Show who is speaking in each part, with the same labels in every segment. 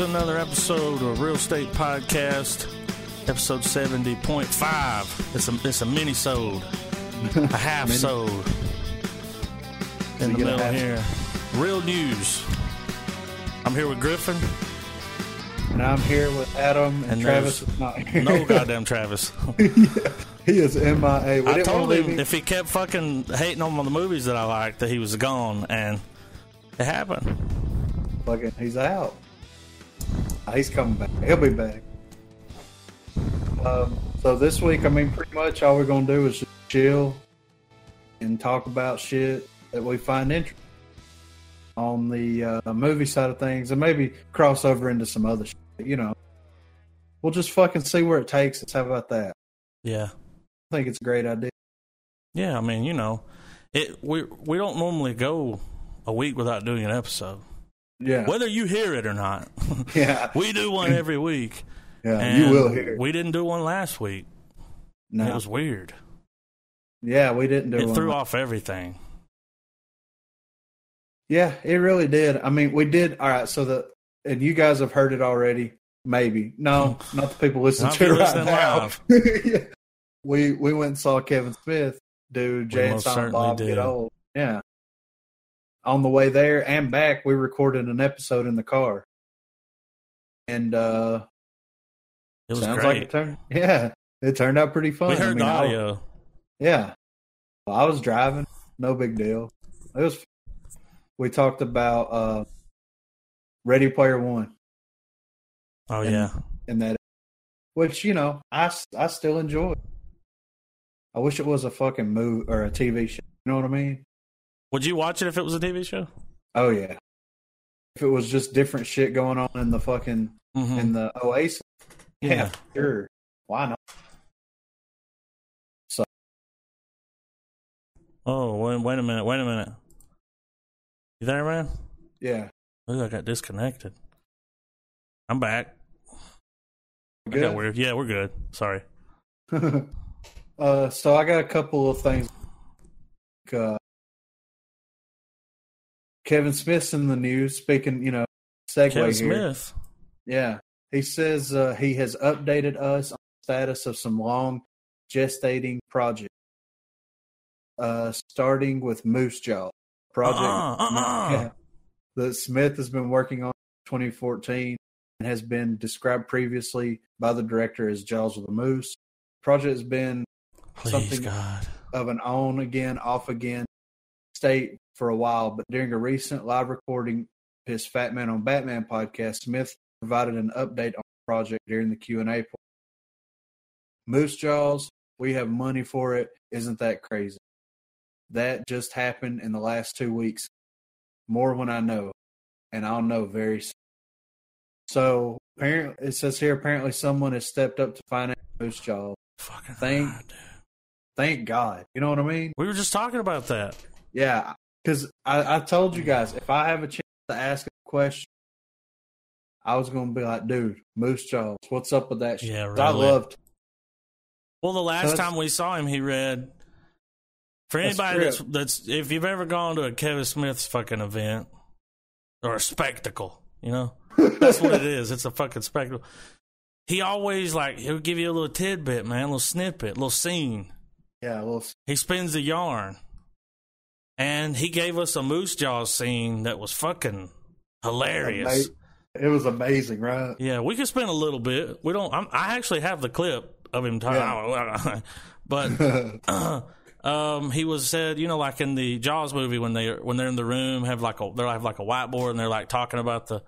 Speaker 1: another episode of Real Estate Podcast, episode 70.5. It's a, it's a mini sode, a half sode in the
Speaker 2: get a
Speaker 1: middle
Speaker 2: half-
Speaker 1: here. Real news. I'm here with Griffin.
Speaker 2: And I'm here with Adam and,
Speaker 1: And
Speaker 2: Travis
Speaker 1: there's-
Speaker 2: is not here.
Speaker 1: No goddamn Travis.
Speaker 2: he is MIA. We
Speaker 1: I
Speaker 2: didn't
Speaker 1: told
Speaker 2: wanna leave
Speaker 1: him if he kept fucking hating on the movies that I liked that he was gone, and it happened.
Speaker 2: fucking, he's out. Uh, He's coming back. He'll be back. Um, so this week, I mean, pretty much all we're gonna do is just chill and talk about shit that we find interesting on the uh, movie side of things, and maybe cross over into some other shit. You know, we'll just fucking see where it takes us. How about that?
Speaker 1: Yeah.
Speaker 2: I think it's a great idea.
Speaker 1: Yeah, I mean, you know, it we we don't normally go a week without doing an episode.
Speaker 2: Yeah,
Speaker 1: Whether you hear it or not.
Speaker 2: yeah,
Speaker 1: we do one every week.
Speaker 2: yeah. You will
Speaker 1: and
Speaker 2: hear. it.
Speaker 1: We didn't do one last week.
Speaker 2: No.
Speaker 1: It was weird.
Speaker 2: Yeah, we didn't do
Speaker 1: It
Speaker 2: one.
Speaker 1: threw off everything.
Speaker 2: Yeah, it really did. I mean, we did. All right, so the and you guys have heard it already. Maybe no, not the people listening
Speaker 1: Not
Speaker 2: to it
Speaker 1: if you're
Speaker 2: right
Speaker 1: listening
Speaker 2: now.
Speaker 1: live.
Speaker 2: Yeah. We we went and saw Kevin Smith do Jay and
Speaker 1: most
Speaker 2: Silent
Speaker 1: certainly
Speaker 2: Bob
Speaker 1: did.
Speaker 2: get old. Yeah. On the way there and back, we recorded an episode in the car, and uh
Speaker 1: It was
Speaker 2: sounds like
Speaker 1: great.
Speaker 2: it turned. Yeah, it turned out pretty fun.
Speaker 1: we
Speaker 2: I
Speaker 1: heard
Speaker 2: mean,
Speaker 1: the
Speaker 2: I-
Speaker 1: audio.
Speaker 2: yeah. Well, I was driving. No big deal. It was. We talked about uh, Ready Player One
Speaker 1: Oh
Speaker 2: and-
Speaker 1: yeah.
Speaker 2: and that, which you know, I s- I still enjoy. I wish it was a fucking movie or a TV show. You know what I mean?
Speaker 1: Would you watch it if it was a TV show?
Speaker 2: Oh yeah. If it was just different shit going on in the fucking
Speaker 1: Mhm.
Speaker 2: in the Oasis, yeah,
Speaker 1: Yeah.
Speaker 2: sure. Why not?
Speaker 1: Oh, wait, wait a minute. Wait a minute. You there, man?
Speaker 2: Yeah.
Speaker 1: Ooh, I got disconnected. I'm back. I got
Speaker 2: Good.
Speaker 1: weird. Yeah, we're good. Sorry.
Speaker 2: uh, so I got a couple of things. Uh, Kevin Smith's in the news. Speaking, you know, segue
Speaker 1: Kevin
Speaker 2: here.
Speaker 1: Smith.
Speaker 2: Yeah, he says uh, he has updated us on the status of some long gestating projects, uh, starting with Moose Jaw project.
Speaker 1: Uh-uh, uh-uh.
Speaker 2: Yeah. that Smith has been working on in 2014 and has been described previously by the director as Jaws of the Moose. Project has been
Speaker 1: Please,
Speaker 2: Something-
Speaker 1: God.
Speaker 2: of an on again, off again state for a while, but during a recent live recording of his Fat Man on Batman podcast, Smith provided an update on the project during the Q and A. Moose Jaws, we have money for it. Isn't that crazy? That just happened in the last two weeks. More when I know, and I'll know very soon. So apparently, it says here apparently someone has stepped up to finance Moose Jaws.
Speaker 1: Fucking
Speaker 2: Thank-
Speaker 1: God, dude.
Speaker 2: Thank God. You know what I mean?
Speaker 1: We were just talking about that.
Speaker 2: Yeah, because I, I told you guys if I have a chance to ask a question, I was gonna be like, "Dude, Moose Jaws, what's up with that?" shit?"
Speaker 1: Yeah,
Speaker 2: 'Cause I
Speaker 1: really.
Speaker 2: loved.
Speaker 1: Well, the last
Speaker 2: That's-
Speaker 1: time we saw him, he read. For
Speaker 2: A
Speaker 1: anybody that's, that's if you've ever gone to a Kevin Smith's fucking event or a spectacle, you know that's what it is. It's a fucking spectacle. He always like he'll give you a little tidbit, man, a little snippet, a little scene.
Speaker 2: Yeah, well, s-
Speaker 1: He spins the yarn, and he gave us a Moose Jaw scene that was fucking hilarious.
Speaker 2: ama- it was amazing, right?
Speaker 1: Yeah, we could spend a little bit. We don't. I'm, I actually have the clip of him talking, but um, he was said, you know, like in the Jaws movie when they when they're in the room have like a they have like a whiteboard and they're like talking about the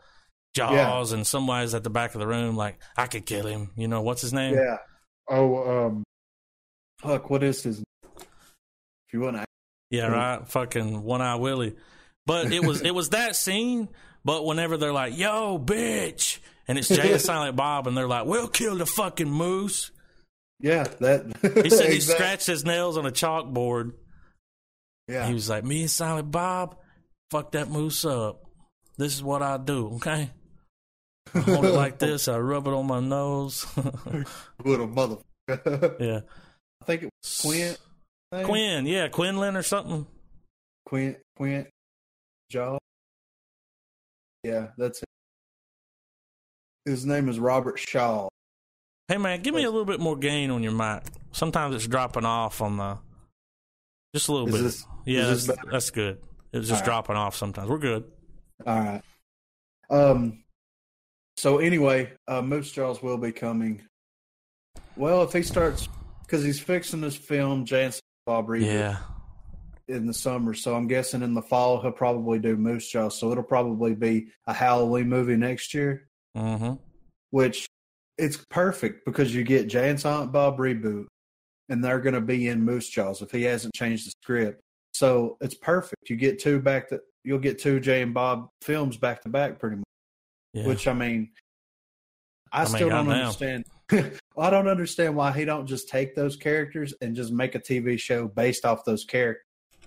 Speaker 1: Jaws and somebody's at the back of the room like I could kill him. You know what's his name?
Speaker 2: yeah. Oh, um, fuck, what is his? name? If you want to,
Speaker 1: Yeah,
Speaker 2: Mm-hmm.
Speaker 1: right. Fucking one eye Willie. But it was it was that scene. But whenever they're like, "Yo, bitch," and it's Jay and Silent Bob, and they're like, "We'll kill the fucking moose."
Speaker 2: yeah, that
Speaker 1: He said he
Speaker 2: Exact-
Speaker 1: scratched his nails on a chalkboard.
Speaker 2: Yeah,
Speaker 1: He was like, "Me and Silent Bob, fuck that moose up. This is what I do. Okay, I hold it like this. I rub it on my nose.
Speaker 2: little motherfucker.
Speaker 1: yeah,
Speaker 2: I think it was Quint. I think.
Speaker 1: Quinn. Yeah, Quinlan or something.
Speaker 2: Quint, Quint, Jaw. Yeah, that's it. His name is Robert Shaw.
Speaker 1: Hey man, give me a little bit more gain on your mic. Sometimes it's dropping off on the just a little
Speaker 2: Is
Speaker 1: bit.
Speaker 2: this-
Speaker 1: yeah,
Speaker 2: is this
Speaker 1: that's, that's good. It was just
Speaker 2: All right.
Speaker 1: dropping off sometimes. We're good.
Speaker 2: All right. Um. So anyway, uh, Moose Jaws will be coming. Well, if he starts, because he's fixing this film, Jansen Bob Reader
Speaker 1: Yeah.
Speaker 2: in the summer. So I'm guessing in the fall he'll probably do Moose Jaws. So it'll probably be a Halloween movie next year,
Speaker 1: Mm-hmm.
Speaker 2: which it's perfect because you get Jan Silent Bob reboot, and they're going to be in Moose Jaws if he hasn't changed the script. So it's perfect. You get two back that you'll get two Jay and Bob films back to back, pretty much.
Speaker 1: Yeah.
Speaker 2: Which I mean, I,
Speaker 1: I mean,
Speaker 2: still don't
Speaker 1: goddamn.
Speaker 2: understand. I don't understand why he don't just take those characters and just make a TV show based off those characters.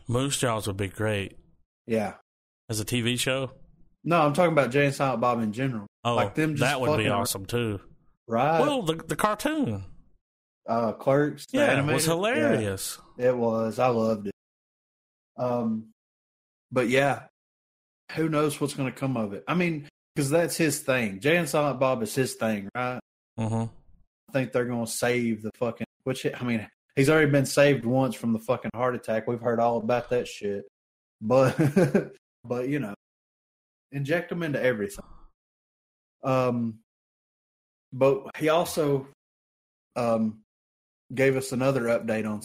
Speaker 1: Moose Jaws would be great
Speaker 2: Yeah.
Speaker 1: as a TV show.
Speaker 2: No, I'm talking about Jay and Silent Bob in general,
Speaker 1: Oh,
Speaker 2: Like them just
Speaker 1: that would be
Speaker 2: fucking-
Speaker 1: awesome too.
Speaker 2: right?
Speaker 1: well, the the cartoon,
Speaker 2: uh, Clerks. the
Speaker 1: yeah, it
Speaker 2: animated-
Speaker 1: was hilarious.
Speaker 2: yeah, it was. I loved it. Um, but yeah, who knows what's going to come of it? I mean, because that's his thing. Jay and Silent Bob is his thing, right?
Speaker 1: hmm
Speaker 2: I think they're going to save the fucking. Which I mean, he's already been saved once from the fucking heart attack. We've heard all about that shit. But but you know, inject him into everything. Um, but he also um gave us another update on.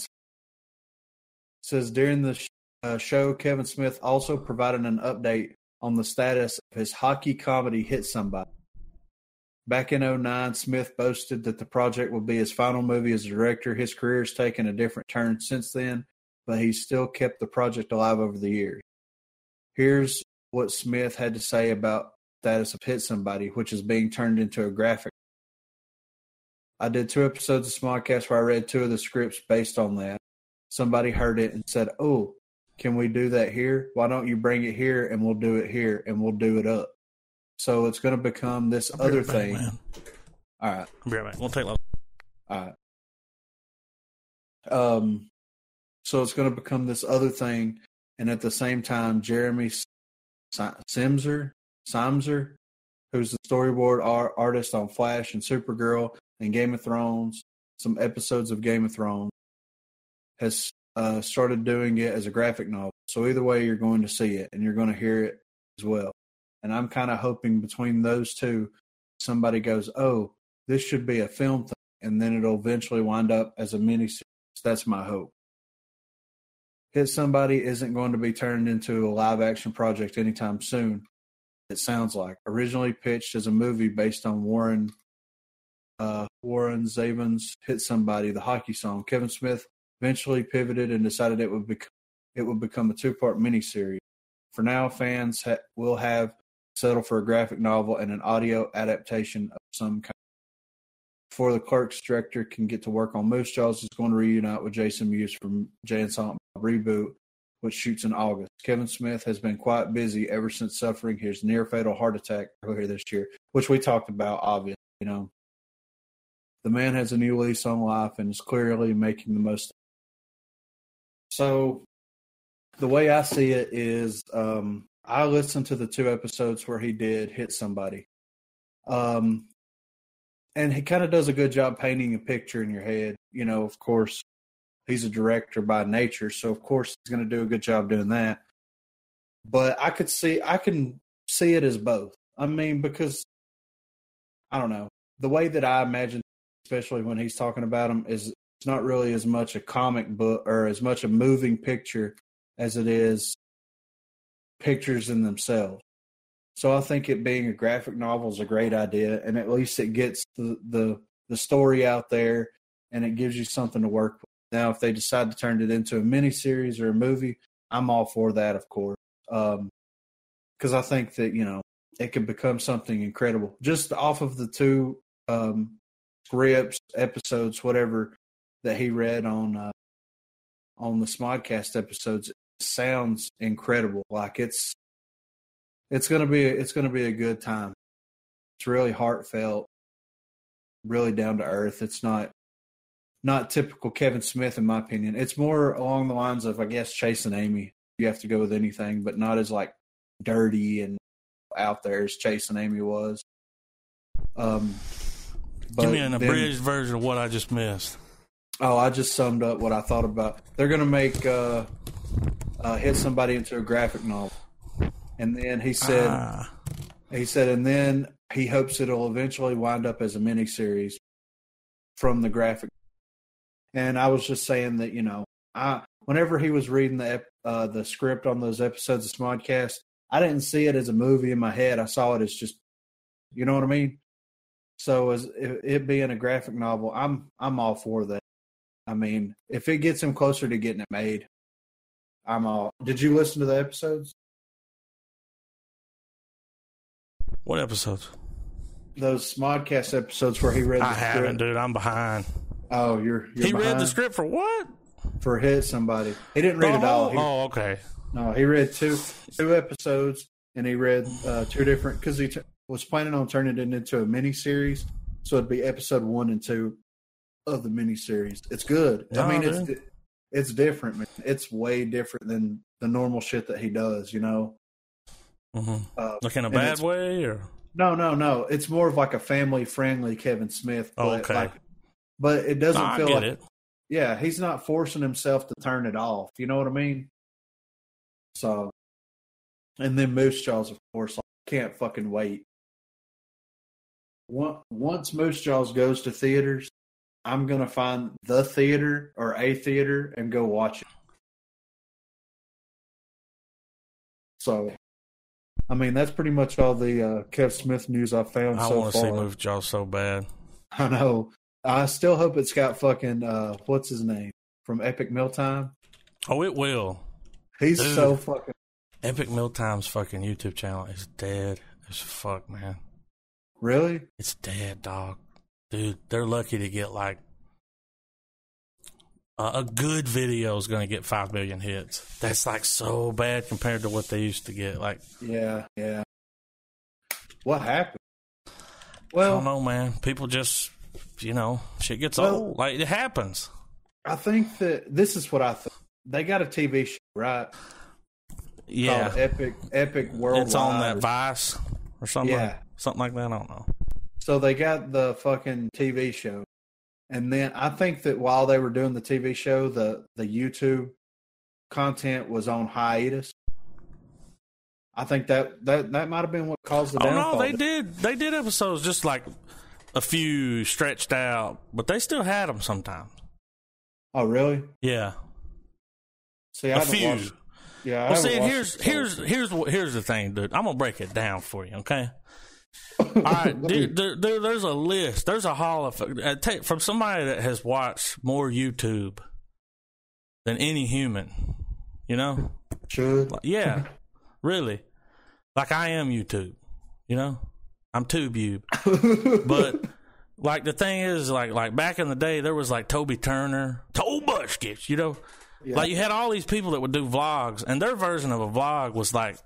Speaker 2: Says during the sh- uh, show, Kevin Smith also provided an update on the status of his hockey comedy hit somebody. Back in 09, Smith boasted that the project would be his final movie as a director. His career has taken a different turn since then, but he's still kept the project alive over the years. Here's what Smith had to say about status of Hit Somebody, which is being turned into a graphic. I did two episodes of Smodcast where I read two of the scripts based on that. Somebody heard it and said, Oh, can we do that here? Why don't you bring it here and we'll do it here and we'll do it up? So it's going to become this other thing.
Speaker 1: man.
Speaker 2: All right.
Speaker 1: I'll be right back. Won't take long.
Speaker 2: All right. Um, so it's going to become this other thing, and at the same time, Jeremy S- Si- Simser, Simser, who's the storyboard ar- artist on Flash and Supergirl and Game of Thrones, some episodes of Game of Thrones, has uh, started doing it as a graphic novel. So either way, you're going to see it, and you're going to hear it as well. And I'm kind of hoping between those two, somebody goes, "Oh, this should be a film thing." and then it'll eventually wind up as a miniseries. That's my hope. Hit Somebody isn't going to be turned into a live action project anytime soon, it sounds like. Originally pitched as a movie based on Warren uh, Warren Zevon's Hit Somebody, the hockey song, Kevin Smith eventually pivoted and decided it would, bec- it would become a two part miniseries. For now, fans ha- will have settled for a graphic novel and an audio adaptation of some kind before the Clerks director can get to work on Moose Jaws is going to reunite with Jason Mewes from Jay and Silent Bob Reboot, which shoots in August. Kevin Smith has been quite busy ever since suffering his near fatal heart attack earlier this year, which we talked about, obviously, you know. The man has a new lease on life and is clearly making the most. So, the way I see it is, um, I listened to the two episodes where he did hit somebody. Um, and he kind of does a good job painting a picture in your head. You know, of course, he's a director by nature, so of course he's going to do a good job doing that. But I could see, I can see it as both. I mean, because I don't know the way that I imagine, especially when he's talking about him, is it's not really as much a comic book or as much a moving picture as it is pictures in themselves. So I think it being a graphic novel is a great idea, and at least it gets the the, the story out there, and it gives you something to work with. Now, if they decide to turn it into a miniseries or a movie, I'm all for that, of course, because I think that you know it could become something incredible just off of the two um, scripts, episodes, whatever that he read on uh, on the Smodcast episodes. It sounds incredible, like it's it's gonna be it's gonna be a good time. It's really heartfelt, really down to earth. It's not not typical Kevin Smith in my opinion. It's more along the lines of I guess Chase and Amy. You have to go with anything, but not as like dirty and out there as Chase and Amy was. Um,
Speaker 1: Give me an
Speaker 2: then-
Speaker 1: abridged version of what I just missed.
Speaker 2: Oh, I just summed up what I thought about. They're going to make uh, uh, hit somebody into a graphic novel, and then he said
Speaker 1: Ah.
Speaker 2: he said, and then he hopes it'll eventually wind up as a miniseries from the graphic. And I was just saying that you know, I whenever he was reading the ep- uh, the script on those episodes of Smodcast, I didn't see it as a movie in my head. I saw it as just, you know what I mean. So as it, it being a graphic novel, I'm I'm all for that. I mean, if it gets him closer to getting it made, I'm all. Did you listen to the episodes?
Speaker 1: what episodes?
Speaker 2: Those Smodcast episodes where he read. The
Speaker 1: I haven't,
Speaker 2: script?
Speaker 1: dude. I'm behind.
Speaker 2: Oh, you're, you're
Speaker 1: he read the
Speaker 2: behind
Speaker 1: script for what?
Speaker 2: for hit somebody. He didn't read
Speaker 1: The
Speaker 2: it all.
Speaker 1: whole-
Speaker 2: He,
Speaker 1: Oh, okay.
Speaker 2: No, he read two two episodes, and he read uh, two different because he t- was planning on turning it into a mini series. So it'd be episode one and two of the mini series. It's good. I
Speaker 1: Yeah,
Speaker 2: mean,
Speaker 1: dude.
Speaker 2: it's di- it's different, man. It's way different than the normal shit that he does. You know,
Speaker 1: hmm
Speaker 2: uh,
Speaker 1: Like in a
Speaker 2: And
Speaker 1: bad
Speaker 2: it's-
Speaker 1: way, or
Speaker 2: no, no, no. It's more of like a family friendly Kevin Smith.
Speaker 1: Oh,
Speaker 2: But
Speaker 1: okay.
Speaker 2: Like, but it doesn't
Speaker 1: No, I
Speaker 2: feel
Speaker 1: get
Speaker 2: like
Speaker 1: it.
Speaker 2: yeah, he's not forcing himself to turn it off. You know what I mean? So, and then Moose Jaws, of course, I can't fucking wait. Once once Moose Jaws goes to theaters, I'm gonna find the theater or a theater and go watch it. So, I mean, that's pretty much all the uh, Kev Smith news I've found
Speaker 1: I
Speaker 2: so
Speaker 1: want to
Speaker 2: far.
Speaker 1: see Move Jaws so bad.
Speaker 2: I know. I still hope it's got fucking uh, what's his name from Epic Mealtime.
Speaker 1: Oh, it will.
Speaker 2: He's
Speaker 1: Dude.
Speaker 2: so fucking.
Speaker 1: Epic Mealtime's fucking YouTube channel is dead as fuck, man.
Speaker 2: Really?
Speaker 1: It's dead, dog. Dude, they're lucky to get like a, a good video is going to get five million hits. That's like so bad compared to what they used to get. Like,
Speaker 2: Yeah, yeah. What happened?
Speaker 1: I don't
Speaker 2: Well,
Speaker 1: know, man. People just, you know, shit gets
Speaker 2: Well-
Speaker 1: old. Like it happens.
Speaker 2: I think that this is what I think. They got a TV show, right?
Speaker 1: Yeah,
Speaker 2: Called Epic Epic Worldwide.
Speaker 1: Oh, it's on that Vice or something.
Speaker 2: Yeah.
Speaker 1: something like that. I don't know.
Speaker 2: So they got the fucking TV show, and then I think that while they were doing the TV show, the the YouTube content was on hiatus. I think that that that might have been what caused the
Speaker 1: Oh
Speaker 2: downfall.
Speaker 1: no, they did. They did episodes just like a few stretched out, but they still had them sometimes.
Speaker 2: Oh really?
Speaker 1: Yeah,
Speaker 2: See, I
Speaker 1: a
Speaker 2: haven't
Speaker 1: few.
Speaker 2: watched. Yeah, I
Speaker 1: Well,
Speaker 2: haven't
Speaker 1: see, and
Speaker 2: watched
Speaker 1: here's
Speaker 2: it.
Speaker 1: here's here's what here's the thing, dude. I'm gonna break it down for you, okay? All right, dude, there, there, there's a list. There's a hall of uh, take, from somebody that has watched more YouTube than any human. You know,
Speaker 2: Should.
Speaker 1: Like, yeah, really. Like I am YouTube. You know, I'm TubeYou. But like the thing is, like like back in the day, there was like Toby Turner, Toe Buskets, you know.
Speaker 2: Yeah.
Speaker 1: Like you had all these people that would do vlogs, and their version of a vlog was like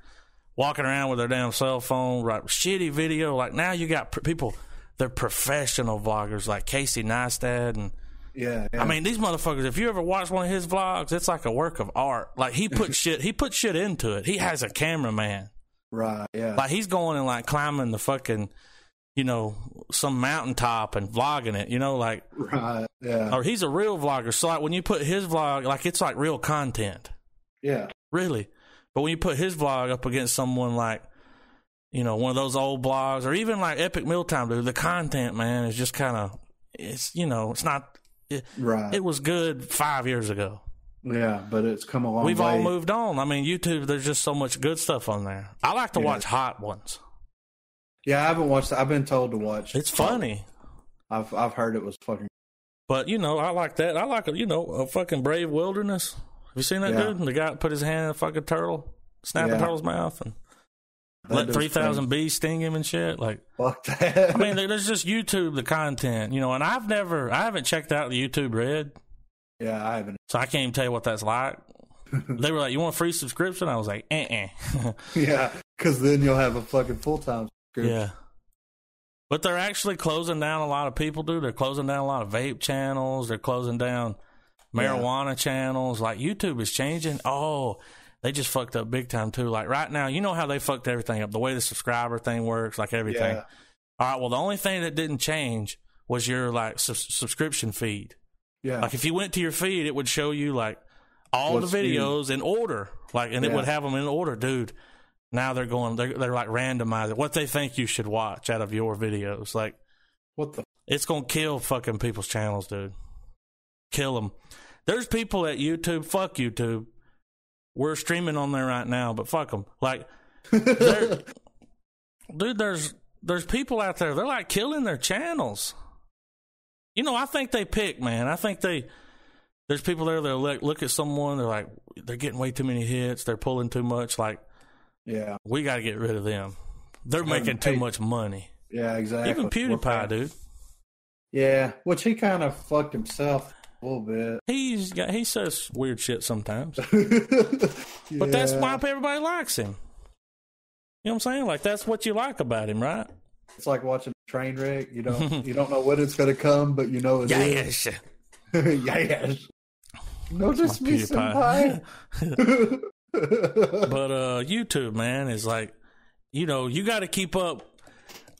Speaker 1: walking around with their damn cell phone, like shitty video. Like now you got pr- people, they're professional vloggers, like Casey Neistat, and
Speaker 2: yeah, yeah.
Speaker 1: I mean these motherfuckers. If you ever watch one of his vlogs, it's like a work of art. Like he put shit, he put shit into it. He has a cameraman.
Speaker 2: right, yeah,
Speaker 1: Like he's going and like climbing the fucking, you know, some mountaintop and vlogging it. You know, like
Speaker 2: right, yeah,
Speaker 1: or he's a real vlogger. So like when you put his vlog, like it's like real content,
Speaker 2: yeah,
Speaker 1: really. But when you put his vlog up against someone like, you know, one of those old blogs or even like Epic Mealtime, dude, the content man is just kind of, it's you know, it's not. It,
Speaker 2: right,
Speaker 1: it was good five years ago.
Speaker 2: yeah. But it's come a long
Speaker 1: We've
Speaker 2: way.
Speaker 1: all moved on. I mean, YouTube, there's just so much good stuff on there. I like to
Speaker 2: Yeah.
Speaker 1: watch hot ones.
Speaker 2: Yeah, I haven't watched. it. I've been told to watch.
Speaker 1: It's funny.
Speaker 2: I've I've heard it was fucking.
Speaker 1: But you know, I like that. I like you know a fucking brave wilderness. Have you seen that
Speaker 2: Yeah.
Speaker 1: dude? The guy that put his hand in a fucking turtle, snapped the
Speaker 2: Yeah.
Speaker 1: turtle's mouth, and
Speaker 2: that
Speaker 1: let
Speaker 2: does
Speaker 1: three thousand bees sting him and shit. Like,
Speaker 2: things. Fuck that.
Speaker 1: I mean, there- there's just YouTube the content, you know. And I've never, I haven't checked out the YouTube Red,
Speaker 2: yeah, I haven't.
Speaker 1: so I can't even tell you what that's like. they were like, "You want a free subscription?" I was like, "Eh, eh."
Speaker 2: Yeah, because then you'll have a fucking full time.
Speaker 1: yeah. But they're actually closing down a lot of people, dude. They're closing down a lot of vape channels. They're closing down marijuana channels. Like YouTube is changing. Oh, they just fucked up big time too. Like right now, you know how they fucked everything up. The way the subscriber thing works, like everything.
Speaker 2: Yeah.
Speaker 1: all right, well, the only thing that didn't change was your like sub- subscription feed.
Speaker 2: Yeah.
Speaker 1: Like if you went to your feed, it would show you like all
Speaker 2: What's
Speaker 1: the
Speaker 2: new.
Speaker 1: videos in order, like, and it
Speaker 2: Yeah.
Speaker 1: would have them in order, dude. Now they're going, they're, they're like randomizing what they think you should watch out of your videos. Like,
Speaker 2: what the?
Speaker 1: it's gonna kill fucking people's channels, dude. Kill them. There's people at YouTube. Fuck YouTube. We're streaming on there right now, but fuck them. Like, there- dude, there's there's people out there. They're like killing their channels. You know, I think they pick, man. I think they. There's people there that look, look at someone. They're like, they're getting way too many hits. They're pulling too much. Like,
Speaker 2: yeah.
Speaker 1: we got to get rid of them. They're
Speaker 2: Kinda
Speaker 1: making too
Speaker 2: hate-
Speaker 1: much money.
Speaker 2: Yeah. Exactly.
Speaker 1: Even
Speaker 2: We're
Speaker 1: PewDiePie,
Speaker 2: fans.
Speaker 1: dude.
Speaker 2: Yeah. Which he kind of fucked himself a little bit.
Speaker 1: He's got he says weird shit sometimes.
Speaker 2: but
Speaker 1: But that's why everybody likes him. You know what I'm saying? Like that's what you like about him, right?
Speaker 2: it's like watching a train wreck. You don't you don't know when it's gonna come, but you know it is. yes. Notice me,
Speaker 1: PewDiePie.
Speaker 2: senpai.
Speaker 1: But uh YouTube, man, is like you know, you gotta keep up.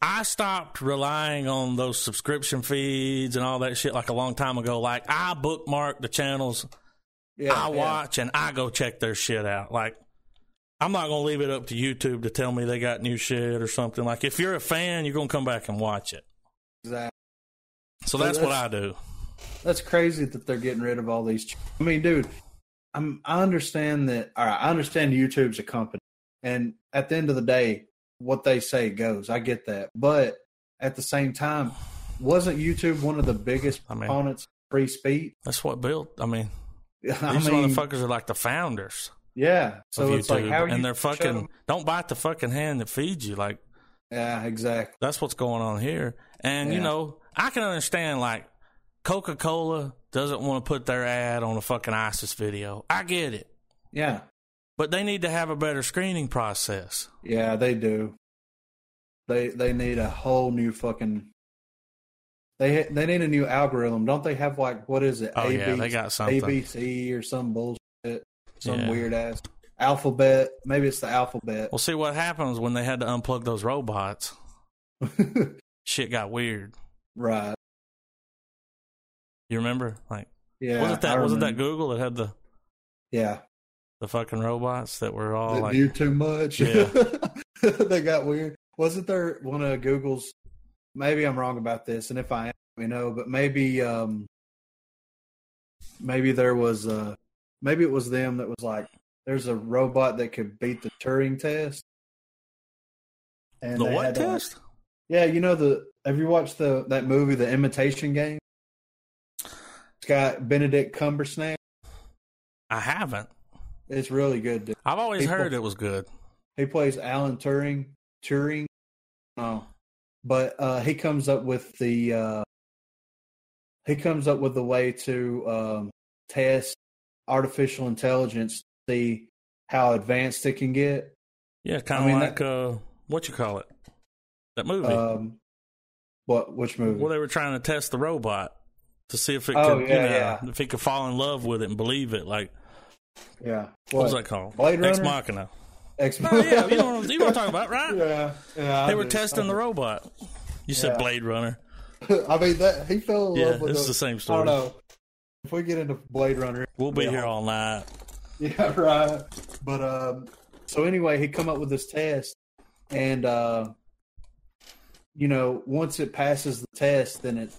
Speaker 1: I stopped relying on those subscription feeds and all that shit like a long time ago. Like I bookmark the channels
Speaker 2: yeah,
Speaker 1: I watch and I go check their shit out. Like, I'm not gonna leave it up to YouTube to tell me they got new shit or something. Like, if you're a fan, you're gonna come back and watch it.
Speaker 2: Yeah, exactly.
Speaker 1: So
Speaker 2: So
Speaker 1: that's, what I
Speaker 2: that's-
Speaker 1: do.
Speaker 2: That's crazy that they're getting rid of all these. ch- I mean, dude, I'm, I understand that. All right, I understand YouTube's a company, and at the end of the day, what they say goes. I get that, but at the same time, wasn't YouTube one of the biggest
Speaker 1: I mean-
Speaker 2: proponents of free speech?
Speaker 1: That's what built. I mean,
Speaker 2: I
Speaker 1: these
Speaker 2: mean,
Speaker 1: motherfuckers are like the founders
Speaker 2: yeah. So
Speaker 1: of
Speaker 2: it's
Speaker 1: YouTube,
Speaker 2: like how you
Speaker 1: and they're
Speaker 2: shut
Speaker 1: fucking.
Speaker 2: them-
Speaker 1: Don't bite the fucking hand that feeds you. Like
Speaker 2: Yeah, exactly.
Speaker 1: that's what's going on here. And you
Speaker 2: Yeah.
Speaker 1: know, I can understand like Coca Cola doesn't want to put their ad on a fucking ISIS video. I get it,
Speaker 2: Yeah,
Speaker 1: but they need to have a better screening process.
Speaker 2: yeah, they do. They they need a whole new fucking. They they need a new algorithm, don't they? Have like what is it?
Speaker 1: Oh yeah,
Speaker 2: ABC
Speaker 1: they got something.
Speaker 2: ABC or some bullshit, some
Speaker 1: Yeah.
Speaker 2: weird ass alphabet. Maybe it's the alphabet.
Speaker 1: Well, see what happens when they had to unplug those robots. Shit got weird.
Speaker 2: right?
Speaker 1: You remember? Like
Speaker 2: Yeah.
Speaker 1: wasn't
Speaker 2: I
Speaker 1: that wasn't that
Speaker 2: remember.
Speaker 1: Google that had the
Speaker 2: Yeah.
Speaker 1: the fucking robots that were all
Speaker 2: they
Speaker 1: Oh, like
Speaker 2: knew too much.
Speaker 1: Yeah.
Speaker 2: they got weird. Wasn't there one of Google's? Maybe I'm wrong about this, and if I am, you know, but maybe um, maybe there was uh maybe it was them that was like, there's a robot that could beat the Turing test. And
Speaker 1: the
Speaker 2: they
Speaker 1: what
Speaker 2: had to, like,
Speaker 1: test?
Speaker 2: Yeah, you know the have you watched the that movie The Imitation Game? It's got Benedict Cumbersnatch.
Speaker 1: I haven't.
Speaker 2: It's really good. Dude.
Speaker 1: I've always
Speaker 2: People-
Speaker 1: heard it was good.
Speaker 2: He plays Alan Turing. Turing. No. But uh he comes up with the uh he comes up with the way to um test artificial intelligence to see how advanced it can get.
Speaker 1: Yeah, kind of
Speaker 2: I mean,
Speaker 1: like uh, what you call it? That movie
Speaker 2: Um what which movie?
Speaker 1: where they were trying to test the robot to see if it
Speaker 2: Oh,
Speaker 1: could,
Speaker 2: yeah,
Speaker 1: you know,
Speaker 2: yeah.
Speaker 1: if it could fall in love with it and believe it. Like
Speaker 2: yeah.
Speaker 1: what was
Speaker 2: What?
Speaker 1: that called?
Speaker 2: Blade
Speaker 1: Ex
Speaker 2: Runner?
Speaker 1: Machina.
Speaker 2: Ex-
Speaker 1: Oh yeah, you know what I'm, you know what I'm talking about, right?
Speaker 2: Yeah, yeah. I
Speaker 1: They were
Speaker 2: do.
Speaker 1: testing the robot. You said
Speaker 2: Yeah.
Speaker 1: Blade Runner.
Speaker 2: I mean that he fell in
Speaker 1: Yeah,
Speaker 2: love with
Speaker 1: it's
Speaker 2: the-
Speaker 1: the same
Speaker 2: I
Speaker 1: story.
Speaker 2: don't know. If we get into Blade Runner,
Speaker 1: We'll be
Speaker 2: Yeah.
Speaker 1: here all night.
Speaker 2: yeah, right. But um, so anyway, he come up with this test, and uh, you know, once it passes the test, then it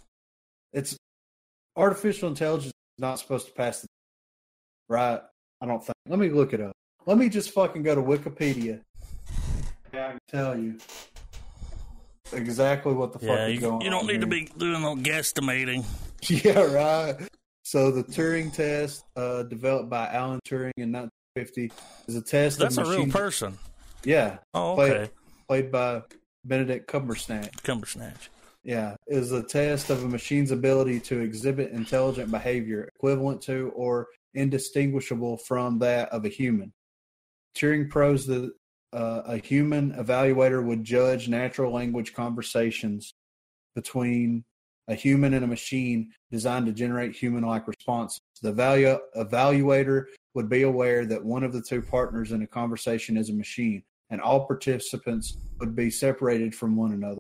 Speaker 2: it's artificial intelligence is not supposed to pass the right. I don't think. Let me look it up. Let me just fucking go to Wikipedia. Yeah, I can tell you exactly what the fuck
Speaker 1: Yeah,
Speaker 2: is
Speaker 1: you,
Speaker 2: going
Speaker 1: you don't
Speaker 2: on
Speaker 1: need to
Speaker 2: here.
Speaker 1: be doing no guesstimating.
Speaker 2: Yeah, right. So the Turing test, uh, developed by Alan Turing in 1950, is a test.
Speaker 1: That's a
Speaker 2: of
Speaker 1: real
Speaker 2: machine-
Speaker 1: person.
Speaker 2: Yeah,
Speaker 1: Oh,
Speaker 2: Play-
Speaker 1: okay.
Speaker 2: played by Benedict Cumberbatch.
Speaker 1: Cumber snatch.
Speaker 2: Yeah, is a test of a machine's ability to exhibit intelligent behavior equivalent to or indistinguishable from that of a human. Turing pros that uh, a human evaluator would judge natural language conversations between a human and a machine designed to generate human like responses. The value, evaluator would be aware that one of the two partners in a conversation is a machine, and all participants would be separated from one another.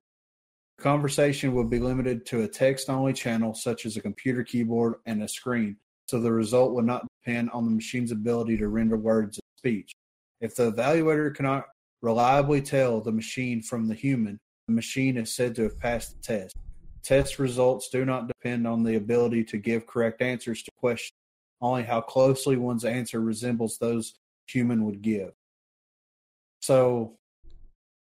Speaker 2: Conversation will be limited to a text only channel, such as a computer keyboard and a screen, so the result will not depend on the machine's ability to render words as speech. If the evaluator cannot reliably tell the machine from the human, the machine is said to have passed the test. Test results do not depend on the ability to give correct answers to questions, only how closely one's answer resembles those human would give. So,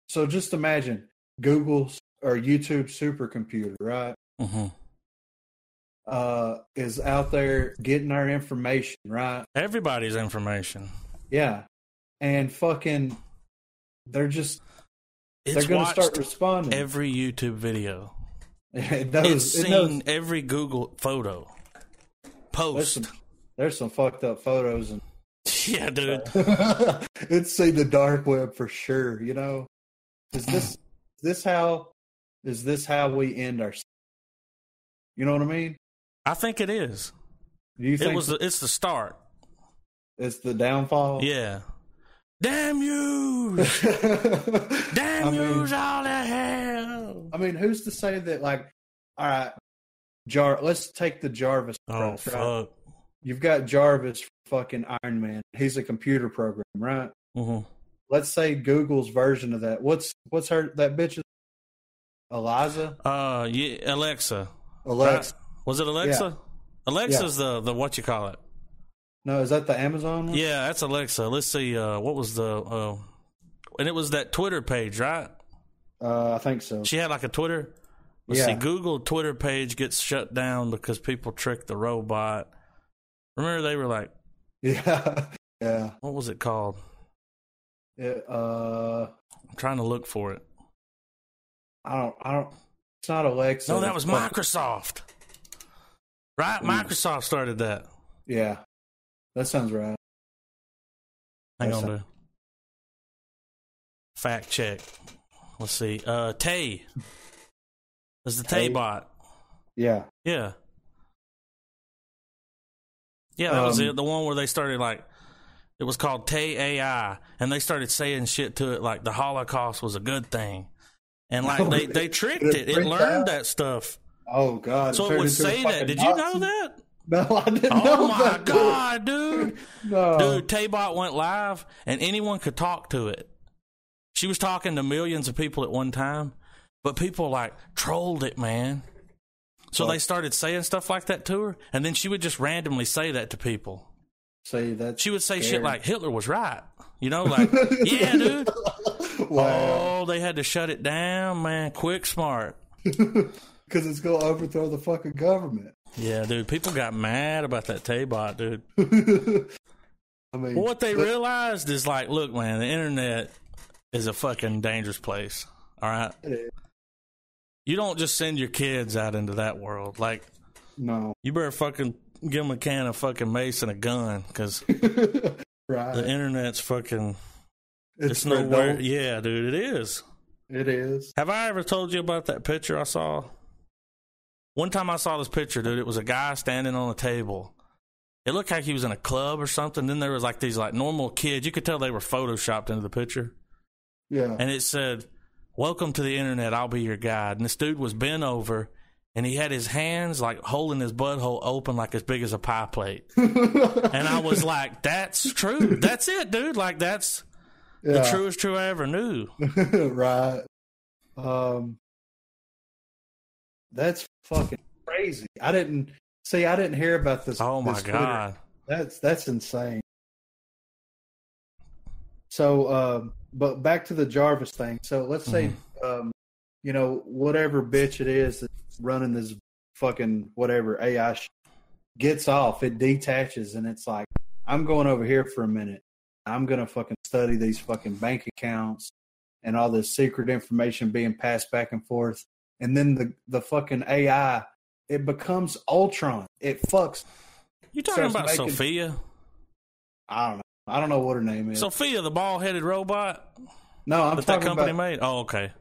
Speaker 2: so just imagine Google's or YouTube supercomputer, right?
Speaker 1: hmm
Speaker 2: Uh, is out there getting our information, right?
Speaker 1: Everybody's information.
Speaker 2: Yeah, and fucking, they're just
Speaker 1: It's
Speaker 2: they're going to
Speaker 1: watched
Speaker 2: start responding.
Speaker 1: every YouTube video.
Speaker 2: it knows,
Speaker 1: it's
Speaker 2: it
Speaker 1: seen
Speaker 2: knows-
Speaker 1: every Google photo.
Speaker 2: there's
Speaker 1: Post.
Speaker 2: some there's some fucked up photos, and
Speaker 1: Yeah, dude.
Speaker 2: it's seen the dark web for sure. You know, is this this how is this how we end our? You know what I mean?
Speaker 1: I think it is.
Speaker 2: Do you think
Speaker 1: It was. The, it's the start.
Speaker 2: it's the downfall?
Speaker 1: Yeah. Damn you! Damn
Speaker 2: I mean-
Speaker 1: you's all the hell.
Speaker 2: I mean, who's to say that? Like, all right, Jar. Let's take the Jarvis.
Speaker 1: Oh
Speaker 2: approach, right?
Speaker 1: fuck.
Speaker 2: You've got Jarvis, from fucking Iron Man. He's a computer program, right?
Speaker 1: hmm
Speaker 2: Let's say Google's version of that. What's what's her that bitch's Eliza,
Speaker 1: Uh, yeah, Alexa.
Speaker 2: Alexa.
Speaker 1: Right? Was it Alexa? Alexa's the the what you call it?
Speaker 2: No, is that the Amazon one?
Speaker 1: Yeah, that's Alexa. Let's see. Uh, what was the? Uh, and it was that Twitter page, right?
Speaker 2: Uh, I think so.
Speaker 1: She had like a Twitter. Let's
Speaker 2: Yeah.
Speaker 1: see. Google Twitter page gets shut down because people tricked the robot. Remember they were like,
Speaker 2: Yeah, yeah.
Speaker 1: what was it called?
Speaker 2: It, uh,
Speaker 1: I'm trying to look for it.
Speaker 2: I don't. I don't. It's not Alexa.
Speaker 1: No, that was
Speaker 2: It's fucking-
Speaker 1: Microsoft. Right?
Speaker 2: Mm.
Speaker 1: Microsoft started that.
Speaker 2: Yeah, that sounds right.
Speaker 1: Hang
Speaker 2: That's
Speaker 1: on, dude. Fact check. Let's see. Uh, Tay. That's the Tay
Speaker 2: Tay?
Speaker 1: bot.
Speaker 2: Yeah.
Speaker 1: Yeah. Yeah, that was
Speaker 2: Um,
Speaker 1: it. The one where they started like it was called Tay AI, and they started saying shit to it like the Holocaust was a good thing, and like they they tricked
Speaker 2: Did
Speaker 1: it.
Speaker 2: it
Speaker 1: It,
Speaker 2: freak
Speaker 1: learned
Speaker 2: out?
Speaker 1: that stuff,
Speaker 2: Oh God!
Speaker 1: so it
Speaker 2: turned
Speaker 1: would
Speaker 2: into a
Speaker 1: say
Speaker 2: fucking
Speaker 1: that. Did you know
Speaker 2: Nazi-
Speaker 1: that?
Speaker 2: No, I didn't know
Speaker 1: Oh my
Speaker 2: that. dude.
Speaker 1: god, dude!
Speaker 2: No.
Speaker 1: Dude, Taybot went live and anyone could talk to it. She was talking to millions of people at one time, but people like trolled it, man. So
Speaker 2: Well-
Speaker 1: they started saying stuff like that to her, and then she would just randomly say that to people.
Speaker 2: See, that's
Speaker 1: She would say shit
Speaker 2: scary.
Speaker 1: like Hitler was right. You know, like yeah, dude.
Speaker 2: wow.
Speaker 1: Oh, they had to shut it down, man. Quick smart.
Speaker 2: Because it's going to overthrow the fucking government.
Speaker 1: Yeah, dude. People got mad about that Taybot, dude.
Speaker 2: I mean,
Speaker 1: Well, what they realized is like, look, man, the internet is a fucking dangerous place. All right. You don't just send your kids out into that world. Like,
Speaker 2: no.
Speaker 1: you better fucking give them a can of fucking mace and a gun because the
Speaker 2: right.
Speaker 1: internet's fucking.
Speaker 2: It's,
Speaker 1: It's,
Speaker 2: for
Speaker 1: nowhere.
Speaker 2: adults.
Speaker 1: Yeah, dude, it is.
Speaker 2: It is.
Speaker 1: Have I ever told you about that picture I saw? One time I saw this picture, dude. It was a guy standing on a table. It looked like he was in a club or something. Then there was like these like normal kids. You could tell they were photoshopped into the picture.
Speaker 2: Yeah.
Speaker 1: and it said, "Welcome to the internet. I'll be your guide." And this dude was bent over, and he had his hands like holding his butthole open, like as big as a pie plate. And I was like, "That's true. That's it, dude. Like that's the
Speaker 2: Yeah.
Speaker 1: truest true I ever knew."
Speaker 2: right. Um, that's fucking crazy. I didn't see. I didn't hear about this.
Speaker 1: Oh my
Speaker 2: this Twitter.
Speaker 1: god!
Speaker 2: That's that's insane. So, um, but back to the Jarvis thing. So let's say, um, you know, whatever bitch it is that's running this fucking whatever AI sh- gets off, it detaches, and it's like, I'm going over here for a minute. I'm gonna fucking study these fucking bank accounts and all this secret information being passed back and forth. And then the the fucking AI, it becomes Ultron. It fucks
Speaker 1: You talking
Speaker 2: it's
Speaker 1: about
Speaker 2: making-
Speaker 1: Sophia?
Speaker 2: I don't know. I don't know what her name is.
Speaker 1: Sophia, the bald-headed robot
Speaker 2: no, I'm
Speaker 1: that that
Speaker 2: talking
Speaker 1: company
Speaker 2: about
Speaker 1: made. Oh, okay.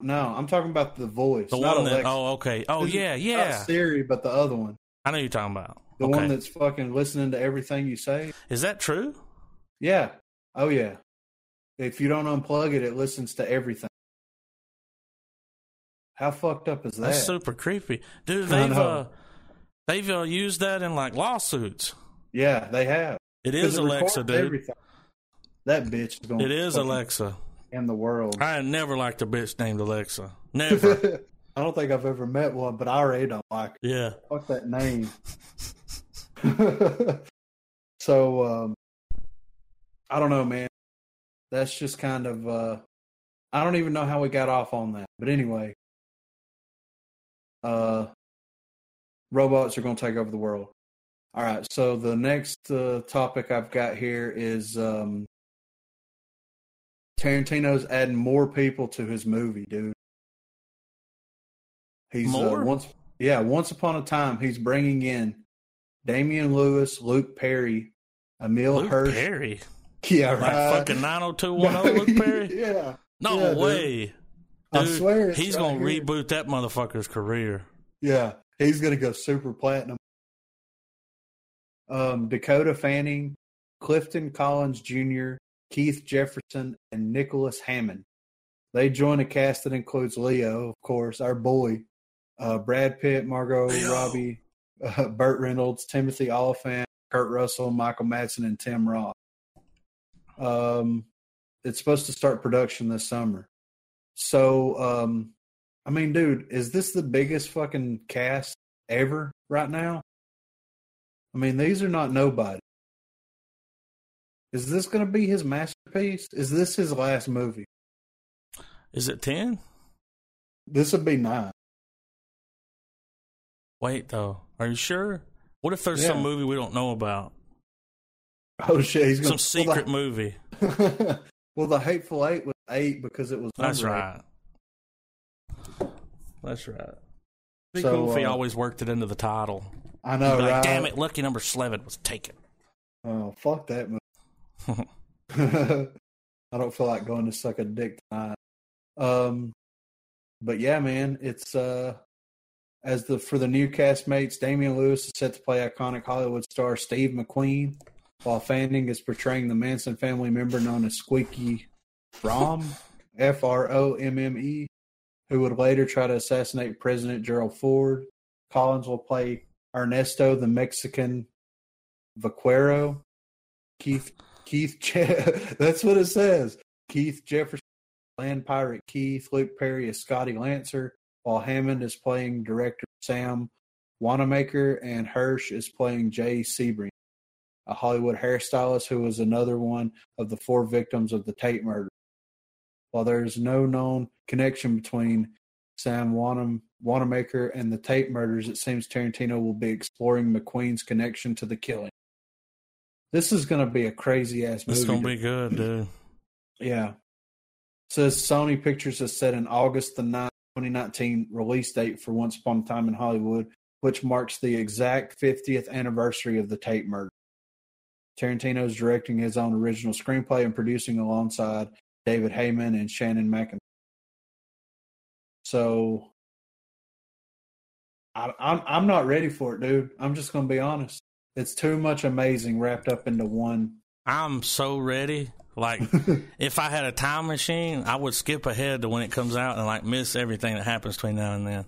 Speaker 2: no, I'm talking about the voice,
Speaker 1: The
Speaker 2: not
Speaker 1: one that.
Speaker 2: Alexa.
Speaker 1: Oh, okay. Oh,
Speaker 2: This is
Speaker 1: yeah,
Speaker 2: not
Speaker 1: yeah.
Speaker 2: Siri, but the other one,
Speaker 1: I know you're talking about.
Speaker 2: the
Speaker 1: okay.
Speaker 2: one that's fucking listening to everything you say.
Speaker 1: Is that true?
Speaker 2: Yeah. Oh yeah. If you don't unplug it, it listens to everything. How fucked up is that?
Speaker 1: That's super creepy, dude.
Speaker 2: I
Speaker 1: They've
Speaker 2: know.
Speaker 1: uh, they've uh, used that in like lawsuits.
Speaker 2: yeah, they have.
Speaker 1: It
Speaker 2: 'Cause
Speaker 1: is
Speaker 2: it records
Speaker 1: Alexa, dude.
Speaker 2: everything. That bitch is going.
Speaker 1: It is Alexa.
Speaker 2: in the world.
Speaker 1: I have never liked a bitch named Alexa. Never.
Speaker 2: I don't think I've ever met one, but I already don't like it.
Speaker 1: yeah.
Speaker 2: Fuck that name. so um, I don't know, man. That's just kind of uh, I don't even know how we got off on that. But anyway, uh, robots are going to take over the world. All right. So the next uh, topic I've got here is um, Tarantino's adding more people to his movie, dude. He's uh,
Speaker 1: More?
Speaker 2: once, yeah. Once upon a time, he's bringing in Damian Lewis, Luke Perry, Emil
Speaker 1: Luke
Speaker 2: Hirsch.
Speaker 1: Perry.
Speaker 2: Yeah,
Speaker 1: Like
Speaker 2: right.
Speaker 1: fucking 90210 Luke Perry?
Speaker 2: yeah,
Speaker 1: No
Speaker 2: Yeah, dude.
Speaker 1: way.
Speaker 2: I
Speaker 1: Dude,
Speaker 2: swear it's
Speaker 1: He's
Speaker 2: right
Speaker 1: going
Speaker 2: here.
Speaker 1: to reboot that motherfucker's career.
Speaker 2: Yeah, he's gonna go super platinum. Um, Dakota Fanning, Clifton Collins Jr., Keith Jefferson, and Nicholas Hammond. They join a cast that includes Leo, of course, our boy, uh, Brad Pitt, Margot
Speaker 1: Leo.
Speaker 2: Robbie, uh, Burt Reynolds, Timothy Oliphant, Kurt Russell, Michael Madsen, and Tim Roth. Um, it's supposed to start production this summer. So, um, I mean, dude, is this the biggest fucking cast ever right now? I mean, these are not nobody. Is this going to be his masterpiece? Is this his last movie?
Speaker 1: Is it 10?
Speaker 2: This would be nine.
Speaker 1: Wait, though. Are you sure? What if there's
Speaker 2: Yeah.
Speaker 1: some movie we don't know about?
Speaker 2: Oh shit, he's
Speaker 1: Some
Speaker 2: going
Speaker 1: secret movie.
Speaker 2: The, well, the Hateful Eight was eight because it was.
Speaker 1: That's
Speaker 2: number eight.
Speaker 1: right. That's right. Be
Speaker 2: So,
Speaker 1: cool if he
Speaker 2: uh,
Speaker 1: always worked it into the title.
Speaker 2: I
Speaker 1: He'd
Speaker 2: know,
Speaker 1: be like,
Speaker 2: right?
Speaker 1: damn it, lucky number 11 was taken.
Speaker 2: Oh fuck that movie. I don't feel like going to suck a dick tonight. Um, but yeah, man, it's uh, as the for the new castmates, Damian Lewis is set to play iconic Hollywood star Steve McQueen, while Fanning is portraying the Manson family member known as Squeaky Rom, F R O M M E, who would later try to assassinate President Gerald Ford. Collins will play Ernesto, the Mexican Vaquero. Keith Keith Je- that's what it says. Keith Jefferson Land Pirate Keith, Luke Perry is Scotty Lancer, while Hammond is playing director Sam Wanamaker and Hirsch is playing Jay Sebring, a Hollywood hairstylist who was another one of the four victims of the Tate murder. While there is no known connection between Sam Wanam, Wanamaker and the Tate murders, it seems Tarantino will be exploring McQueen's connection to the killing. This is going to be a crazy ass movie.
Speaker 1: It's going
Speaker 2: dude.
Speaker 1: to be good, dude.
Speaker 2: Yeah. Says Sony Pictures has set an August the 9th, 2019 release date for Once Upon a Time in Hollywood, which marks the exact 50th anniversary of the Tate murder. Tarantino is directing his own original screenplay and producing alongside David Heyman and Shannon McIntyre. So I, I'm I'm not ready for it, dude. I'm just gonna be honest. It's too much amazing wrapped up into one.
Speaker 1: I'm so ready. Like, if I had a time machine, I would skip ahead to when it comes out and like miss everything that happens between now and then.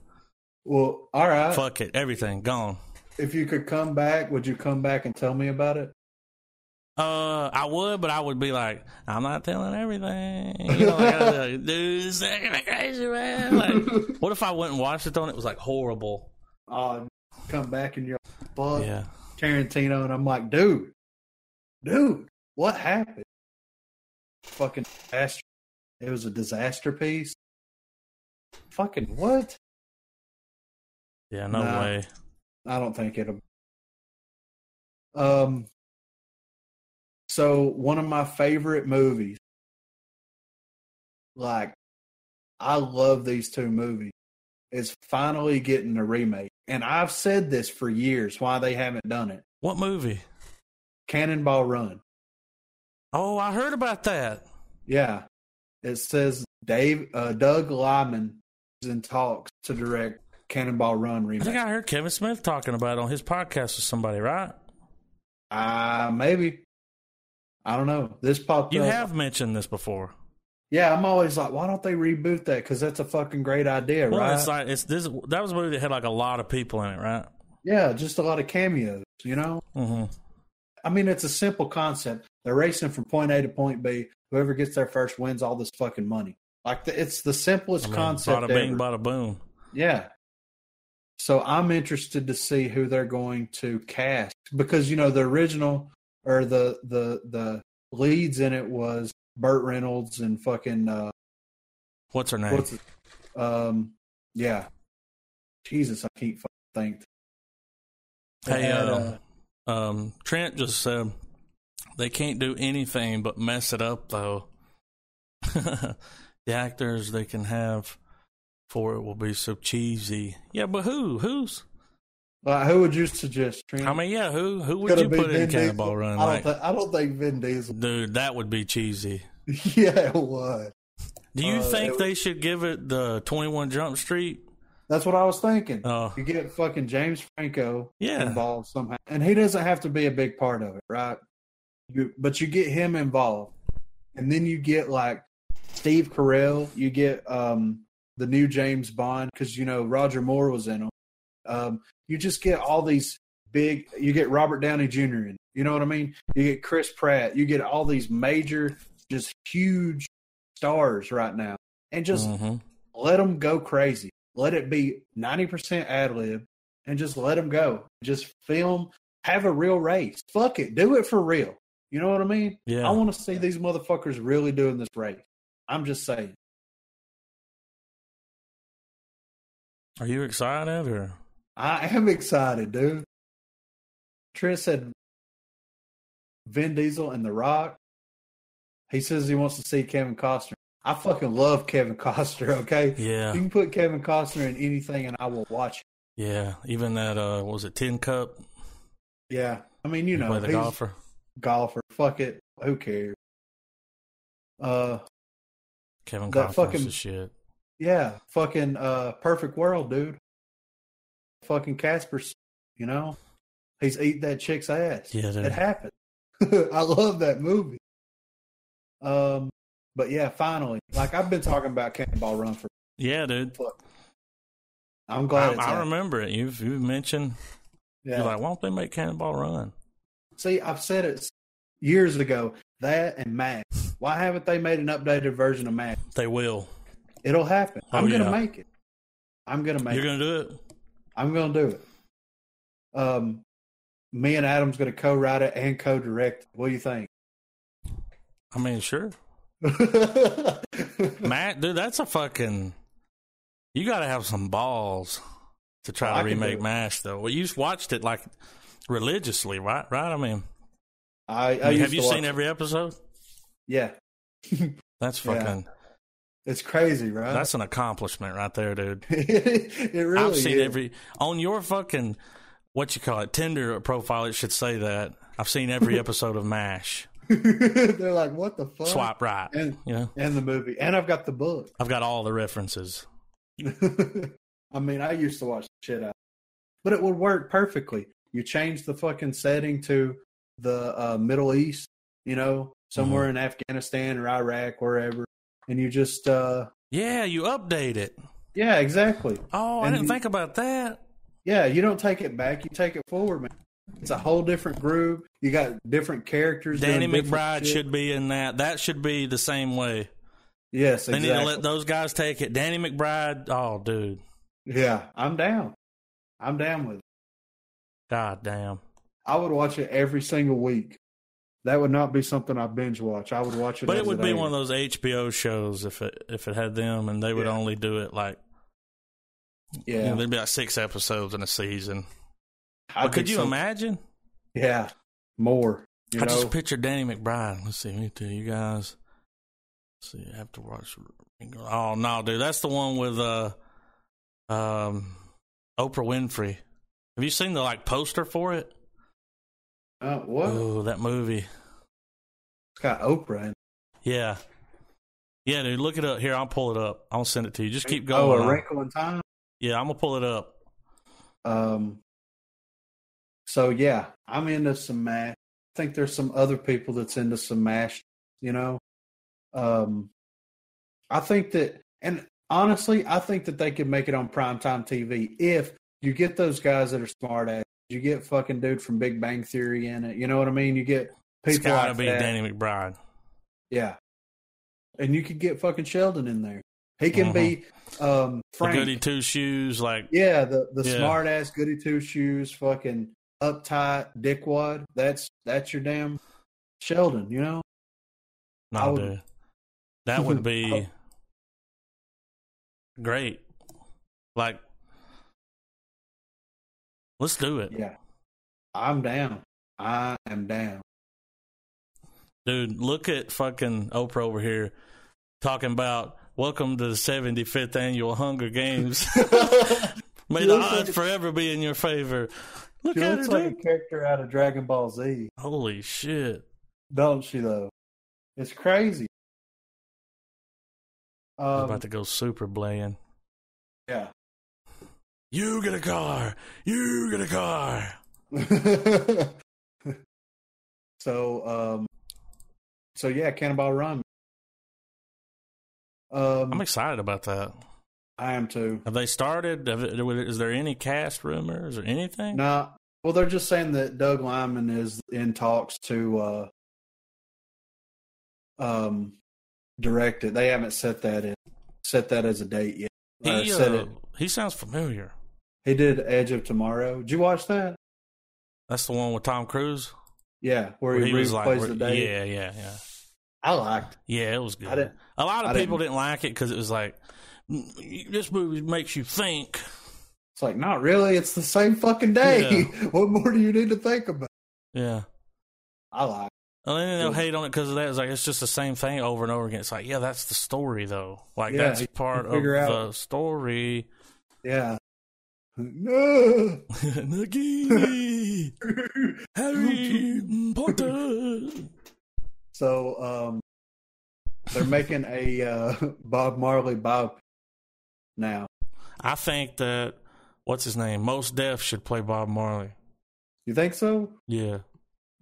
Speaker 2: Well, all right.
Speaker 1: Fuck it, everything gone.
Speaker 2: If you could come back, would you come back and tell me about it?
Speaker 1: Uh, I would, but I would be like, I'm not telling everything. You know, like, I'd be like, dude, this is gonna be crazy, man. Like, what if I went and watched it though, and it was like horrible?
Speaker 2: Uh, come back and you're like, fuck
Speaker 1: Yeah,
Speaker 2: Tarantino, and I'm like, dude, dude, what happened? Fucking disaster. It was a disaster piece. Fucking what?
Speaker 1: yeah, no
Speaker 2: Nah.
Speaker 1: way.
Speaker 2: I don't think it'll. Um. So one of my favorite movies. Like, I love these two movies. Is finally getting a remake, and I've said this for years why they haven't done it.
Speaker 1: What movie?
Speaker 2: Cannonball Run.
Speaker 1: Oh, I heard about that.
Speaker 2: Yeah, it says Dave uh, Doug Lyman is in talks to direct Cannonball Run
Speaker 1: I think
Speaker 2: remake.
Speaker 1: I heard Kevin Smith talking about it on his podcast with somebody, right?
Speaker 2: Ah, Uh, maybe. I don't know. This popped
Speaker 1: You
Speaker 2: up. Uh,
Speaker 1: have mentioned this before.
Speaker 2: Yeah, I'm always like, why don't they reboot that? Because that's a fucking great idea,
Speaker 1: Well,
Speaker 2: right?
Speaker 1: it's like it's this. That was a movie that had like a lot of people in it, right?
Speaker 2: yeah, just a lot of cameos, you know?
Speaker 1: Mm-hmm.
Speaker 2: I mean, it's a simple concept. They're racing from point A to point B. Whoever gets there first wins all this fucking money. Like, the, it's the simplest concept
Speaker 1: Bada bing,
Speaker 2: ever.
Speaker 1: bada boom.
Speaker 2: Yeah. So I'm interested to see who they're going to cast because you know the original or the the the leads in it was Burt Reynolds and fucking uh
Speaker 1: What's her name?
Speaker 2: what's it? um yeah Jesus I can't fucking think They
Speaker 1: hey,
Speaker 2: had,
Speaker 1: uh, um, Trent just said they can't do anything but mess it up, though. the actors they can have for it will be so cheesy. Yeah, but who? Who's?
Speaker 2: like, who would you suggest? Trent?
Speaker 1: I mean, yeah, who? Who would
Speaker 2: Could
Speaker 1: you
Speaker 2: it be
Speaker 1: put in
Speaker 2: Vin
Speaker 1: Cannonball
Speaker 2: Diesel?
Speaker 1: Run?
Speaker 2: I
Speaker 1: Like,
Speaker 2: don't, thi- I don't think Vin Diesel.
Speaker 1: dude, that would be cheesy.
Speaker 2: yeah, it would.
Speaker 1: Do you
Speaker 2: Uh,
Speaker 1: think
Speaker 2: it-
Speaker 1: they should give it the Twenty One Jump Street?
Speaker 2: That's what I was thinking.
Speaker 1: Oh,
Speaker 2: you get fucking James Franco
Speaker 1: Yeah.
Speaker 2: involved somehow, and he doesn't have to be a big part of it, right? You, but you get him involved, and then you get like Steve Carell. You get um, the new James Bond because you know Roger Moore was in him. Um, you just get all these big. You get Robert Downey Jr. in. You know what I mean? You get Chris Pratt. You get all these major, just huge stars right now, and just
Speaker 1: mhm.
Speaker 2: let them go crazy. Let it be 90% ad lib and just let them go. Just film, have a real race. Fuck it. Do it for real. You know what I mean?
Speaker 1: yeah.
Speaker 2: I want to see these motherfuckers really doing this race. I'm just saying.
Speaker 1: Are you excited or?
Speaker 2: I am excited, dude. Trent said Vin Diesel and The Rock. He says he wants to see Kevin Costner. I fucking love Kevin Costner, okay? You
Speaker 1: Yeah,
Speaker 2: can put Kevin Costner in anything and I will watch it.
Speaker 1: yeah. Even that uh, what was it Tin Cup?
Speaker 2: Yeah. I mean, you know,
Speaker 1: play the
Speaker 2: he's-
Speaker 1: golfer.
Speaker 2: golfer. Fuck it. Who cares? Uh,
Speaker 1: Kevin
Speaker 2: that
Speaker 1: Costner's
Speaker 2: fucking-
Speaker 1: the shit.
Speaker 2: yeah. Fucking uh, perfect world, dude. Fucking Casper's. You know, he's eat that chick's ass.
Speaker 1: Yeah, dude.
Speaker 2: it happened. I love that movie. Um, but yeah, finally, like I've been talking about Cannonball Run for.
Speaker 1: Yeah, dude.
Speaker 2: I'm glad.
Speaker 1: I,
Speaker 2: it's
Speaker 1: I
Speaker 2: happened.
Speaker 1: remember it. You've you've mentioned
Speaker 2: Yeah.
Speaker 1: you're like, why don't they make Cannonball Run?
Speaker 2: See, I've said it years ago. That and Max. Why haven't they made an updated version of Max?
Speaker 1: They will.
Speaker 2: It'll happen.
Speaker 1: Oh,
Speaker 2: I'm gonna
Speaker 1: yeah.
Speaker 2: make it. I'm gonna make. it.
Speaker 1: You're gonna do it.
Speaker 2: I'm gonna do it. Um, me and Adam's gonna co-write it and co-direct. it. What do you think?
Speaker 1: I mean, sure, Matt, dude. That's a fucking. You got to have some balls to try
Speaker 2: Oh, I
Speaker 1: to
Speaker 2: can do
Speaker 1: remake
Speaker 2: it.
Speaker 1: Mash, though. Well, you watched it like religiously, right? Right. I mean,
Speaker 2: I, I
Speaker 1: I mean,
Speaker 2: used
Speaker 1: have
Speaker 2: to
Speaker 1: you
Speaker 2: watch
Speaker 1: seen
Speaker 2: it.
Speaker 1: every episode?
Speaker 2: Yeah,
Speaker 1: That's
Speaker 2: Yeah.
Speaker 1: fucking.
Speaker 2: it's crazy, right?
Speaker 1: That's an accomplishment right there, dude.
Speaker 2: it really.
Speaker 1: I've seen
Speaker 2: is.
Speaker 1: every on your fucking what you call it Tinder profile. It should say that I've seen every episode of Mash.
Speaker 2: They're like, what the fuck?
Speaker 1: Swipe right.
Speaker 2: And
Speaker 1: You know,
Speaker 2: and the movie, and I've got the book.
Speaker 1: I've got all the references.
Speaker 2: I mean, I used to watch shit out, but it would work perfectly. You change the fucking setting to the uh, Middle East, you know, somewhere
Speaker 1: Mm-hmm.
Speaker 2: in Afghanistan or Iraq, wherever, and you just, uh,
Speaker 1: Yeah, you update it.
Speaker 2: yeah, exactly.
Speaker 1: Oh, I
Speaker 2: And
Speaker 1: didn't
Speaker 2: you-
Speaker 1: think about that.
Speaker 2: Yeah, you don't take it back; you take it forward, man. It's a whole different groove. You got different characters. doing
Speaker 1: Danny
Speaker 2: different
Speaker 1: McBride
Speaker 2: shit.
Speaker 1: should be in that. That should be the same way.
Speaker 2: Yes,
Speaker 1: They
Speaker 2: exactly.
Speaker 1: need to let those guys take it. Danny McBride. Oh, dude.
Speaker 2: yeah, I'm down. I'm down with. It.
Speaker 1: God damn.
Speaker 2: I would watch it every single week. That would not be something I binge watch. I would watch it.
Speaker 1: But
Speaker 2: as
Speaker 1: it would be
Speaker 2: aired.
Speaker 1: one of those HBO shows if it if it had them, and they would
Speaker 2: Yeah.
Speaker 1: only do it like
Speaker 2: Yeah.
Speaker 1: you know, there'd be like six episodes in a season.
Speaker 2: I'd
Speaker 1: but could
Speaker 2: be
Speaker 1: you
Speaker 2: so-
Speaker 1: imagine?
Speaker 2: Yeah. More. You
Speaker 1: I
Speaker 2: know?
Speaker 1: just picture Danny McBride. Let's see, me too. You guys, let's see, I have to watch. Oh no, dude, that's the one with uh, um, Oprah Winfrey. Have you seen the like poster for it?
Speaker 2: Uh, what?
Speaker 1: Oh, that movie.
Speaker 2: It's got Oprah in it.
Speaker 1: Yeah, yeah, dude. Look it up. Here, I'll pull it up. I'll send it to you. Just keep
Speaker 2: Oh,
Speaker 1: going.
Speaker 2: A Wrinkle in Time.
Speaker 1: yeah, I'm gonna pull it up.
Speaker 2: Um, so, yeah, I'm into some MASH. I think there's some other people that's into some MASH, you know? Um, I think that, and honestly, I think that they could make it on primetime TV if you get those guys that are smart ass. You get fucking dude from Big Bang Theory in it. You know what I mean? You get
Speaker 1: It's
Speaker 2: people
Speaker 1: got to
Speaker 2: like
Speaker 1: be
Speaker 2: that.
Speaker 1: Danny McBride.
Speaker 2: Yeah. And you could get fucking Sheldon in there. He can be um
Speaker 1: Mm-hmm. The
Speaker 2: Frank.
Speaker 1: goody two shoes, like
Speaker 2: yeah, the the
Speaker 1: Yeah.
Speaker 2: smart ass goody two shoes, fucking uptight dickwad. That's that's your damn Sheldon, you know? I
Speaker 1: no,
Speaker 2: would-
Speaker 1: dude. That would be
Speaker 2: I-
Speaker 1: great. Like, let's do it,
Speaker 2: Yeah. I'm down. I am down.
Speaker 1: dude. Look at fucking Oprah over here talking about welcome to the seventy fifth annual Hunger Games. May
Speaker 2: She
Speaker 1: the
Speaker 2: looks like
Speaker 1: odds
Speaker 2: a-
Speaker 1: forever be in your favor. Look
Speaker 2: She
Speaker 1: at
Speaker 2: looks
Speaker 1: it,
Speaker 2: like
Speaker 1: dude.
Speaker 2: a character out of Dragon Ball Z,
Speaker 1: Holy shit.
Speaker 2: don't she though? It's crazy.
Speaker 1: I'm
Speaker 2: Um,
Speaker 1: about to go super bland.
Speaker 2: yeah.
Speaker 1: You get a car. You get a car.
Speaker 2: so um so yeah cannonball run um
Speaker 1: I'm excited about that.
Speaker 2: i am too
Speaker 1: Have they started? Have, is there any cast rumors or anything?
Speaker 2: nah well they're just saying that doug lyman is in talks to uh um direct it they haven't set that in set that as a date yet Or
Speaker 1: he,
Speaker 2: set
Speaker 1: uh,
Speaker 2: it.
Speaker 1: he sounds familiar.
Speaker 2: he did edge of tomorrow did you watch that
Speaker 1: That's the one with Tom Cruise.
Speaker 2: yeah where, he, replays the date
Speaker 1: yeah, yeah, yeah,
Speaker 2: i liked it.
Speaker 1: yeah. It was good.
Speaker 2: I didn't-
Speaker 1: a lot of
Speaker 2: I didn't-
Speaker 1: people didn't. like it because it was like "Mm, this movie makes you think.
Speaker 2: it's like not really it's the same fucking day what more do you need to think about
Speaker 1: Yeah.
Speaker 2: i like
Speaker 1: And then they'll
Speaker 2: Yeah.
Speaker 1: hate on it because of that. It's like it's just the same thing over and over again. It's like, yeah, that's the story though. Like
Speaker 2: Yeah,
Speaker 1: that's
Speaker 2: you
Speaker 1: part of
Speaker 2: can figure out-
Speaker 1: the story.
Speaker 2: Yeah. No.
Speaker 1: Nagini, Harry Potter.
Speaker 2: So um they're making a uh Bob Marley Bob now.
Speaker 1: I think that what's his name, Most Def, should play Bob Marley.
Speaker 2: You think so?
Speaker 1: Yeah,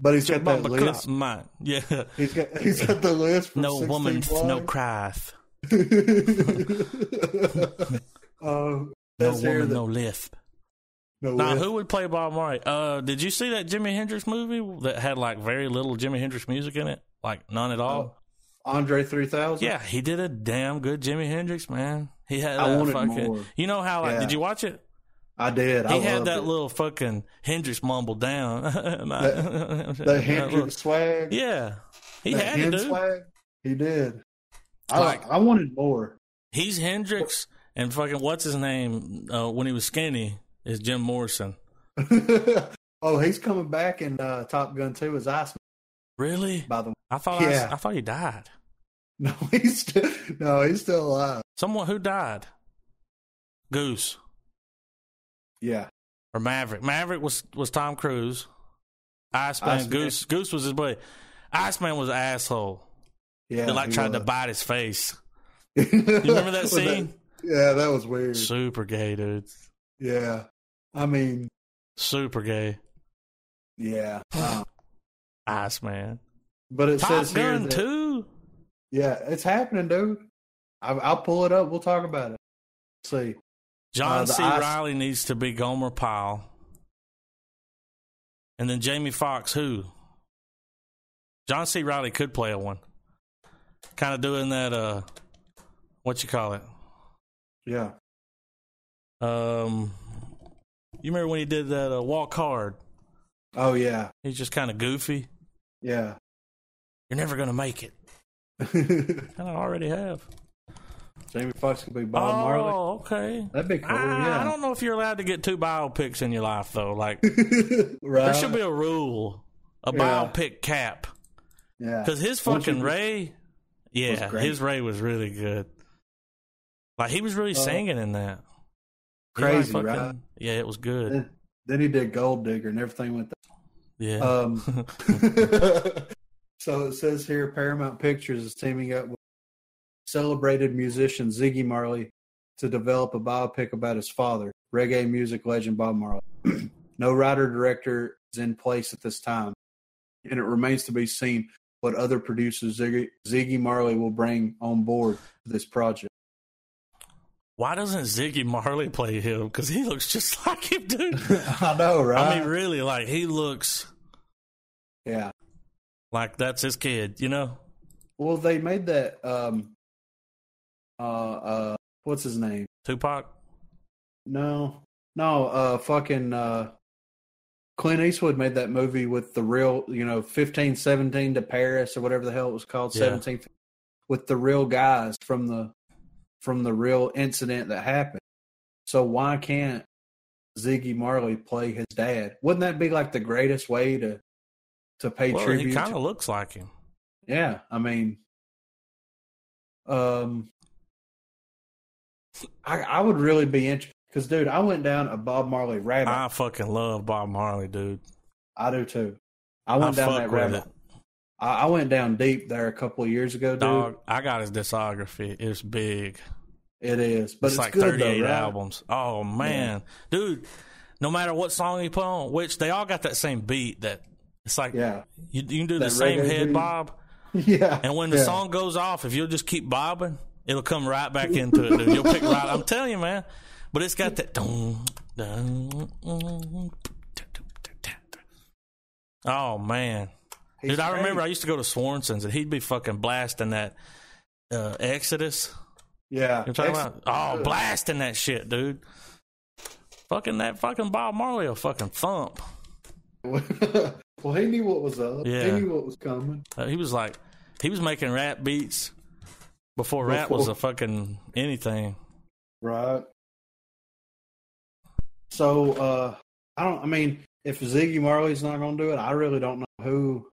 Speaker 2: But he's got that
Speaker 1: Bumba Clop
Speaker 2: list.
Speaker 1: Man. Yeah,
Speaker 2: He's got he's got the list for
Speaker 1: no
Speaker 2: 16
Speaker 1: woman, no
Speaker 2: blocks.
Speaker 1: crieth.
Speaker 2: um
Speaker 1: No
Speaker 2: says here
Speaker 1: woman,
Speaker 2: that-
Speaker 1: no lisp.
Speaker 2: no
Speaker 1: Now,
Speaker 2: list.
Speaker 1: who would play Bob Marley? Uh, did you see that Jimi Hendrix movie that had like very little Jimi Hendrix music in it? Like none at all.
Speaker 2: Oh. Andre 3000?
Speaker 1: Yeah, he did a damn good Jimi Hendrix, man. He had
Speaker 2: I
Speaker 1: that
Speaker 2: wanted
Speaker 1: fucking.
Speaker 2: more.
Speaker 1: You know how? Like,
Speaker 2: Yeah.
Speaker 1: did you watch it?
Speaker 2: I did. I
Speaker 1: He had
Speaker 2: loved
Speaker 1: that
Speaker 2: it.
Speaker 1: little fucking Hendrix mumble down. uh, that,
Speaker 2: the
Speaker 1: little-
Speaker 2: Hendrix swag.
Speaker 1: yeah, he
Speaker 2: that
Speaker 1: had it,
Speaker 2: hand
Speaker 1: dude.
Speaker 2: swag. He did. I
Speaker 1: Like-
Speaker 2: I wanted more.
Speaker 1: He's Hendrix and fucking what's his name uh, when he was skinny is Jim Morrison.
Speaker 2: oh, he's coming back in uh, Top Gun 2 as Iceman,
Speaker 1: Really?
Speaker 2: by the way.
Speaker 1: I thought
Speaker 2: Yeah.
Speaker 1: I, I thought he died.
Speaker 2: No, he's still, no, he's still alive.
Speaker 1: Someone who died. Goose
Speaker 2: Yeah.
Speaker 1: or Maverick. Maverick was was Tom Cruise. Iceman,
Speaker 2: Iceman.
Speaker 1: Goose Goose was his buddy. Iceman was an asshole.
Speaker 2: Yeah.
Speaker 1: they like
Speaker 2: he
Speaker 1: tried to
Speaker 2: was.
Speaker 1: bite his face.
Speaker 2: You
Speaker 1: remember that scene?
Speaker 2: yeah, that was weird.
Speaker 1: Super gay, dude.
Speaker 2: Yeah. I mean,
Speaker 1: Super gay.
Speaker 2: yeah. Um,
Speaker 1: Iceman.
Speaker 2: but it
Speaker 1: Top
Speaker 2: says here
Speaker 1: Gun
Speaker 2: that,
Speaker 1: too.
Speaker 2: Yeah, it's happening, dude. I, I'll pull it up. We'll talk about it. see.
Speaker 1: John
Speaker 2: Uh, the
Speaker 1: C.
Speaker 2: ice-
Speaker 1: Riley needs to be Gomer Pyle. And then Jamie Foxx, who? John C. Riley could play a one. Kind of doing that, uh, what you call it?
Speaker 2: Yeah.
Speaker 1: Um, you remember when he did that uh, walk hard?
Speaker 2: Oh, yeah.
Speaker 1: He's just kind of goofy.
Speaker 2: Yeah.
Speaker 1: You're never going to make it.
Speaker 2: Jamie
Speaker 1: And I already have.
Speaker 2: Foxx could be Bob Marley.
Speaker 1: oh, okay.
Speaker 2: That'd be
Speaker 1: I,
Speaker 2: cool.
Speaker 1: I
Speaker 2: yeah.
Speaker 1: don't know if you're allowed to get two biopics in your life, though. Like,
Speaker 2: right.
Speaker 1: there should be a rule, a
Speaker 2: Yeah.
Speaker 1: biopic cap.
Speaker 2: yeah.
Speaker 1: Because his
Speaker 2: Once
Speaker 1: fucking
Speaker 2: you-
Speaker 1: Ray, yeah,
Speaker 2: great.
Speaker 1: his Ray was really good. Like he was really
Speaker 2: Uh,
Speaker 1: singing in that. He, like,
Speaker 2: Crazy,
Speaker 1: fucking-
Speaker 2: right? Uh,
Speaker 1: Yeah, it was good.
Speaker 2: Then, then he did Gold Digger and everything went.
Speaker 1: Yeah,
Speaker 2: Um, so it says here Paramount Pictures is teaming up with celebrated musician Ziggy Marley to develop a biopic about his father, reggae music legend Bob Marley. no writer director is in place at this time, and it remains to be seen what other producers Ziggy, Ziggy Marley will bring on board for this project.
Speaker 1: Why doesn't Ziggy Marley play him? Because he looks just like him, dude.
Speaker 2: I know, right?
Speaker 1: I mean, really, like he looks
Speaker 2: yeah.
Speaker 1: like that's his kid, you know?
Speaker 2: Well, they made that. Um, uh, uh, what's his name?
Speaker 1: Tupac.
Speaker 2: No, no. Uh, fucking uh, Clint Eastwood made that movie with the real, you know, fifteen seventeen to Paris or whatever the hell it was called,
Speaker 1: Yeah.
Speaker 2: seventeen, with the real guys from the from the real incident that happened. So why can't Ziggy Marley play his dad? Wouldn't that be like the greatest way to to pay
Speaker 1: Well,
Speaker 2: tribute?
Speaker 1: he
Speaker 2: to
Speaker 1: kind of looks like him.
Speaker 2: yeah, I mean, um, I I would really be interested because, dude, I went down a Bob Marley rabbit.
Speaker 1: I fucking love Bob Marley, dude.
Speaker 2: I do too. I went down
Speaker 1: fuck
Speaker 2: that
Speaker 1: with
Speaker 2: rabbit. I, I went down deep there a couple of years ago, dude.
Speaker 1: Dog, I got his discography. It's big.
Speaker 2: It is, but
Speaker 1: it's,
Speaker 2: it's,
Speaker 1: like
Speaker 2: good
Speaker 1: 38
Speaker 2: though, right?
Speaker 1: albums. Oh man, dude! No matter what song you put on, which they all got that same beat. That it's like
Speaker 2: Yeah,
Speaker 1: you, you can do the
Speaker 2: That
Speaker 1: same
Speaker 2: reggae
Speaker 1: head
Speaker 2: beat.
Speaker 1: bob,
Speaker 2: yeah.
Speaker 1: and when the
Speaker 2: yeah.
Speaker 1: song goes off, if you'll just keep bobbing, it'll come right back into it. Dude. You'll pick right. I'm telling you, man. But it's got that. Oh man.
Speaker 2: He's
Speaker 1: Dude, I remember I
Speaker 2: great.
Speaker 1: used to go to Swarnson's and he'd be fucking blasting that uh, Exodus.
Speaker 2: yeah,
Speaker 1: You're talking
Speaker 2: Excellent.
Speaker 1: about oh
Speaker 2: Good.
Speaker 1: blasting that shit, dude. Fucking that fucking Bob Marley will fucking thump.
Speaker 2: well, he knew what was up.
Speaker 1: Yeah.
Speaker 2: He knew what was coming.
Speaker 1: Uh, he was like, he was making rap beats before rap was a fucking anything.
Speaker 2: Right. So uh I don't I mean, if Ziggy Marley's not gonna do it, I really don't know who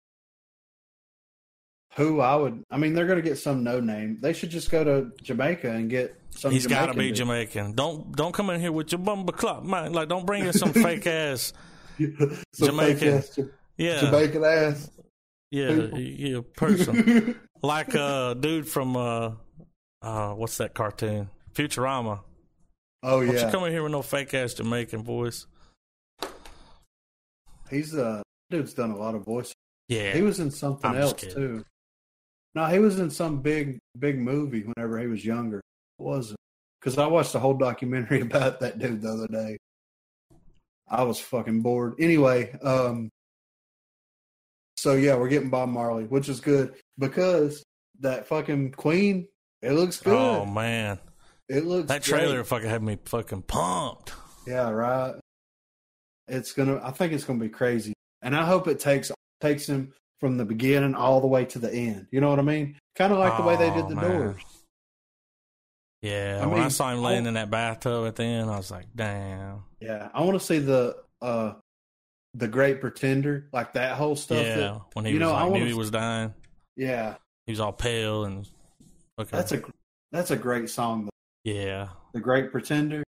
Speaker 2: who I would I mean they're gonna get some no name. They should just go to Jamaica and get some
Speaker 1: He's got to
Speaker 2: Jamaican
Speaker 1: be
Speaker 2: dude.
Speaker 1: Jamaican. Don't don't come in here with your bumba clock, man. Like, don't bring in some fake ass.
Speaker 2: Some
Speaker 1: Jamaican.
Speaker 2: fake ass Ja-
Speaker 1: Yeah,
Speaker 2: Jamaican ass.
Speaker 1: yeah, yeah, person. like uh, dude from uh, uh, what's that cartoon? Futurama.
Speaker 2: oh
Speaker 1: Don't you
Speaker 2: yeah.
Speaker 1: come in here with no fake ass Jamaican voice.
Speaker 2: He's uh dude's done a lot of voice.
Speaker 1: Yeah,
Speaker 2: He was in something
Speaker 1: I'm just kidding.
Speaker 2: else too. No, he was in some big big movie whenever he was younger. What was it? Because I watched a whole documentary about that dude the other day. I was fucking bored. Anyway, um so yeah, we're getting Bob Marley, which is good because that fucking Queen, it looks good.
Speaker 1: Oh man,
Speaker 2: it looks
Speaker 1: that
Speaker 2: great.
Speaker 1: trailer fucking had me fucking pumped.
Speaker 2: Yeah, right. It's gonna. I think it's gonna be crazy, and I hope it takes takes him from the beginning all the way to the end. You know what I mean? Kind of like the way they did
Speaker 1: Oh,
Speaker 2: the
Speaker 1: man.
Speaker 2: Doors.
Speaker 1: Yeah,
Speaker 2: I
Speaker 1: when I
Speaker 2: mean,
Speaker 1: saw him laying
Speaker 2: I-
Speaker 1: in that bathtub at the end, I was like, damn.
Speaker 2: Yeah, I want to see the uh the Great Pretender, like that whole stuff.
Speaker 1: yeah,
Speaker 2: that-
Speaker 1: when he
Speaker 2: you
Speaker 1: was
Speaker 2: know, I
Speaker 1: like,
Speaker 2: wanna-
Speaker 1: knew he was dying,
Speaker 2: yeah.
Speaker 1: he was all pale and okay.
Speaker 2: That's a that's a great song. Though.
Speaker 1: yeah.
Speaker 2: The Great Pretender.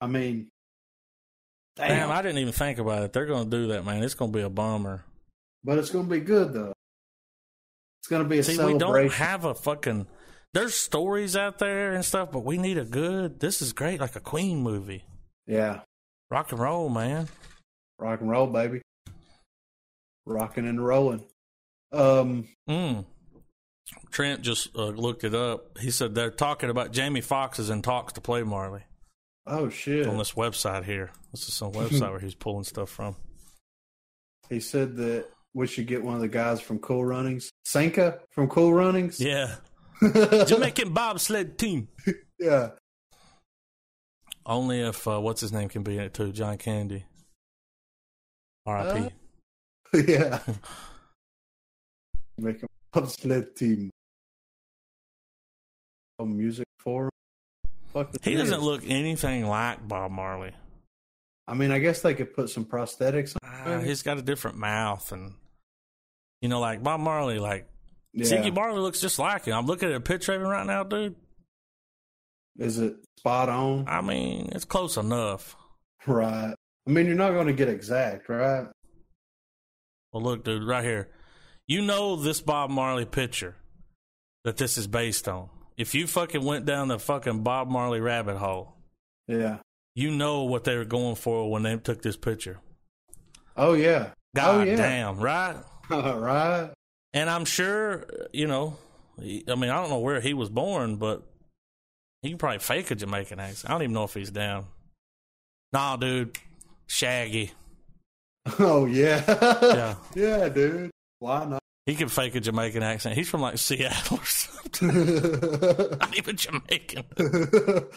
Speaker 2: I mean,
Speaker 1: Damn.
Speaker 2: damn.
Speaker 1: I didn't even think about it. They're gonna do that, man. It's gonna be a bummer.
Speaker 2: but it's gonna be good though. It's gonna be a
Speaker 1: See, we
Speaker 2: celebration.
Speaker 1: don't have a fucking. There's stories out there and stuff, but we need a good. This is great, like a Queen movie,
Speaker 2: yeah,
Speaker 1: rock and roll, man.
Speaker 2: rock and roll, baby. Rocking and rolling. Um.
Speaker 1: Mm. Trent just uh, looked it up. He said they're talking about Jamie Foxx is in talks to play Marley.
Speaker 2: Oh shit!
Speaker 1: on this website here. This is some website where he's pulling stuff from.
Speaker 2: He said that we should get one of the guys from Cool Runnings, Sanka from Cool Runnings.
Speaker 1: Yeah.
Speaker 2: Yeah,
Speaker 1: Jamaican bobsled team. Only if, uh, what's his name can be in it too? John Candy. R.I.P.
Speaker 2: yeah. Make a bobsled team. Oh, music for him. Fuck
Speaker 1: he
Speaker 2: it
Speaker 1: doesn't
Speaker 2: is.
Speaker 1: look anything like Bob Marley.
Speaker 2: I mean, I guess they could put some prosthetics on.
Speaker 1: Uh, he's got a different mouth and, you know, like Bob Marley, like,
Speaker 2: Yeah.
Speaker 1: Ziggy Marley looks just like him. I'm looking at a picture of him right now, dude.
Speaker 2: is it spot on?
Speaker 1: I mean, it's close enough.
Speaker 2: Right. I mean, you're not going to get exact, right?
Speaker 1: Well, look, dude, right here. You know this Bob Marley picture that this is based on. If you fucking went down the fucking Bob Marley rabbit hole,
Speaker 2: Yeah.
Speaker 1: you know what they were going for when they took this picture.
Speaker 2: Oh yeah.
Speaker 1: God
Speaker 2: oh yeah.
Speaker 1: damn, right?
Speaker 2: right.
Speaker 1: And I'm sure, you know, he, I mean, I don't know where he was born, but he can probably fake a Jamaican accent. I don't even know if he's down. Nah, dude, Shaggy.
Speaker 2: Oh yeah. yeah.
Speaker 1: Yeah,
Speaker 2: dude. Why not?
Speaker 1: he can fake a Jamaican accent. He's from like Seattle or something. Not even Jamaican.
Speaker 2: Let's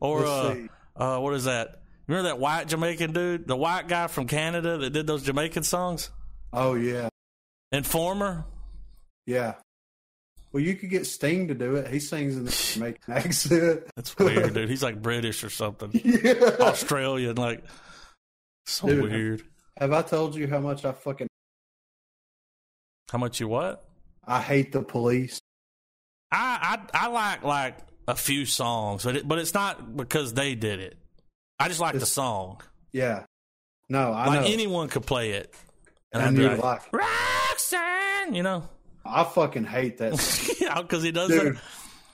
Speaker 1: Or uh,
Speaker 2: see.
Speaker 1: uh, what is that? Remember that white Jamaican dude, the white guy from Canada that did those Jamaican songs?
Speaker 2: Oh yeah.
Speaker 1: Informer.
Speaker 2: Yeah. Well, you could get Sting to do it. He sings in the Jamaican accent.
Speaker 1: That's weird, dude. He's like British or something,
Speaker 2: yeah.
Speaker 1: Australian, like so
Speaker 2: Dude.
Speaker 1: weird.
Speaker 2: Have I told you how much I fucking
Speaker 1: How much you what?
Speaker 2: I hate the police?
Speaker 1: I I, I like like a few songs, but it, but it's not because they did it. I just like the
Speaker 2: It's-
Speaker 1: song.
Speaker 2: Yeah. No, I
Speaker 1: Like
Speaker 2: know.
Speaker 1: anyone could play it, and,
Speaker 2: and
Speaker 1: I'd
Speaker 2: you
Speaker 1: be like,
Speaker 2: like,
Speaker 1: Roxanne, you know,
Speaker 2: I fucking hate that.
Speaker 1: yeah, because he does
Speaker 2: Dude.
Speaker 1: that.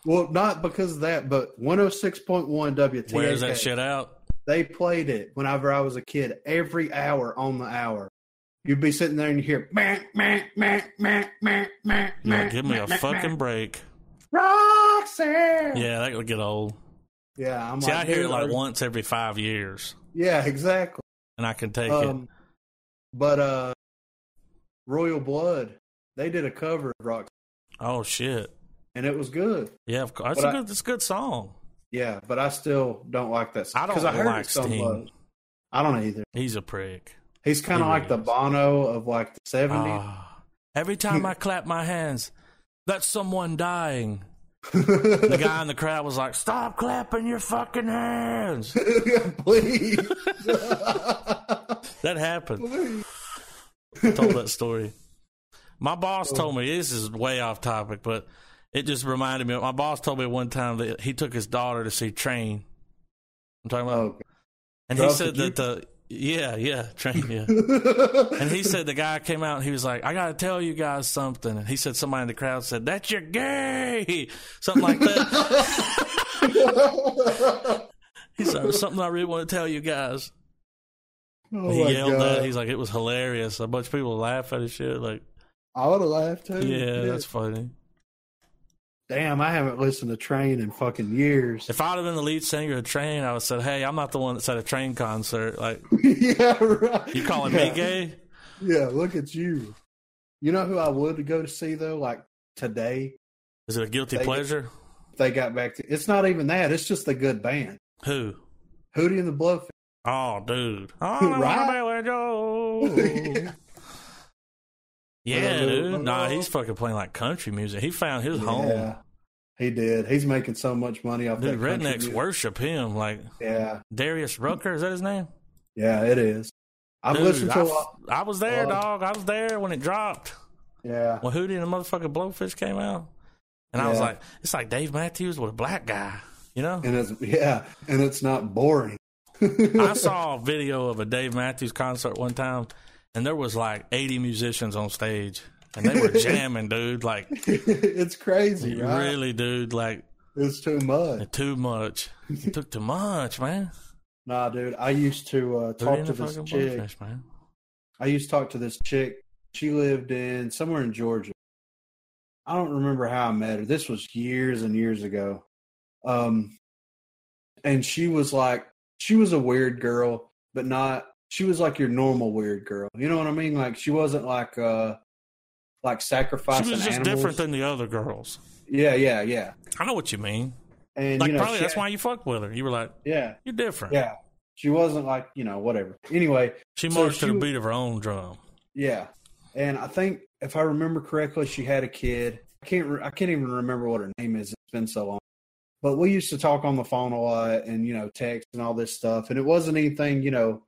Speaker 2: Well, not because of that, but 106.1 WTAK.
Speaker 1: Wears that shit out.
Speaker 2: They played it whenever I was a kid, every hour on the hour. You'd be sitting there and you hear, meh, meh, meh, meh, meh, meh,
Speaker 1: You're
Speaker 2: meh,
Speaker 1: like, give me a
Speaker 2: meh,
Speaker 1: fucking break.
Speaker 2: Roxanne.
Speaker 1: Yeah, that would get old.
Speaker 2: Yeah. I'm
Speaker 1: See, I
Speaker 2: like,
Speaker 1: hear it
Speaker 2: dude,
Speaker 1: like
Speaker 2: are-
Speaker 1: once every five years,
Speaker 2: Yeah, exactly.
Speaker 1: and I can take it.
Speaker 2: Um, but uh, Royal Blood, they did a cover of Rock,
Speaker 1: Oh shit!
Speaker 2: and it was good.
Speaker 1: Yeah, of course. That's
Speaker 2: but
Speaker 1: a
Speaker 2: I-
Speaker 1: good. That's a good song.
Speaker 2: Yeah, but I still don't like that.
Speaker 1: I don't
Speaker 2: 'cause heard
Speaker 1: like
Speaker 2: it so
Speaker 1: Sting.
Speaker 2: much. I don't either.
Speaker 1: He's a prick.
Speaker 2: He's kind of
Speaker 1: He
Speaker 2: like the
Speaker 1: is.
Speaker 2: Bono of like the seventies.
Speaker 1: Ah, every time I clap my hands, that's someone dying. The guy in the crowd was like, "Stop clapping your fucking hands."
Speaker 2: Please.
Speaker 1: That happened.
Speaker 2: Please.
Speaker 1: I told that story. My boss told me this is way off topic, but it just reminded me. My boss told me one time that he took his daughter to see Train. I'm talking about,
Speaker 2: Oh,
Speaker 1: and he
Speaker 2: Ralph,
Speaker 1: said that
Speaker 2: did
Speaker 1: the yeah, yeah, Train, yeah. And he said the guy came out and he was like, I gotta tell you guys something. And he said somebody in the crowd said, That's your gay something like that. He said something I really want to tell you guys.
Speaker 2: Oh
Speaker 1: he
Speaker 2: my
Speaker 1: yelled
Speaker 2: God.
Speaker 1: that. He's like, it was hilarious. A bunch of people laugh at his shit. Like,
Speaker 2: I would have laughed too.
Speaker 1: yeah, that's funny.
Speaker 2: Damn, I haven't listened to Train in fucking years.
Speaker 1: If I'd have been the lead singer of Train, I would have said, Hey, I'm not the one that's at a train concert. Like,
Speaker 2: yeah, right.
Speaker 1: you calling
Speaker 2: yeah.
Speaker 1: me gay?
Speaker 2: Yeah, look at you. You know who I would go to see though, like today.
Speaker 1: Is it a guilty
Speaker 2: They-
Speaker 1: pleasure?
Speaker 2: If they got back to it's not even that. It's just a good band.
Speaker 1: Who?
Speaker 2: Hootie and the Blowfish.
Speaker 1: Oh, dude. Oh, I
Speaker 2: Right?
Speaker 1: wanna be with you. Yeah,
Speaker 2: With a little-
Speaker 1: dude. Nah, he's fucking playing like country music. He found his home.
Speaker 2: Yeah, he did. He's making so much money off
Speaker 1: Dude,
Speaker 2: that country
Speaker 1: rednecks
Speaker 2: music.
Speaker 1: worship him. Like
Speaker 2: Yeah,
Speaker 1: Darius Rucker, is that his name?
Speaker 2: yeah, it is. I've
Speaker 1: Dude,
Speaker 2: listened to a
Speaker 1: I,
Speaker 2: lot.
Speaker 1: I was there,
Speaker 2: Uh,
Speaker 1: dog. I was there when it dropped.
Speaker 2: Yeah,
Speaker 1: When Hootie and the motherfucking Blowfish came out. And I was
Speaker 2: Yeah.
Speaker 1: like, it's like Dave Matthews with a black guy, you know?
Speaker 2: and it's yeah, and it's not boring.
Speaker 1: I saw a video of a Dave Matthews concert one time, and there was like 80 musicians on stage, and they were jamming, dude. Like,
Speaker 2: it's crazy, right?
Speaker 1: really, dude. Like,
Speaker 2: It's too much.
Speaker 1: too much. It took too much, man.
Speaker 2: Nah, dude. I used to uh,
Speaker 1: Hootie
Speaker 2: talk
Speaker 1: and
Speaker 2: to
Speaker 1: the
Speaker 2: this
Speaker 1: fucking
Speaker 2: chick.
Speaker 1: Blowfish, man.
Speaker 2: I used to talk to this chick. She lived in somewhere in Georgia. I don't remember how I met her. This was years and years ago. Um, and she was like, she was a weird girl, but not. She was like your normal weird girl. You know what I mean? Like she wasn't like uh, like sacrificing
Speaker 1: She was just
Speaker 2: animals.
Speaker 1: different than the other girls.
Speaker 2: yeah, yeah, yeah.
Speaker 1: I know what you mean.
Speaker 2: And
Speaker 1: Like
Speaker 2: you know,
Speaker 1: probably
Speaker 2: she-
Speaker 1: that's why you fucked with her. You were like,
Speaker 2: Yeah,
Speaker 1: you're different.
Speaker 2: yeah. She wasn't like you know whatever. Anyway,
Speaker 1: She
Speaker 2: So
Speaker 1: marched
Speaker 2: she
Speaker 1: to the
Speaker 2: was-
Speaker 1: beat of her own drum.
Speaker 2: Yeah, and I think if I remember correctly, she had a kid. I can't. Re- I can't even remember what her name is. It's been so long. But we used to talk on the phone a lot, and you know, text and all this stuff. And it wasn't anything, you know,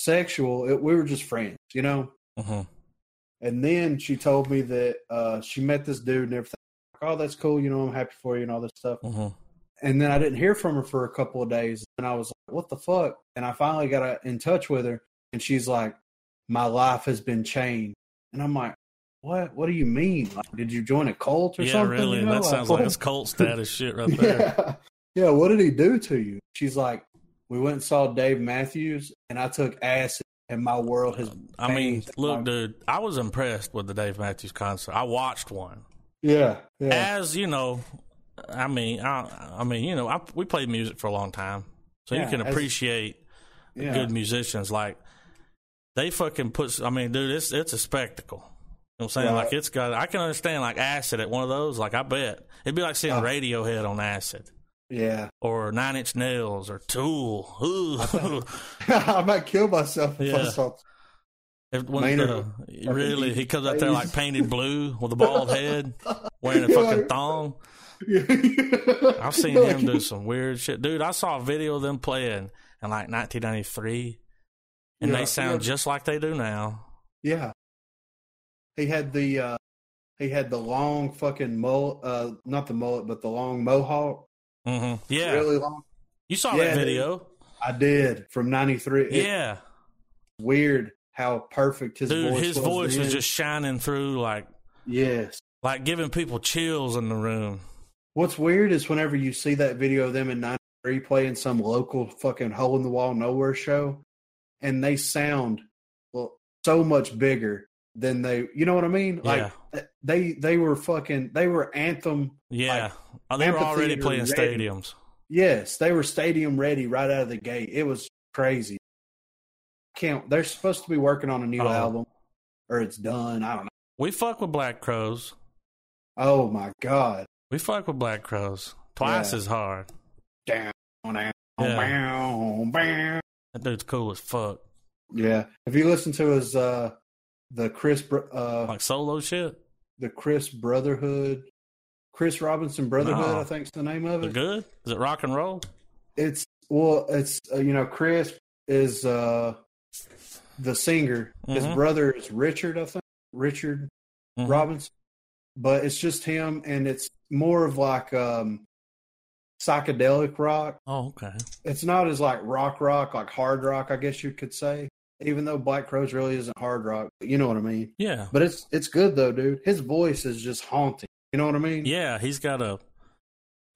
Speaker 2: sexual. It, we were just friends, you know.
Speaker 1: hmm
Speaker 2: And then she told me that uh, she met this dude and everything. Like, oh, that's cool. You know, I'm happy for you and all this stuff.
Speaker 1: hmm
Speaker 2: And then I didn't hear from her for a couple of days. And I was like, what the fuck? And I finally got uh, in touch with her. And she's like, my life has been changed. And I'm like, what? What do you mean? Like, did you join a cult or
Speaker 1: Yeah,
Speaker 2: something?
Speaker 1: really.
Speaker 2: You know,
Speaker 1: that sounds like
Speaker 2: what-
Speaker 1: it's cult status shit right there.
Speaker 2: yeah. yeah. What did he do to you? She's like, we went and saw Dave Matthews and I took acid and my world has.
Speaker 1: I mean,
Speaker 2: changed.
Speaker 1: look, dude, I was impressed with the Dave Matthews concert. I watched one.
Speaker 2: Yeah, yeah,
Speaker 1: As you know, I mean, I, I mean, you know, I, we played music for a long time, so
Speaker 2: Yeah,
Speaker 1: you can
Speaker 2: as-
Speaker 1: appreciate
Speaker 2: yeah.
Speaker 1: good musicians. Like they fucking puts. I mean, dude, it's it's a spectacle. You know what I'm saying?
Speaker 2: Right.
Speaker 1: Like it's got. I can understand like acid at one of those. Like I bet it'd be like seeing
Speaker 2: Uh.
Speaker 1: Radiohead on acid
Speaker 2: yeah.
Speaker 1: or Nine Inch Nails or Tool. Ooh,
Speaker 2: I might kill myself if I
Speaker 1: Yeah.
Speaker 2: saw.
Speaker 1: If- when,
Speaker 2: Maynard
Speaker 1: uh,
Speaker 2: fucking
Speaker 1: really, he comes out there like
Speaker 2: face.
Speaker 1: painted blue with a bald head, wearing a
Speaker 2: You're
Speaker 1: fucking
Speaker 2: like-
Speaker 1: thong. I've
Speaker 2: I've
Speaker 1: seen him do some weird shit, dude. I saw a video of them playing in like 1993, and
Speaker 2: Yeah.
Speaker 1: they sound
Speaker 2: Yeah.
Speaker 1: just like they do now.
Speaker 2: Yeah. He had the uh he had the long fucking mullet uh not the mullet but the long mohawk.
Speaker 1: hmm Yeah,
Speaker 2: Really long.
Speaker 1: you saw
Speaker 2: Yeah,
Speaker 1: that
Speaker 2: dude.
Speaker 1: video.
Speaker 2: I did from ninety three.
Speaker 1: yeah,
Speaker 2: weird how perfect his
Speaker 1: dude,
Speaker 2: voice
Speaker 1: his
Speaker 2: was.
Speaker 1: voice was
Speaker 2: then.
Speaker 1: just shining through, like
Speaker 2: Yes.
Speaker 1: like giving people chills in the room.
Speaker 2: What's weird is whenever you see that video of them in ninety three playing some local fucking hole in the wall nowhere show and they sound well so much bigger than they you know what I mean? Like th- they they were fucking they were anthem
Speaker 1: Yeah, Oh, they were already
Speaker 2: amphitheater
Speaker 1: playing
Speaker 2: ready.
Speaker 1: stadiums.
Speaker 2: Yes, they were stadium ready right out of the gate. It was crazy. Can't they're supposed to be working on a new
Speaker 1: Oh.
Speaker 2: album or it's done. I don't know.
Speaker 1: We fuck with Black Crows.
Speaker 2: Oh my god.
Speaker 1: We fuck with Black Crows twice
Speaker 2: Yeah.
Speaker 1: as hard.
Speaker 2: Down down
Speaker 1: Yeah.
Speaker 2: bow, bow.
Speaker 1: That dude's cool as fuck.
Speaker 2: Yeah. If you listen to his uh the Chris Br- uh
Speaker 1: Like solo shit.
Speaker 2: the Chris Brotherhood Chris Robinson Brotherhood,
Speaker 1: No.
Speaker 2: I think's the name of
Speaker 1: Is
Speaker 2: it.
Speaker 1: it good? Is it rock and roll?
Speaker 2: It's well, it's uh, you know Chris is uh the singer. His
Speaker 1: Mhm.
Speaker 2: brother is Richard, I think. Richard
Speaker 1: Mhm.
Speaker 2: Robinson, but it's just him, and it's more of like um, psychedelic rock.
Speaker 1: Oh, okay.
Speaker 2: It's not as like rock rock, like hard rock, I guess you could say. Even though Black Crows really isn't hard rock, you know what I mean.
Speaker 1: Yeah.
Speaker 2: But it's it's good though, dude. His voice is just haunting. You know what I mean?
Speaker 1: Yeah, he's got a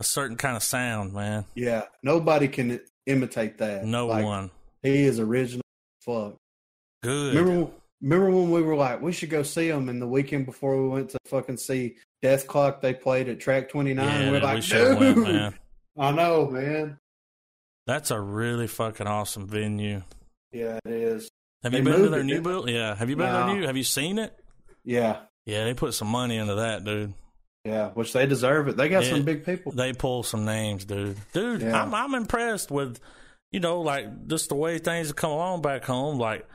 Speaker 1: a certain kind of sound, man.
Speaker 2: Yeah. Nobody can imitate that.
Speaker 1: No
Speaker 2: Like,
Speaker 1: one.
Speaker 2: He is original. as Fuck.
Speaker 1: Good.
Speaker 2: Remember, remember when we were like, we should go see them, and the weekend before we went to fucking see Death Clock, they played at Track Twenty Nine.
Speaker 1: yeah,
Speaker 2: we're
Speaker 1: dude,
Speaker 2: like,
Speaker 1: we
Speaker 2: dude,
Speaker 1: should went, man.
Speaker 2: I know, man.
Speaker 1: That's a really fucking awesome venue.
Speaker 2: Yeah, it is.
Speaker 1: Have
Speaker 2: They
Speaker 1: you been to
Speaker 2: moved
Speaker 1: their
Speaker 2: it,
Speaker 1: new
Speaker 2: didn't
Speaker 1: build? Yeah. Have you been to
Speaker 2: No.
Speaker 1: their new? Have you seen it?
Speaker 2: Yeah,
Speaker 1: Yeah, they put some money into that, dude.
Speaker 2: yeah. Which they deserve it. They got
Speaker 1: Yeah.
Speaker 2: some big people.
Speaker 1: They pull some names, dude. Dude,
Speaker 2: Yeah.
Speaker 1: I'm I'm impressed with, you know, like just the way things have come along back home. Like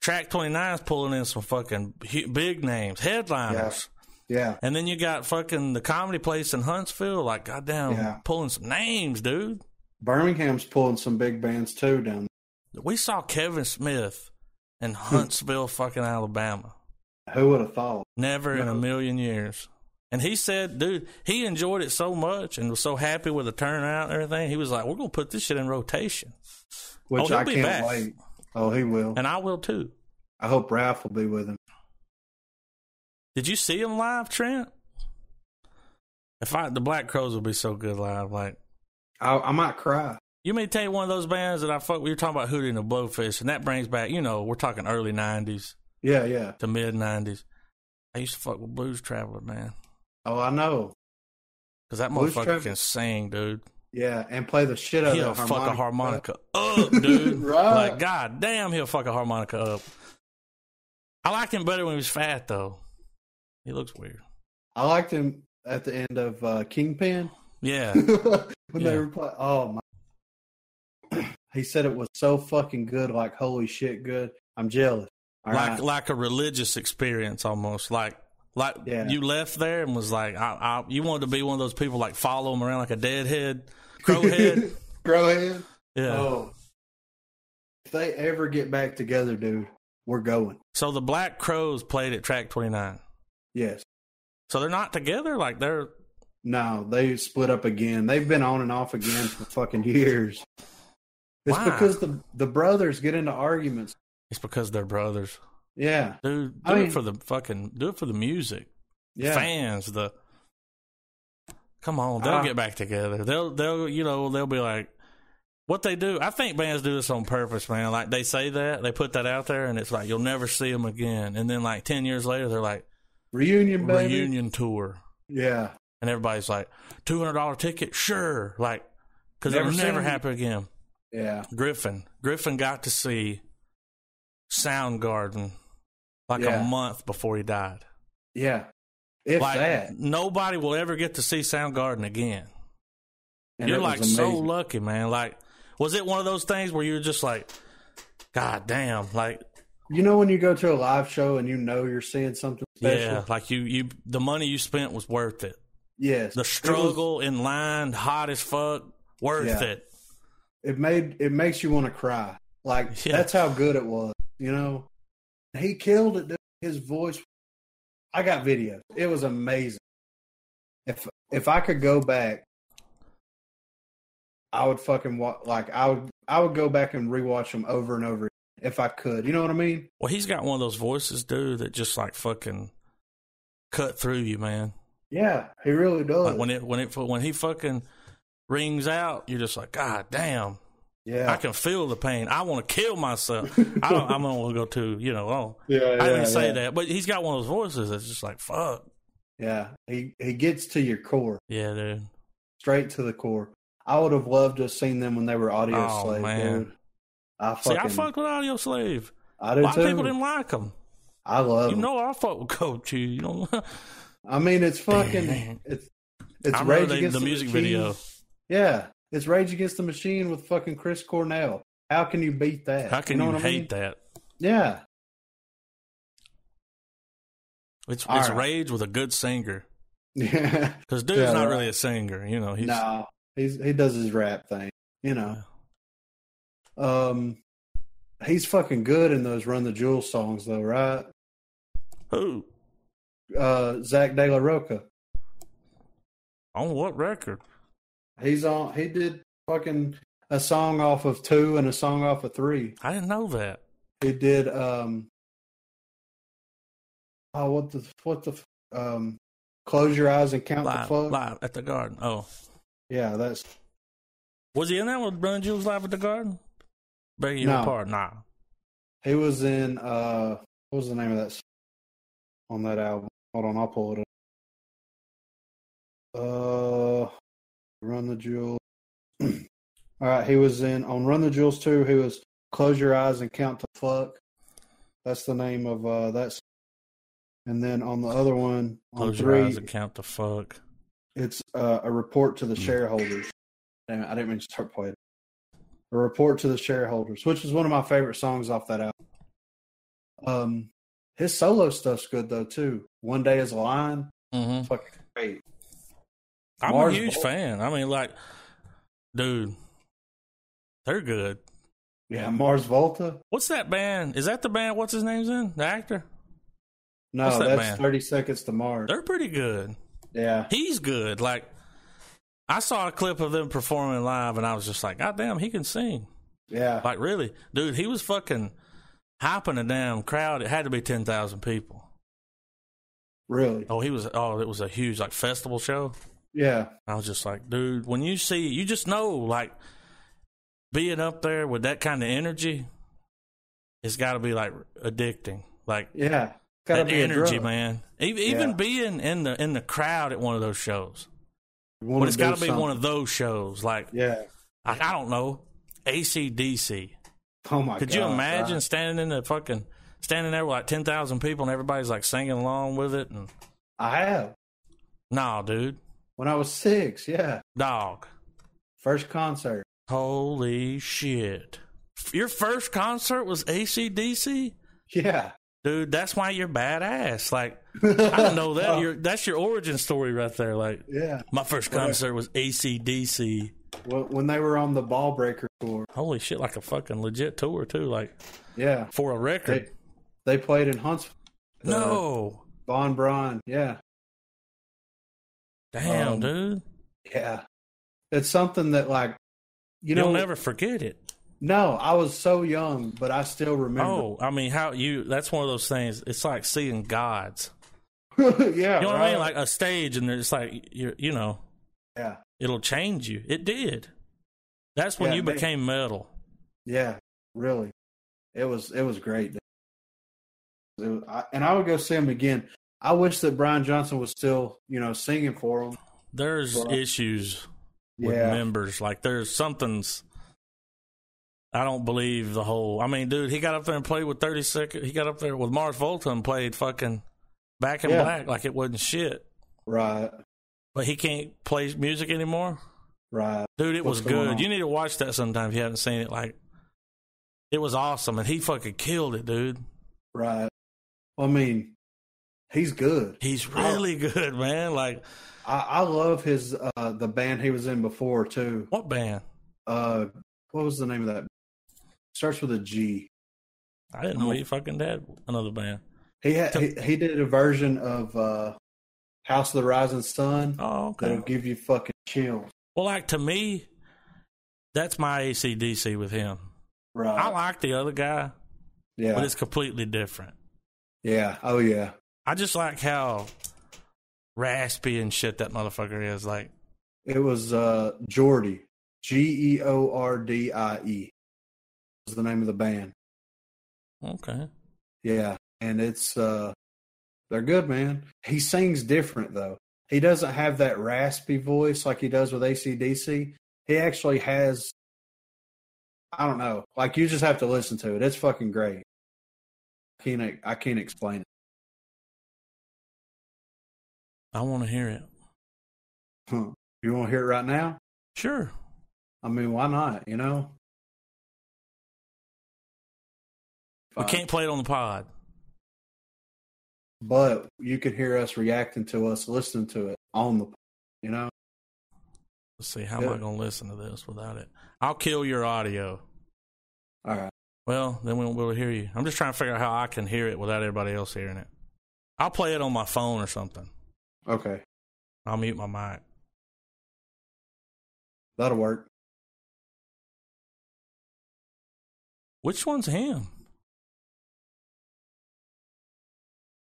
Speaker 1: Track 29 is pulling in some fucking hu- big names, headliners.
Speaker 2: Yeah,
Speaker 1: And then you got fucking the comedy place in Huntsville, like goddamn,
Speaker 2: Yeah.
Speaker 1: pulling some names, dude.
Speaker 2: Birmingham's pulling some big bands too down.
Speaker 1: We saw Kevin Smith in
Speaker 2: Hmm.
Speaker 1: Huntsville, fucking Alabama.
Speaker 2: there. Who would have thought?
Speaker 1: Never in a
Speaker 2: No.
Speaker 1: million years. And he said, dude, he enjoyed it so much and was so happy with the turnout and everything. He was like, we're going to put this shit in rotation. Oh,
Speaker 2: Which
Speaker 1: he'll
Speaker 2: I
Speaker 1: be
Speaker 2: can't
Speaker 1: back.
Speaker 2: wait. Oh, he will.
Speaker 1: And I will too.
Speaker 2: I hope Ralph will be with him.
Speaker 1: Did you see him live, Trent? If I, the Black Crows would be so good live. Like,
Speaker 2: I, I might cry.
Speaker 1: You may take one of those bands that I fuck. We were talking about Hootie and the Blowfish, and that brings back, you know, we're talking early '90s
Speaker 2: Yeah, yeah.
Speaker 1: to mid '90s. I used to fuck with Blues Traveler, man,
Speaker 2: Oh, I know.
Speaker 1: because that
Speaker 2: Blues
Speaker 1: motherfucker
Speaker 2: Traveler-
Speaker 1: can sing, dude.
Speaker 2: Yeah, and play the shit out
Speaker 1: He'll
Speaker 2: of that
Speaker 1: fuck a
Speaker 2: harmonica.
Speaker 1: harmonica up, dude.
Speaker 2: Right.
Speaker 1: Like, god damn, he'll fuck a harmonica up. I liked him better when he was fat, though. He looks weird.
Speaker 2: I liked him at the end of uh, Kingpin.
Speaker 1: Yeah,
Speaker 2: when
Speaker 1: Yeah.
Speaker 2: they were play- oh my he said it was so fucking good like holy shit good i'm jealous All
Speaker 1: like
Speaker 2: right.
Speaker 1: like a religious experience almost. Like like
Speaker 2: Yeah.
Speaker 1: you left there and was like, I, I, you wanted to be one of those people like follow him around like a deadhead, crowhead.
Speaker 2: grow head
Speaker 1: yeah.
Speaker 2: oh if they ever get back together dude we're going
Speaker 1: So the Black Crows played at Track Twenty Nine.
Speaker 2: yes
Speaker 1: So they're not together. Like they're
Speaker 2: no they split up again they've been on and off again for fucking years it's
Speaker 1: Why?
Speaker 2: because the the brothers get into arguments
Speaker 1: it's because they're brothers,
Speaker 2: yeah
Speaker 1: dude. Do
Speaker 2: I
Speaker 1: it
Speaker 2: mean-
Speaker 1: for the fucking do it for the music,
Speaker 2: yeah
Speaker 1: fans. The come on, they'll
Speaker 2: Ah.
Speaker 1: get back together. They'll they'll you know they'll be like, what they do, I think bands do this on purpose, man. Like they say that, they put that out there, and it's like you'll never see them again. And then like ten years later, they're like
Speaker 2: Reunion, baby.
Speaker 1: reunion tour,
Speaker 2: Yeah.
Speaker 1: and everybody's like two hundred dollar ticket, sure, like because it'll
Speaker 2: Never seen
Speaker 1: never
Speaker 2: them.
Speaker 1: happen again.
Speaker 2: Yeah.
Speaker 1: Griffin. Griffin got to see Soundgarden like
Speaker 2: Yeah.
Speaker 1: a month before he died.
Speaker 2: Yeah. If
Speaker 1: like
Speaker 2: that.
Speaker 1: nobody will ever get to see Soundgarden again.
Speaker 2: And
Speaker 1: you're
Speaker 2: it was
Speaker 1: like so
Speaker 2: amazing.
Speaker 1: lucky, man. Like, was it one of those things where you're just like, God damn, like
Speaker 2: You know when you go to a live show and you know you're seeing something special?
Speaker 1: yeah, like you you the money you spent was worth it.
Speaker 2: Yes.
Speaker 1: The struggle in line, hot as fuck, worth
Speaker 2: Yeah.
Speaker 1: it.
Speaker 2: It, was- it made it makes you want to cry. Like
Speaker 1: Yeah.
Speaker 2: that's how good it was. You know? He killed it. dude. His voice I got videos. It was amazing. If if I could go back I would fucking wa- like I would I would go back and rewatch them over and over if I could. You know what I mean?
Speaker 1: Well, he's got one of those voices, dude, that just like fucking cut through you, man.
Speaker 2: Yeah, he really does.
Speaker 1: Like when it when it when he fucking rings out, you're just like, God damn,
Speaker 2: yeah.
Speaker 1: I can feel the pain. I want to kill myself. I don't, I'm gonna go to you know. Oh,
Speaker 2: yeah,
Speaker 1: I didn't say
Speaker 2: yeah.
Speaker 1: that, but he's got one of those voices that's just like, fuck,
Speaker 2: Yeah, he he gets to your core,
Speaker 1: yeah, dude.
Speaker 2: straight to the core. I would have loved to have seen them when they were Audio
Speaker 1: Oh,
Speaker 2: Slave,
Speaker 1: man.
Speaker 2: dude. I fucking,
Speaker 1: See, I fucked with Audio Slave.
Speaker 2: I
Speaker 1: A
Speaker 2: do
Speaker 1: lot
Speaker 2: too. Oh.
Speaker 1: of people didn't like him.
Speaker 2: I
Speaker 1: You
Speaker 2: love. them.
Speaker 1: know, I fuck with Coach. You, you know,
Speaker 2: I mean, it's fucking.
Speaker 1: Dang.
Speaker 2: It's it's
Speaker 1: I remember
Speaker 2: Rage
Speaker 1: they,
Speaker 2: Against
Speaker 1: the music
Speaker 2: Machine.
Speaker 1: video.
Speaker 2: Yeah, it's Rage Against the Machine with fucking Chris Cornell. How can you beat that?
Speaker 1: How can you,
Speaker 2: know what I
Speaker 1: hate
Speaker 2: mean?
Speaker 1: that?
Speaker 2: Yeah,
Speaker 1: It's
Speaker 2: All
Speaker 1: it's
Speaker 2: right.
Speaker 1: Rage with a good singer
Speaker 2: yeah.
Speaker 1: because dude's
Speaker 2: Yeah,
Speaker 1: not
Speaker 2: right.
Speaker 1: really a singer. You know, he's
Speaker 2: no, he's he does his rap thing. You know, um, he's fucking good in those Run the Jewel songs though, right?
Speaker 1: who
Speaker 2: uh, Zach De La Roca.
Speaker 1: on what record?
Speaker 2: He's on. He did fucking a song off of two and a song off of three.
Speaker 1: I didn't know that.
Speaker 2: He did. um Oh, what the what the um, close your eyes and count the
Speaker 1: Live,
Speaker 2: fuck.
Speaker 1: live at the Garden. Oh,
Speaker 2: Yeah, that's
Speaker 1: Was he in that with Run Jules Live at the Garden? Begging
Speaker 2: No.
Speaker 1: your pardon. Nah.
Speaker 2: he was in. uh What was the name of that song on that album? Hold on, I'll pull it up. Uh, Run the Jewels. All right, he was in on Run the Jewels too. He was Close Your Eyes and Count to Fuck. That's the name of uh that. song. And then on the other one, on
Speaker 1: Close your
Speaker 2: three,
Speaker 1: eyes and count the fuck.
Speaker 2: it's uh, a report to the
Speaker 1: Hmm.
Speaker 2: shareholders. Damn, it, I didn't mean to start playing. A report to the shareholders, which is one of my favorite songs off that album. Um, his solo stuff's good though too. One day is a line,
Speaker 1: hmm
Speaker 2: fucking great.
Speaker 1: I'm
Speaker 2: Mars
Speaker 1: a huge
Speaker 2: Volta.
Speaker 1: fan. I mean, like, dude, they're good.
Speaker 2: Yeah, Mars Volta.
Speaker 1: What's that band? Is that the band? What's his name's in? The actor?
Speaker 2: No,
Speaker 1: What's that
Speaker 2: that's
Speaker 1: band?
Speaker 2: thirty seconds to Mars.
Speaker 1: They're pretty good.
Speaker 2: Yeah,
Speaker 1: He's good. Like, I saw a clip of them performing live and I was just like, God damn, he can sing.
Speaker 2: yeah,
Speaker 1: Like, really? Dude, he was fucking hopping a damn crowd. It had to be 10,000 people.
Speaker 2: really.
Speaker 1: Oh, he was, oh, it was a huge, like, festival show.
Speaker 2: Yeah,
Speaker 1: I was just like, dude, when you see, you just know, like, being up there with that kind of energy, it's got to be like addicting. Like
Speaker 2: yeah. Gotta
Speaker 1: that
Speaker 2: be a
Speaker 1: energy,
Speaker 2: drug.
Speaker 1: man. Even, even
Speaker 2: Yeah.
Speaker 1: being in the in the crowd at one of those shows,
Speaker 2: You wanna
Speaker 1: but it's
Speaker 2: do
Speaker 1: got to be
Speaker 2: something.
Speaker 1: one of those shows. Like,
Speaker 2: Yeah.
Speaker 1: like I don't know, ACDC.
Speaker 2: Oh my
Speaker 1: Could
Speaker 2: god.
Speaker 1: you imagine
Speaker 2: right.
Speaker 1: standing in the fucking standing there with like ten thousand people and everybody's like singing along with it? And
Speaker 2: I have
Speaker 1: nah, dude,
Speaker 2: when I was six. Yeah,
Speaker 1: dog.
Speaker 2: first concert.
Speaker 1: Holy shit. F- Your first concert was ACDC?
Speaker 2: Yeah.
Speaker 1: Dude, that's why you're badass. Like, I didn't know that. You're, that's your origin story right there. Like,
Speaker 2: Yeah,
Speaker 1: my first concert was ACDC.
Speaker 2: well, when they were on the Ball Breaker tour,
Speaker 1: Holy shit, like a fucking legit tour, too. Like,
Speaker 2: yeah,
Speaker 1: for a record.
Speaker 2: they, they played in Huntsville. uh,
Speaker 1: no.
Speaker 2: Von Braun, yeah,
Speaker 1: Damn,
Speaker 2: um,
Speaker 1: dude.
Speaker 2: yeah. It's something that, like, you
Speaker 1: You
Speaker 2: know,
Speaker 1: will never forget it.
Speaker 2: no, I was so young, but I still remember.
Speaker 1: Oh, I mean, how you, that's one of those things. It's like seeing gods.
Speaker 2: yeah,
Speaker 1: You know what I
Speaker 2: right?
Speaker 1: mean? Like a stage, and it's like, you're, you know,
Speaker 2: yeah,
Speaker 1: it'll change you. It did. That's when
Speaker 2: Yeah,
Speaker 1: you
Speaker 2: me-
Speaker 1: became metal.
Speaker 2: Yeah, really. It was it was great. It was- I- and I would go see him again. I wish that Brian Johnson was still, you know, singing for him.
Speaker 1: There's
Speaker 2: Well,
Speaker 1: issues with
Speaker 2: Yeah,
Speaker 1: members. Like there's something's. I don't believe the whole. I mean, dude, he got up there and played with thirty second. He got up there with Mars Volta and played fucking back in
Speaker 2: Yeah.
Speaker 1: black like it wasn't shit.
Speaker 2: right,
Speaker 1: But he can't play music anymore.
Speaker 2: right.
Speaker 1: Dude, it
Speaker 2: What's
Speaker 1: was
Speaker 2: going on?
Speaker 1: good. You need to watch that sometime if you haven't seen it. Like, it was awesome, and he fucking killed it, dude.
Speaker 2: Right. I mean, he's good.
Speaker 1: He's really good, man. Like,
Speaker 2: I, I love his uh the band he was in before too.
Speaker 1: what band?
Speaker 2: Uh what was the name of that? Starts with a G.
Speaker 1: I didn't know he fucking had another band.
Speaker 2: He had
Speaker 1: To-
Speaker 2: he, he did a version of uh House of the Rising Sun
Speaker 1: Oh,
Speaker 2: that'll
Speaker 1: okay.
Speaker 2: give you fucking chills.
Speaker 1: Well, like to me, that's my ACDC with him.
Speaker 2: Right.
Speaker 1: I like the other guy, but
Speaker 2: yeah.
Speaker 1: it's completely different.
Speaker 2: Yeah. Oh yeah.
Speaker 1: I just like how raspy and shit that motherfucker is. Like,
Speaker 2: It was uh Geordie. G E O R D I E was the name of the band.
Speaker 1: okay,
Speaker 2: Yeah, and it's uh they're good, man. He sings different though. He doesn't have that raspy voice like he does with ACDC. He actually has I don't know. Like you just have to listen to it. It's fucking great. I can't I can't explain it.
Speaker 1: I want to hear it.
Speaker 2: Huh. You want to hear it right now?
Speaker 1: Sure.
Speaker 2: I mean, why not, you know?
Speaker 1: We
Speaker 2: Fine.
Speaker 1: can't play it on the pod.
Speaker 2: but you can hear us reacting to us listening to it on the you know?
Speaker 1: Let's see. How am I
Speaker 2: Yeah.
Speaker 1: going to listen to this without it? I'll kill your audio.
Speaker 2: All right.
Speaker 1: Well, then we won't be able to hear you. I'm just trying to figure out how I can hear it without everybody else hearing it. I'll play it on my phone or something.
Speaker 2: Okay.
Speaker 1: I'll mute my mic.
Speaker 2: That'll work.
Speaker 1: Which one's him?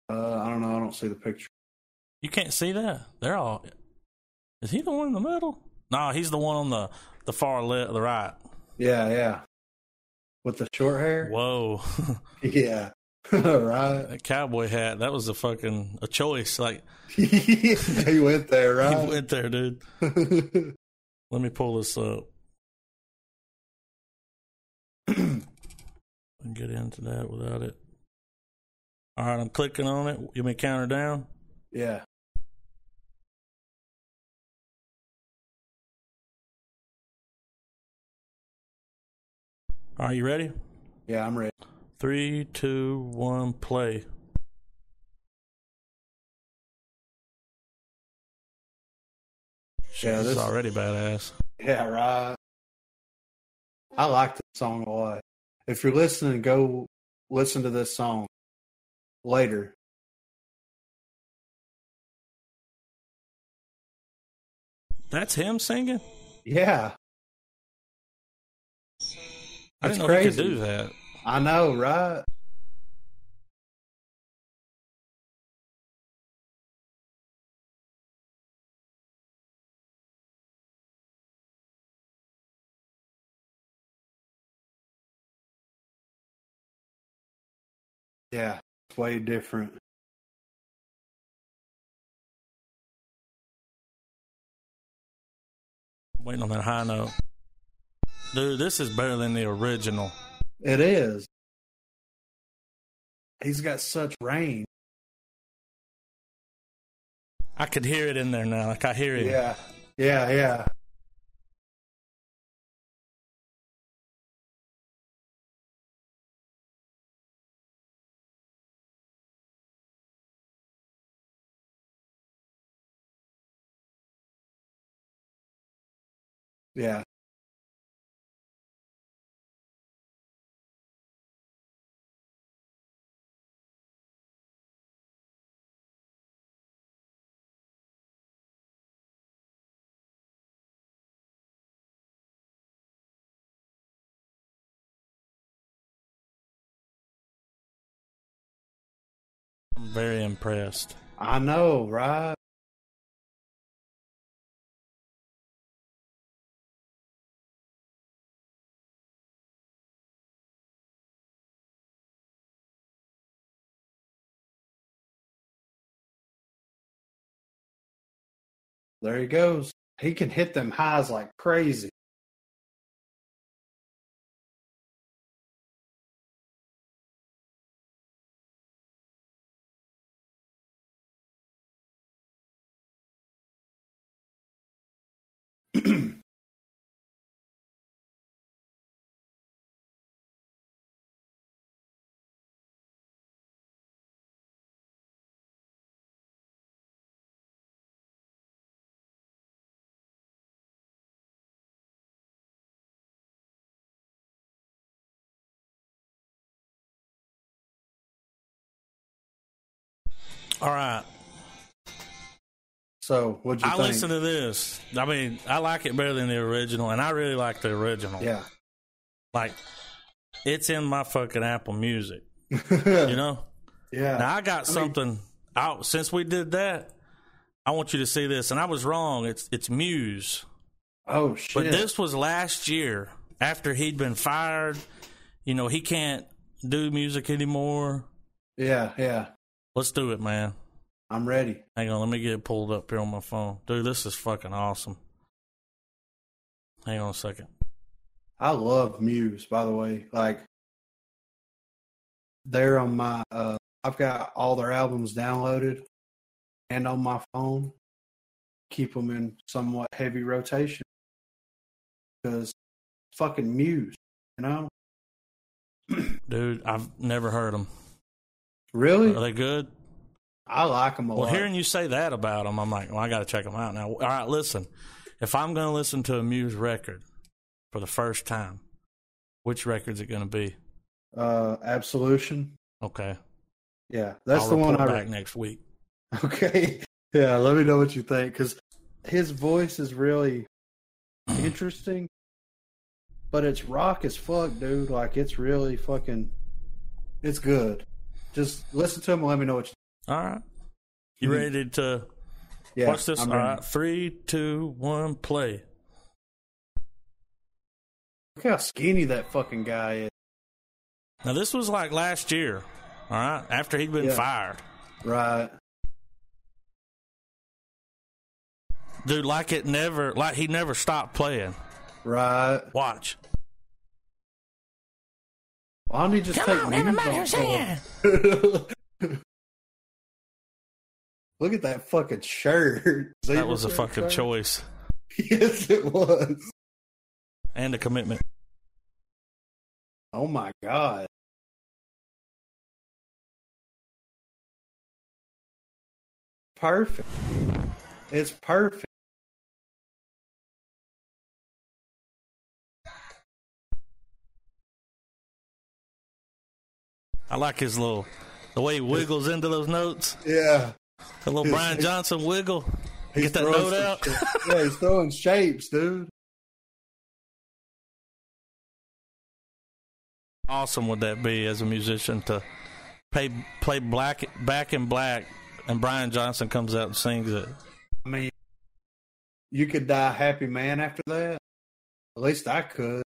Speaker 2: Uh, I don't know. I don't see the picture.
Speaker 1: You can't see that. They're all. Is he the one in the middle? No, he's the one on the the far left, the right.
Speaker 2: Yeah, yeah. With the short hair?
Speaker 1: Whoa,
Speaker 2: Yeah. right.
Speaker 1: that cowboy hat. That was a fucking a choice. Like
Speaker 2: he went there,
Speaker 1: he
Speaker 2: right?
Speaker 1: went there, dude. Let me pull this up and get into that without it. All right, I'm clicking on it. You may counter down.
Speaker 2: yeah.
Speaker 1: Are you ready?
Speaker 2: Yeah, I'm ready.
Speaker 1: Three, two, one, play.
Speaker 2: Yeah,
Speaker 1: This is
Speaker 2: this,
Speaker 1: already badass.
Speaker 2: yeah, right. I like this song a lot. If you're listening, go listen to this song later.
Speaker 1: That's him singing.
Speaker 2: Yeah,
Speaker 1: I didn't
Speaker 2: That's
Speaker 1: know he
Speaker 2: crazy.
Speaker 1: could do that.
Speaker 2: I know, right? Yeah, it's way different.
Speaker 1: Waiting on that high note. Dude, this is better than the original.
Speaker 2: It is. He's got such range.
Speaker 1: I could hear it in there now. Like I hear it.
Speaker 2: Yeah, yeah, yeah. Yeah,
Speaker 1: I'm very impressed.
Speaker 2: I know, right? There he goes. He can hit them highs like crazy.
Speaker 1: All right.
Speaker 2: So, what'd you
Speaker 1: I
Speaker 2: think?
Speaker 1: listen to this. I mean, I like it better than the original, and I really like the original.
Speaker 2: yeah.
Speaker 1: Like, it's in my fucking Apple Music, you know?
Speaker 2: yeah.
Speaker 1: Now, I got
Speaker 2: I mean-
Speaker 1: something out. Since we did that, I want you to see this. And I was wrong. It's, it's Muse.
Speaker 2: oh, shit.
Speaker 1: But this was last year after he'd been fired. You know, he can't do music anymore.
Speaker 2: yeah, yeah.
Speaker 1: Let's do it, man.
Speaker 2: I'm ready.
Speaker 1: Hang on, let me get it pulled up here on my phone. Dude, this is fucking awesome. Hang on a second.
Speaker 2: I love Muse, by the way. Like, they're on my, uh, I've got all their albums downloaded and on my phone. Keep them in somewhat heavy rotation because fucking Muse, you know?
Speaker 1: Dude, I've never heard them.
Speaker 2: Really?
Speaker 1: Are they good?
Speaker 2: I like them a
Speaker 1: Well,
Speaker 2: lot.
Speaker 1: hearing you say that about them, I'm like, well, I got to check them out now. All right, listen. If I'm going to listen to a Muse record for the first time, which record's it going to be?
Speaker 2: uh, Absolution.
Speaker 1: Okay.
Speaker 2: Yeah, that's
Speaker 1: I'll
Speaker 2: the one I
Speaker 1: report
Speaker 2: re-
Speaker 1: back next week.
Speaker 2: Okay. Yeah, let me know what you think because his voice is really interesting, but it's rock as fuck, dude. Like, it's really fucking. It's good. Just listen to him and let me know what you
Speaker 1: All right. You
Speaker 2: Mhm.
Speaker 1: ready to
Speaker 2: Yeah,
Speaker 1: watch this?
Speaker 2: I'm
Speaker 1: All
Speaker 2: ready.
Speaker 1: right. Three, two, one, play.
Speaker 2: Look how skinny that fucking guy is.
Speaker 1: Now, this was like last year, all right, after he'd been
Speaker 2: Yeah.
Speaker 1: fired.
Speaker 2: Right.
Speaker 1: Dude, like it never, like he never stopped playing.
Speaker 2: Right.
Speaker 1: Watch.
Speaker 2: Why don't he just take Muse off for him? Look at that fucking shirt.
Speaker 1: That was a fucking choice
Speaker 2: Yes, it was.
Speaker 1: and a commitment.
Speaker 2: Oh my god. Perfect. It's perfect.
Speaker 1: I like his little, the way he wiggles into those notes.
Speaker 2: Yeah.
Speaker 1: The little Brian Johnson wiggle. Get that note out.
Speaker 2: yeah, he's throwing shapes, dude.
Speaker 1: Awesome would that be as a musician to play play black back in black, and Brian Johnson comes out and sings it.
Speaker 2: I mean you could die a happy man after that. At least I could.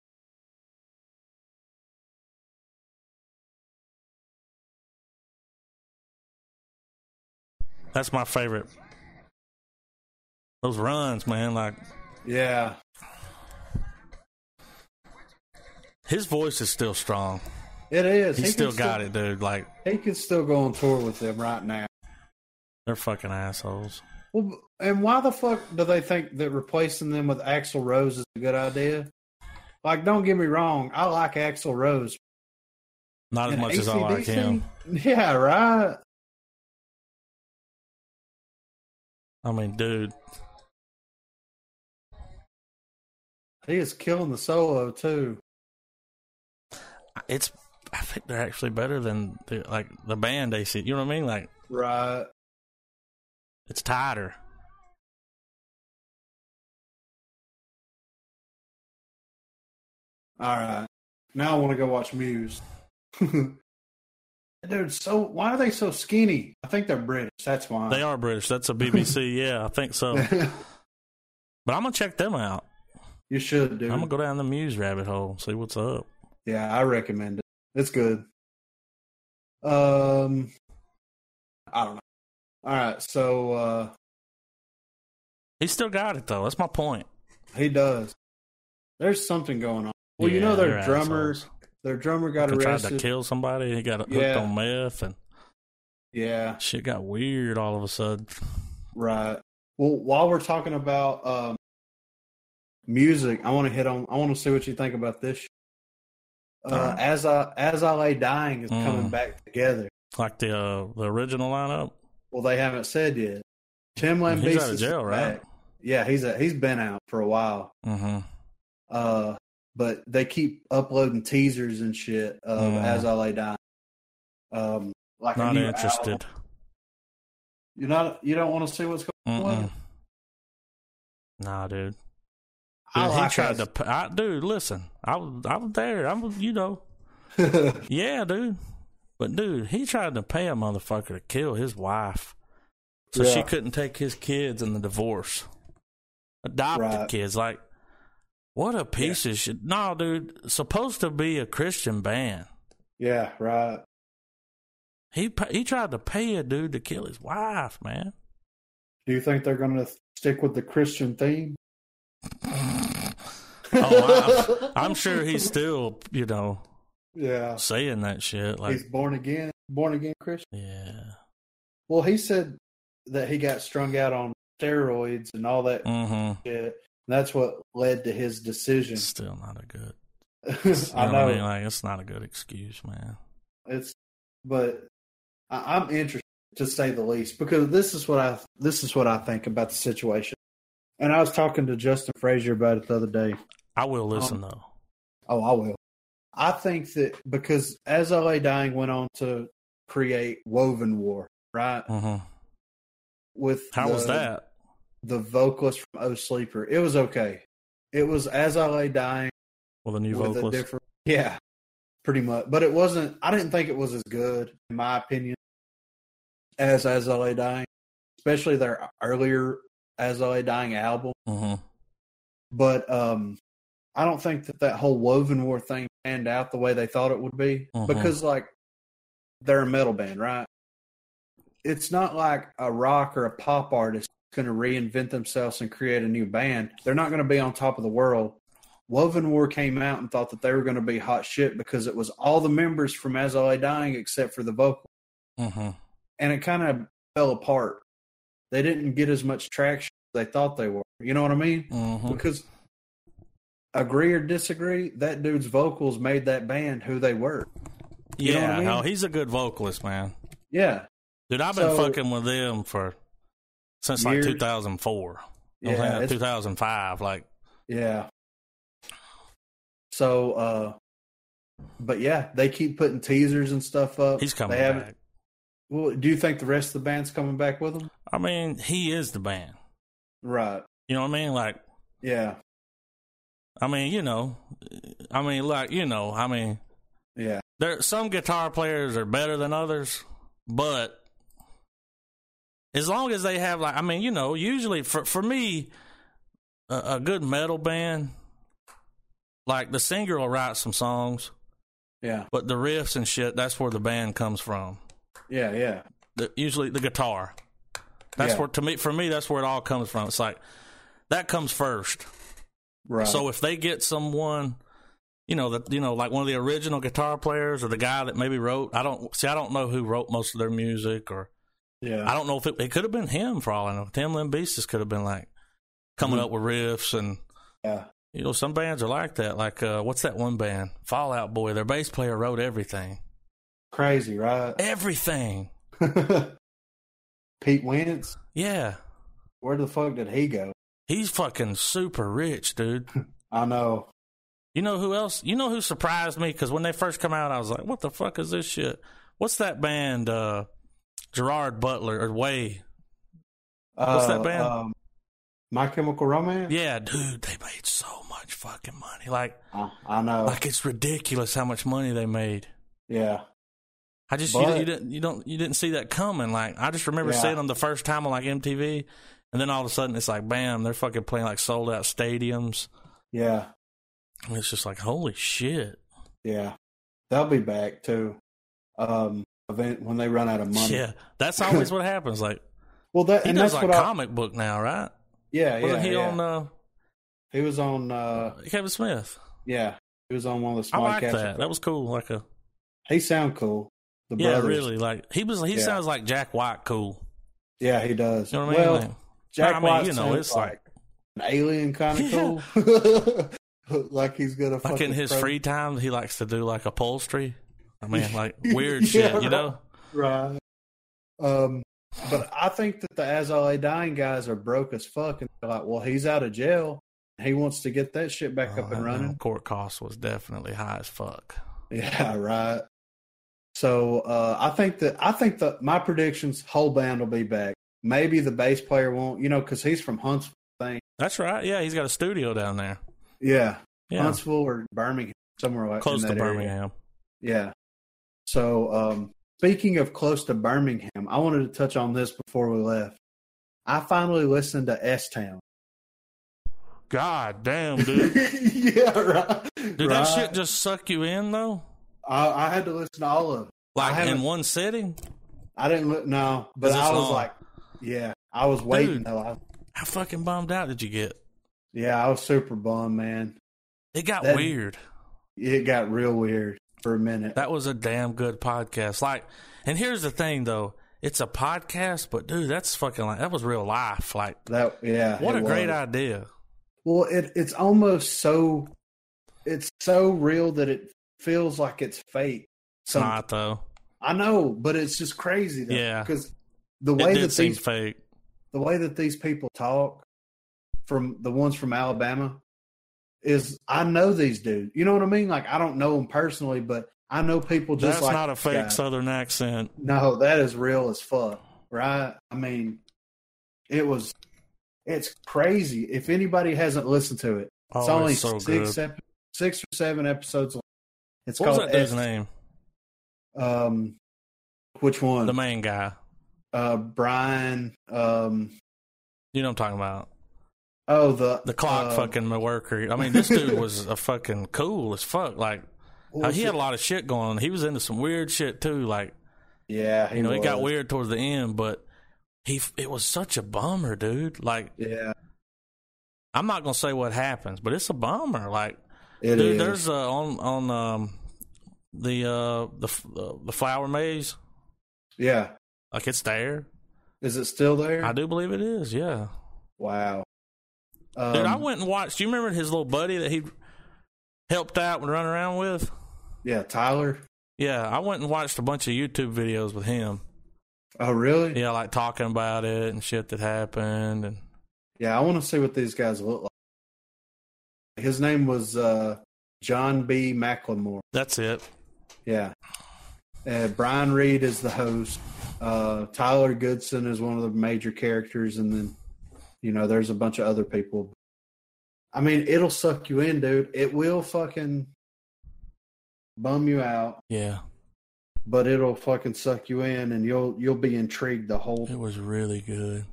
Speaker 1: That's my favorite. Those runs, man. Like
Speaker 2: Yeah.
Speaker 1: his voice is still strong.
Speaker 2: It is.
Speaker 1: He
Speaker 2: can
Speaker 1: still got it, dude. Like
Speaker 2: He could still go on tour with them right now.
Speaker 1: they're fucking assholes.
Speaker 2: Well, and why the fuck do they think that replacing them with Axl Rose is a good idea? Like, don't get me wrong, I like Axl Rose
Speaker 1: Not as
Speaker 2: And
Speaker 1: much as I like
Speaker 2: AC/DC?
Speaker 1: him.
Speaker 2: Yeah, right.
Speaker 1: I mean, dude,
Speaker 2: He is killing the solo too.
Speaker 1: it's. I think they're actually better than the, like the band AC. You know what I mean? Like
Speaker 2: Right.
Speaker 1: it's tighter.
Speaker 2: All right. Now I want to go watch Muse. Dude, so why are they so skinny? I think they're British. That's why.
Speaker 1: They are British. That's a BBC. yeah, I think so. But I'm gonna check them out.
Speaker 2: you should, dude.
Speaker 1: I'm gonna go down the Muse rabbit hole. See what's up.
Speaker 2: Yeah, I recommend it. It's good. Um, I don't know. All right, so uh,
Speaker 1: He still got it though. That's my point.
Speaker 2: He does. There's something going on. Well, you
Speaker 1: Yeah,
Speaker 2: know their
Speaker 1: they're
Speaker 2: drummer,
Speaker 1: assholes.
Speaker 2: their drummer got
Speaker 1: They tried to
Speaker 2: arrested.
Speaker 1: kill somebody. He got hooked
Speaker 2: Yeah.
Speaker 1: on meth, and
Speaker 2: Yeah,
Speaker 1: shit got weird all of a sudden.
Speaker 2: right. Well, while we're talking about um, music, I want to hit on. I want to see what you think about this. Uh,
Speaker 1: Alright.
Speaker 2: as I as I lay dying is
Speaker 1: Mm.
Speaker 2: coming back together.
Speaker 1: Like the uh, the original lineup.
Speaker 2: Well, they haven't said yet. Tim Lambesis
Speaker 1: He's out of
Speaker 2: is
Speaker 1: jail, right?
Speaker 2: back. Yeah, he's a, he's been out for a while.
Speaker 1: Mm-hmm.
Speaker 2: Uh, but they keep uploading teasers and shit of
Speaker 1: Mm.
Speaker 2: As I Lay Dying. Um, like a
Speaker 1: Not
Speaker 2: new
Speaker 1: interested.
Speaker 2: album. You're not. You don't want to see what's going.
Speaker 1: Mm-mm.
Speaker 2: What?
Speaker 1: Nah, dude.
Speaker 2: I
Speaker 1: Dude, he
Speaker 2: like
Speaker 1: tried
Speaker 2: As-
Speaker 1: to. I, dude, listen. I was. I was there. I was. You know. Yeah, dude. But dude, he tried to pay a motherfucker to kill his wife, so she
Speaker 2: Yeah.
Speaker 1: couldn't take his kids in the divorce. Adopted
Speaker 2: Right.
Speaker 1: kids, like what a piece of shit. No, dude, supposed to be a Christian band.
Speaker 2: yeah, right.
Speaker 1: He pa- he tried to pay a dude to kill his wife, man.
Speaker 2: Do you think they're going to stick with the Christian theme?
Speaker 1: Oh, I'm sure he's still, you know,
Speaker 2: yeah,
Speaker 1: saying that shit. Like,
Speaker 2: he's born again, born again Christian.
Speaker 1: yeah,
Speaker 2: Well, he said that he got strung out on steroids and all that
Speaker 1: mm-hmm.
Speaker 2: shit. And that's what led to his decision.
Speaker 1: Still not a good.
Speaker 2: I
Speaker 1: You know what
Speaker 2: know.
Speaker 1: mean? Like, it's not a good excuse, man.
Speaker 2: It's, but I, I'm interested to say the least because this is what I this is what I think about the situation. And I was talking to Justin Frazier about it the other day.
Speaker 1: I will
Speaker 2: Um,
Speaker 1: listen though.
Speaker 2: Oh, I will. I think that because as LA Dying went on to create Woven War, right?
Speaker 1: hmm
Speaker 2: With
Speaker 1: How was
Speaker 2: the-
Speaker 1: that?
Speaker 2: The vocalist from O Sleeper. It was okay. It was as I lay dying
Speaker 1: Well, the new
Speaker 2: with a
Speaker 1: vocalist.
Speaker 2: different Yeah. Pretty much. But it wasn't I didn't think it was as good, in my opinion, as As I Lay Dying. Especially their earlier As I Lay Dying album.
Speaker 1: hmm
Speaker 2: But um I don't think that that whole woven war thing panned out the way they thought it would be
Speaker 1: Mhm.
Speaker 2: because like they're a metal band, right? It's not like a rock or a pop artist is going to reinvent themselves and create a new band. They're not going to be on top of the world. Woven War came out and thought that they were going to be hot shit because it was all the members from As I Lay Dying except for the vocal,
Speaker 1: hmm
Speaker 2: and it kind of fell apart. They didn't get as much traction as they thought they were. You know what I mean?
Speaker 1: hmm
Speaker 2: because agree or disagree, that dude's vocals made that band who they were. You know
Speaker 1: Yeah,
Speaker 2: what I mean?
Speaker 1: no, he's a good vocalist, man.
Speaker 2: Yeah,
Speaker 1: Dude, I've been
Speaker 2: So-
Speaker 1: fucking with them for since like
Speaker 2: Years.
Speaker 1: 2004. I'm
Speaker 2: yeah,
Speaker 1: thinking
Speaker 2: it's-
Speaker 1: 2005. Like,
Speaker 2: yeah. So, uh, but yeah, they keep putting teasers and stuff up.
Speaker 1: he's coming
Speaker 2: They haven't-
Speaker 1: back.
Speaker 2: Well, do you think the rest of the band's coming back with them?
Speaker 1: I mean, he is the band.
Speaker 2: Right.
Speaker 1: You know what I mean? Like,
Speaker 2: Yeah.
Speaker 1: I mean, you know, I mean, like, you know, I mean,
Speaker 2: Yeah.
Speaker 1: there some guitar players are better than others, but as long as they have like, I mean, you know, usually for for me, a, a good metal band, like the singer will write some songs,
Speaker 2: Yeah.
Speaker 1: but the riffs and shit, that's where the band comes from.
Speaker 2: Yeah. Yeah.
Speaker 1: The, usually the guitar. That's
Speaker 2: Yeah.
Speaker 1: where to me for me that's where it all comes from. It's like that comes first.
Speaker 2: Right.
Speaker 1: So if they get someone, you know, that you know, like one of the original guitar players or the guy that maybe wrote, I don't see. I don't know who wrote most of their music, or I
Speaker 2: yeah.
Speaker 1: don't know if it, it could have been him for all I know. Tim Limbesis could have been like coming
Speaker 2: Mhm.
Speaker 1: up with riffs, and
Speaker 2: Yeah.
Speaker 1: you know, some bands are like that. Like uh, what's that one band? Fallout Boy. Their bass player wrote everything,
Speaker 2: Crazy, right?
Speaker 1: everything.
Speaker 2: Pete Wentz.
Speaker 1: Yeah,
Speaker 2: Where the fuck did he go?
Speaker 1: he's fucking super rich, dude.
Speaker 2: I know.
Speaker 1: You know who else? You know who surprised me? Because when they first come out, I was like, "What the fuck is this shit?" What's that band? Uh, Gerard Butler or Way? What's that band?
Speaker 2: Um, My Chemical Romance.
Speaker 1: Yeah, dude, they made so much fucking money. Like,
Speaker 2: I, I know.
Speaker 1: like it's ridiculous how much money they made.
Speaker 2: yeah.
Speaker 1: I just you,
Speaker 2: But-
Speaker 1: you didn't you don't you didn't see that coming. Like, I just remember
Speaker 2: Yeah.
Speaker 1: seeing them the first time on like MTV, and then all of a sudden it's like, bam, they're fucking playing like sold out stadiums.
Speaker 2: Yeah.
Speaker 1: And it's just like, holy shit.
Speaker 2: Yeah. They'll be back too. Um, event when they run out of money.
Speaker 1: Yeah, that's always what happens. Like,
Speaker 2: Well, that
Speaker 1: he
Speaker 2: and
Speaker 1: does
Speaker 2: that's
Speaker 1: like
Speaker 2: what I,
Speaker 1: comic book now, right?
Speaker 2: Yeah, yeah.
Speaker 1: Wasn't he
Speaker 2: yeah.
Speaker 1: on uh,
Speaker 2: he was on. uh
Speaker 1: Kevin Smith?
Speaker 2: Yeah, he was on one of the
Speaker 1: I
Speaker 2: small
Speaker 1: like
Speaker 2: caps.
Speaker 1: that. That was cool. Like a
Speaker 2: He sound cool. The
Speaker 1: yeah,
Speaker 2: brothers.
Speaker 1: really. Like he was. He
Speaker 2: Yeah.
Speaker 1: sounds like Jack White. Cool.
Speaker 2: Yeah, he does.
Speaker 1: You know what I mean?
Speaker 2: well,
Speaker 1: Like,
Speaker 2: Jack
Speaker 1: I mean,
Speaker 2: White
Speaker 1: you know,
Speaker 2: sounds
Speaker 1: it's like-
Speaker 2: an alien kind of
Speaker 1: Yeah.
Speaker 2: cool. like he's gonna
Speaker 1: like
Speaker 2: fucking
Speaker 1: in his
Speaker 2: pro-
Speaker 1: free time, he likes to do like upholstery. I mean, like weird
Speaker 2: Yeah,
Speaker 1: shit. You
Speaker 2: right.
Speaker 1: know?
Speaker 2: Right. Um, but I think that the Azale Dying guys are broke as fuck, and they're like, "Well, he's out of jail. He wants to get that shit back
Speaker 1: Oh,
Speaker 2: up
Speaker 1: that
Speaker 2: and running."
Speaker 1: Court cost was definitely high as fuck.
Speaker 2: Yeah, right. So uh, I think that I think that my predictions, whole band will be back. Maybe the bass player won't, you know, because he's from Huntsville. Thing,
Speaker 1: That's right. Yeah, he's got a studio down there.
Speaker 2: yeah,
Speaker 1: Yeah,
Speaker 2: Huntsville or Birmingham, somewhere like
Speaker 1: close
Speaker 2: in
Speaker 1: to
Speaker 2: that area.
Speaker 1: Birmingham.
Speaker 2: Yeah. So, um, speaking of close to Birmingham, I wanted to touch on this before we left. I finally listened to S Town.
Speaker 1: God damn, dude.
Speaker 2: yeah, right.
Speaker 1: Did that shit just suck you in though?
Speaker 2: I, I had to listen to all of it. I
Speaker 1: Like in
Speaker 2: haven't-
Speaker 1: one sitting?
Speaker 2: I didn't look, no, but
Speaker 1: Is this
Speaker 2: I was
Speaker 1: long?
Speaker 2: like, yeah, I was waiting.
Speaker 1: Dude.
Speaker 2: Though. I,
Speaker 1: How fucking bummed out did you get?
Speaker 2: yeah, I was super bummed, man.
Speaker 1: It got
Speaker 2: That-
Speaker 1: weird.
Speaker 2: It got real weird for a minute.
Speaker 1: That was a damn good podcast. Like, and here's the thing though, it's a podcast, but dude, that's fucking like that was real life. Like,
Speaker 2: That, yeah.
Speaker 1: what
Speaker 2: it
Speaker 1: a great
Speaker 2: was.
Speaker 1: idea.
Speaker 2: Well, it it's almost so it's so real that it feels like it's fake.
Speaker 1: It's
Speaker 2: Some-
Speaker 1: not though.
Speaker 2: I know, but it's just crazy. Though,
Speaker 1: Yeah.
Speaker 2: because the
Speaker 1: It
Speaker 2: way
Speaker 1: did
Speaker 2: that
Speaker 1: seem
Speaker 2: these
Speaker 1: fake.
Speaker 2: the way that these people talk from the ones from Alabama is I know these dudes. You know what I mean? Like I don't know them personally, but I know people just
Speaker 1: That's
Speaker 2: like
Speaker 1: not a
Speaker 2: this
Speaker 1: fake
Speaker 2: guy.
Speaker 1: southern accent.
Speaker 2: No, that is real as fuck, right? I mean, it was. It's crazy. If anybody hasn't listened to it,
Speaker 1: Oh,
Speaker 2: it's only
Speaker 1: so
Speaker 2: six,
Speaker 1: good.
Speaker 2: ep- six or seven episodes. long. It's
Speaker 1: What was
Speaker 2: called
Speaker 1: that dude's
Speaker 2: F-
Speaker 1: name?
Speaker 2: Um, which one?
Speaker 1: The main guy.
Speaker 2: uh, Brian. Um,
Speaker 1: You know what I'm talking about.
Speaker 2: oh, the
Speaker 1: The clock
Speaker 2: uh,
Speaker 1: fucking worker. I mean, this dude was a fucking cool as fuck. Like,
Speaker 2: what
Speaker 1: Uh,
Speaker 2: was
Speaker 1: he
Speaker 2: it?
Speaker 1: had a lot of shit going on. He was into some weird shit too. Like,
Speaker 2: yeah, he
Speaker 1: you know, it got
Speaker 2: was.
Speaker 1: weird towards the end, but he f- it was such a bummer, dude. Like,
Speaker 2: Yeah,
Speaker 1: I'm not gonna say what happens, but it's a bummer. Like,
Speaker 2: it is.
Speaker 1: dude, there's uh, on on um the uh the f- uh, the flower maze.
Speaker 2: yeah,
Speaker 1: Like, it's there.
Speaker 2: is it still there?
Speaker 1: I do believe it is. Yeah,
Speaker 2: Wow, um,
Speaker 1: dude, I went and watched. You remember his little buddy that he helped out and run around with?
Speaker 2: Yeah, Tyler.
Speaker 1: Yeah, I went and watched a bunch of YouTube videos with him.
Speaker 2: Oh, really?
Speaker 1: Yeah, like talking about it and shit that happened and
Speaker 2: Yeah, I want to see what these guys look like. His name was uh, John B. McLemore.
Speaker 1: that's it.
Speaker 2: Yeah. Uh, Brian Reed is the host. Uh, Tyler Goodson is one of the major characters. And then, you know, there's a bunch of other people. I mean, it'll suck you in, dude. It will fucking bum you out,
Speaker 1: Yeah.
Speaker 2: but it'll fucking suck you in and you'll you'll be intrigued the whole
Speaker 1: It was really good.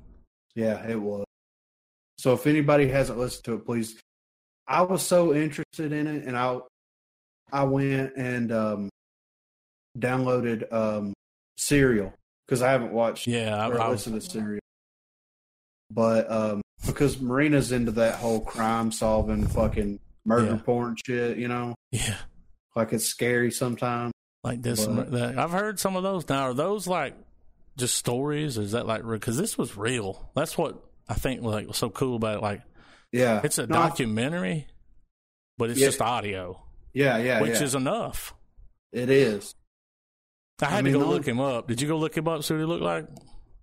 Speaker 2: Yeah, it was. So if anybody hasn't listened to it, please. I was so interested in it, and I I went and um, downloaded um, Serial because I haven't watched
Speaker 1: Yeah, I,
Speaker 2: or
Speaker 1: I was,
Speaker 2: listened to Serial. But um, because Marina's into that whole crime solving fucking murder
Speaker 1: Yeah.
Speaker 2: porn shit, you know,
Speaker 1: yeah,
Speaker 2: like it's scary sometimes.
Speaker 1: like this.
Speaker 2: But-
Speaker 1: and that. I've heard some of those. Now, are those like just stories? Or is that like because this was real? That's what I think. Like was so cool about it. Like
Speaker 2: Yeah,
Speaker 1: it's a
Speaker 2: No, I-
Speaker 1: documentary, but it's
Speaker 2: Yeah.
Speaker 1: just audio,
Speaker 2: Yeah, yeah,
Speaker 1: which
Speaker 2: yeah.
Speaker 1: is enough.
Speaker 2: it is.
Speaker 1: I
Speaker 2: I
Speaker 1: had
Speaker 2: mean,
Speaker 1: to
Speaker 2: the
Speaker 1: go
Speaker 2: only-
Speaker 1: look him up. Did you go look him up? See what he looked like?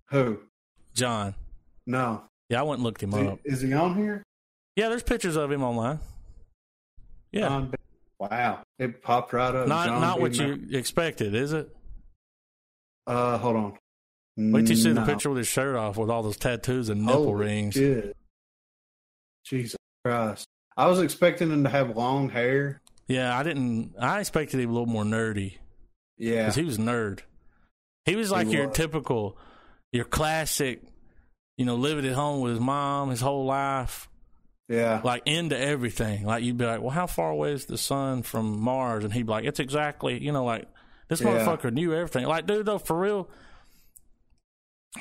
Speaker 2: Who?
Speaker 1: John.
Speaker 2: No,
Speaker 1: Yeah, I went and looked him up.
Speaker 2: is he on here?
Speaker 1: Yeah, there's pictures of him online. Yeah,
Speaker 2: John B- wow. It popped right up.
Speaker 1: not
Speaker 2: Uh, John
Speaker 1: not
Speaker 2: B.
Speaker 1: what
Speaker 2: Ma-
Speaker 1: you expected, is it?
Speaker 2: Uh, hold on.
Speaker 1: Wait till you see the
Speaker 2: No. Oh,
Speaker 1: picture with his shirt off, with all those tattoos and nipple
Speaker 2: Holy
Speaker 1: rings.
Speaker 2: shit. Jesus Christ. I was expecting him to have long hair.
Speaker 1: Yeah, I didn't. I expected him a little more nerdy
Speaker 2: Yeah.
Speaker 1: because he was a nerd. He was like your
Speaker 2: was.
Speaker 1: typical, your classic, you know, living at home with his mom his whole life,
Speaker 2: yeah.
Speaker 1: like into everything. Like you'd be like, well, how far away is the sun from Mars? And he'd be like, it's exactly, you know, like this
Speaker 2: Yeah.
Speaker 1: motherfucker knew everything. Like, dude, though, for real,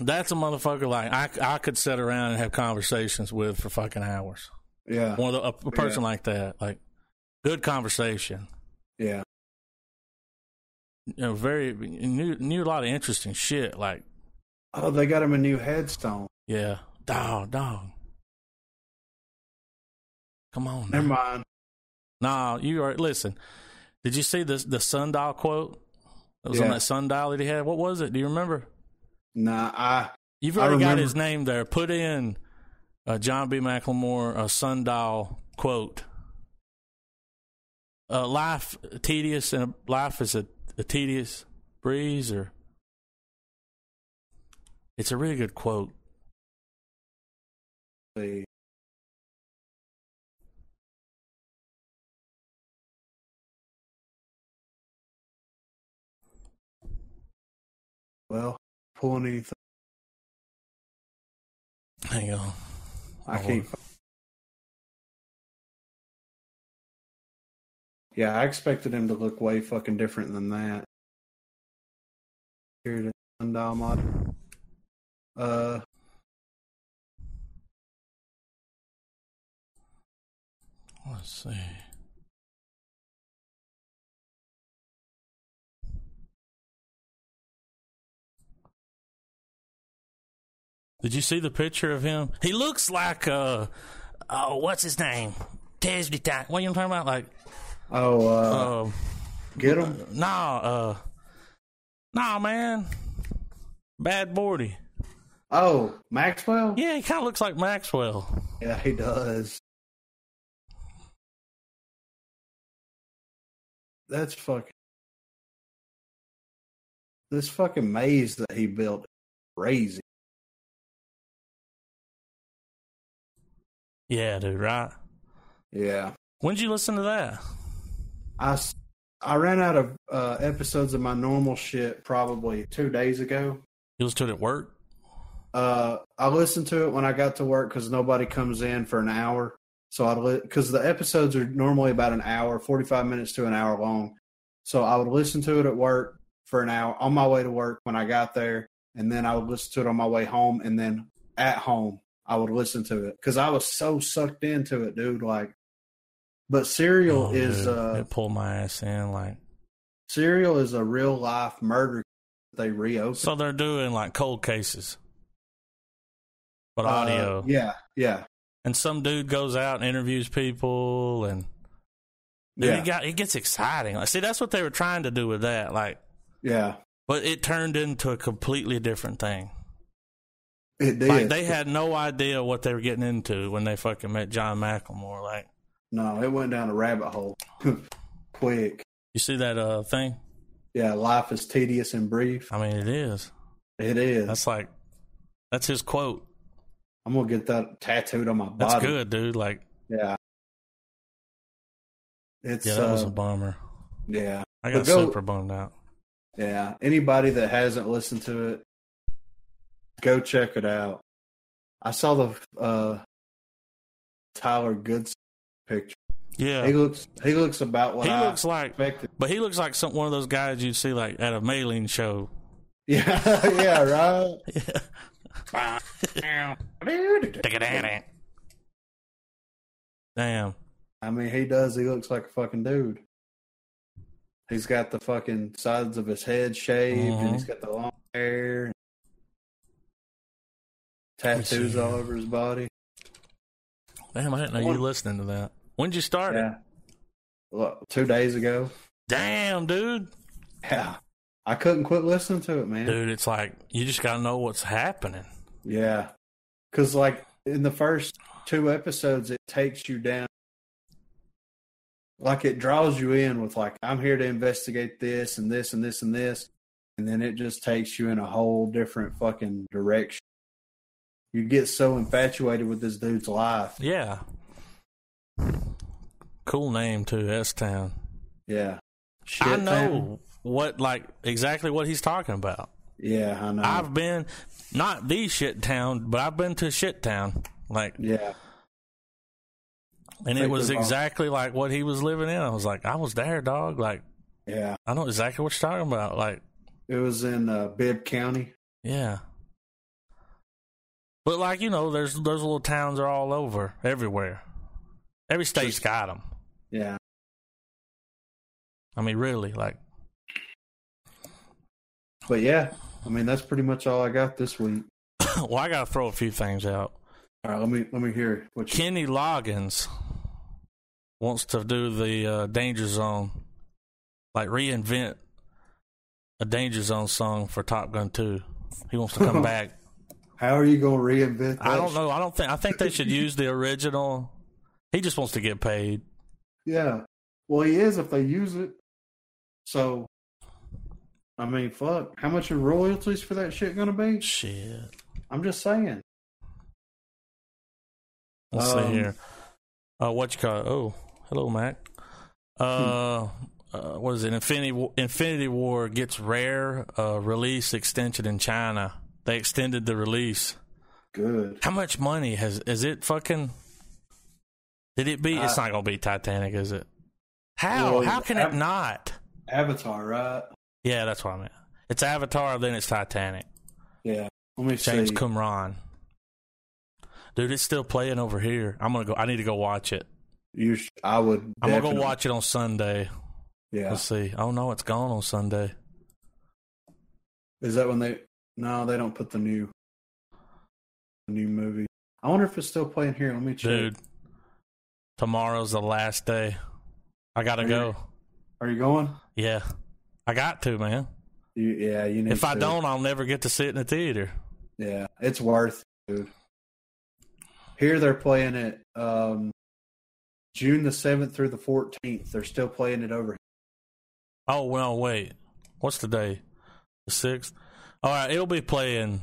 Speaker 1: That's a motherfucker like I, I could sit around and have conversations with for fucking hours.
Speaker 2: Yeah.
Speaker 1: One of the, a, a person
Speaker 2: Yeah.
Speaker 1: like that, like good conversation.
Speaker 2: Yeah.
Speaker 1: You know, very knew knew a lot of interesting shit. Like
Speaker 2: Oh, they got him a new headstone.
Speaker 1: yeah, dog, dog. Come on,
Speaker 2: Never
Speaker 1: now.
Speaker 2: mind.
Speaker 1: Nah, you are. Listen, did you see the the sundial quote? That was on
Speaker 2: Yeah.
Speaker 1: that sundial that he had. What was it? Do you remember?
Speaker 2: Nah, I
Speaker 1: You've
Speaker 2: I
Speaker 1: already got
Speaker 2: remember.
Speaker 1: his name there. Put in uh, John B. McLemore a sundial quote. Uh, life tedious and life is a, a tedious breeze, or it's a really good quote.
Speaker 2: see. Well, pulling anything.
Speaker 1: Hang on,
Speaker 2: I
Speaker 1: Hold
Speaker 2: can't.
Speaker 1: on.
Speaker 2: Yeah, I expected him to look way fucking different than that. Here it is, sundial mod. Uh.
Speaker 1: Let's see. Did you see the picture of him? He looks like uh oh, what's his name? Tesby time. What are you talking about? Like
Speaker 2: Oh, uh,
Speaker 1: um
Speaker 2: get him.
Speaker 1: nah uh Nah man. Bad Bordy.
Speaker 2: Oh, Maxwell.
Speaker 1: Yeah, he kinda looks like Maxwell.
Speaker 2: Yeah, he does. That's fucking. This fucking maze that he built is crazy.
Speaker 1: Yeah, dude, right?
Speaker 2: Yeah.
Speaker 1: When'd you listen to that?
Speaker 2: I, s- I ran out of uh, episodes of my normal shit probably two days ago.
Speaker 1: You listened to it at work?
Speaker 2: Uh, I listened to it when I got to work because nobody comes in for an hour. So I because the episodes are normally about an hour, forty five minutes to an hour long. So I would listen to it at work for an hour on my way to work when I got there, and then I would listen to it on my way home, and then at home I would listen to it because I was so sucked into it, dude. Like, but Serial
Speaker 1: Oh,
Speaker 2: is
Speaker 1: dude,
Speaker 2: uh,
Speaker 1: it pulled my ass in like
Speaker 2: Serial is a real life murder. They reopened.
Speaker 1: So they're doing like cold cases, but
Speaker 2: Uh,
Speaker 1: audio.
Speaker 2: yeah, yeah,
Speaker 1: And some dude goes out and interviews people, and dude,
Speaker 2: yeah,
Speaker 1: it got it gets exciting. Like, see, that's what they were trying to do with that. Like,
Speaker 2: yeah.
Speaker 1: but it turned into a completely different thing.
Speaker 2: It did.
Speaker 1: Like they had no idea what they were getting into when they fucking met John McLemore. Like,
Speaker 2: no, it went down a rabbit hole quick.
Speaker 1: you see that uh thing?
Speaker 2: Yeah, life is tedious and brief.
Speaker 1: I mean, it is.
Speaker 2: It is.
Speaker 1: That's like, that's his quote.
Speaker 2: I'm gonna get that tattooed on my body.
Speaker 1: That's good, dude. Like,
Speaker 2: Yeah. It's
Speaker 1: yeah, that
Speaker 2: uh,
Speaker 1: was a bummer.
Speaker 2: yeah,
Speaker 1: I got
Speaker 2: but go-
Speaker 1: super bummed out.
Speaker 2: yeah. Anybody that hasn't listened to it, go check it out. I saw the uh, Tyler Goodson picture.
Speaker 1: Yeah,
Speaker 2: He looks he looks about what
Speaker 1: he
Speaker 2: I
Speaker 1: looks like
Speaker 2: expected.
Speaker 1: But he looks like some one of those guys you'd see like at a mailing show.
Speaker 2: Yeah, yeah, right.
Speaker 1: Damn.
Speaker 2: I mean, he does. He looks like a fucking dude. He's got the fucking sides of his head shaved,
Speaker 1: Mhm.
Speaker 2: and he's got the long hair, tattoos
Speaker 1: see.
Speaker 2: all over his body.
Speaker 1: Damn, I didn't know you were listening to that. When'd you start it?
Speaker 2: Yeah, Look, two days ago.
Speaker 1: Damn, dude.
Speaker 2: Yeah, I couldn't quit listening to it, man.
Speaker 1: Dude, it's like you just gotta know what's happening.
Speaker 2: Yeah, because like in the first two episodes, it takes you down. Like it draws you in with like I'm here to investigate this and this and this and this, and then it just takes you in a whole different fucking direction. You get so infatuated with this dude's life.
Speaker 1: Yeah. Cool name too, S Town.
Speaker 2: Yeah, Shit
Speaker 1: I know
Speaker 2: town.
Speaker 1: what like exactly what he's talking about.
Speaker 2: Yeah, I know.
Speaker 1: I've been not the shit town, but I've been to shit town. Like
Speaker 2: yeah,
Speaker 1: And it
Speaker 2: Think
Speaker 1: was
Speaker 2: about-
Speaker 1: exactly like what he was living in. I was like, I was there, dog. Like,
Speaker 2: yeah.
Speaker 1: I know exactly what you're talking about. Like,
Speaker 2: It was in uh, Bibb County.
Speaker 1: yeah. But like you know, there's those little towns are all over, everywhere. Every state's got them.
Speaker 2: Yeah.
Speaker 1: I mean, really, like
Speaker 2: But yeah, I mean that's pretty much all I got this week.
Speaker 1: well, I gotta throw a few things out.
Speaker 2: All right, let me let me hear what you
Speaker 1: Kenny Loggins wants to do the uh, Danger Zone, like reinvent a Danger Zone song for Top Gun Two. He wants to come back.
Speaker 2: how are you gonna reinvent that?
Speaker 1: I don't know. I don't think. I think they should use the original. He just wants to get paid.
Speaker 2: Yeah. Well he is if they use it. So I mean fuck. How much are royalties for that shit gonna be?
Speaker 1: Shit.
Speaker 2: I'm just saying.
Speaker 1: Let's
Speaker 2: Um,
Speaker 1: see here. Uh, what you call? It? Oh, hello, Mac. Uh,
Speaker 2: Hmm.
Speaker 1: uh, what is it? Infinity Wa- Infinity War gets rare uh, release extension in China. They extended the release.
Speaker 2: Good.
Speaker 1: How much money has is it? Fucking did it be? it's
Speaker 2: Uh,
Speaker 1: not gonna be Titanic, is it? How?
Speaker 2: Well,
Speaker 1: How can it
Speaker 2: I'm-
Speaker 1: not?
Speaker 2: Avatar, right?
Speaker 1: Yeah, that's what I meant. It's Avatar, then it's Titanic.
Speaker 2: Yeah. Let me
Speaker 1: James
Speaker 2: see.
Speaker 1: Cameron. Dude, it's still playing over here. I'm gonna go. I need to go watch it.
Speaker 2: You sh- I would
Speaker 1: I'm gonna
Speaker 2: definitely-
Speaker 1: go watch it on Sunday.
Speaker 2: Yeah.
Speaker 1: Let's see. Oh no, it's gone on Sunday.
Speaker 2: Is that when they? No, they don't put the new, the new movie. I wonder if it's still playing here. Let me check.
Speaker 1: Dude, tomorrow's the last day. I gotta
Speaker 2: Are you-
Speaker 1: go.
Speaker 2: Are you going?
Speaker 1: Yeah, I got to, man.
Speaker 2: You, yeah, you need.
Speaker 1: If I
Speaker 2: to.
Speaker 1: don't, I'll never get to sit in the theater.
Speaker 2: yeah, it's worth, it, dude. Here they're playing it um, June the seventh through the fourteenth. They're still playing it over.
Speaker 1: Oh well, wait. What's the day? The sixth. All right, it'll be playing.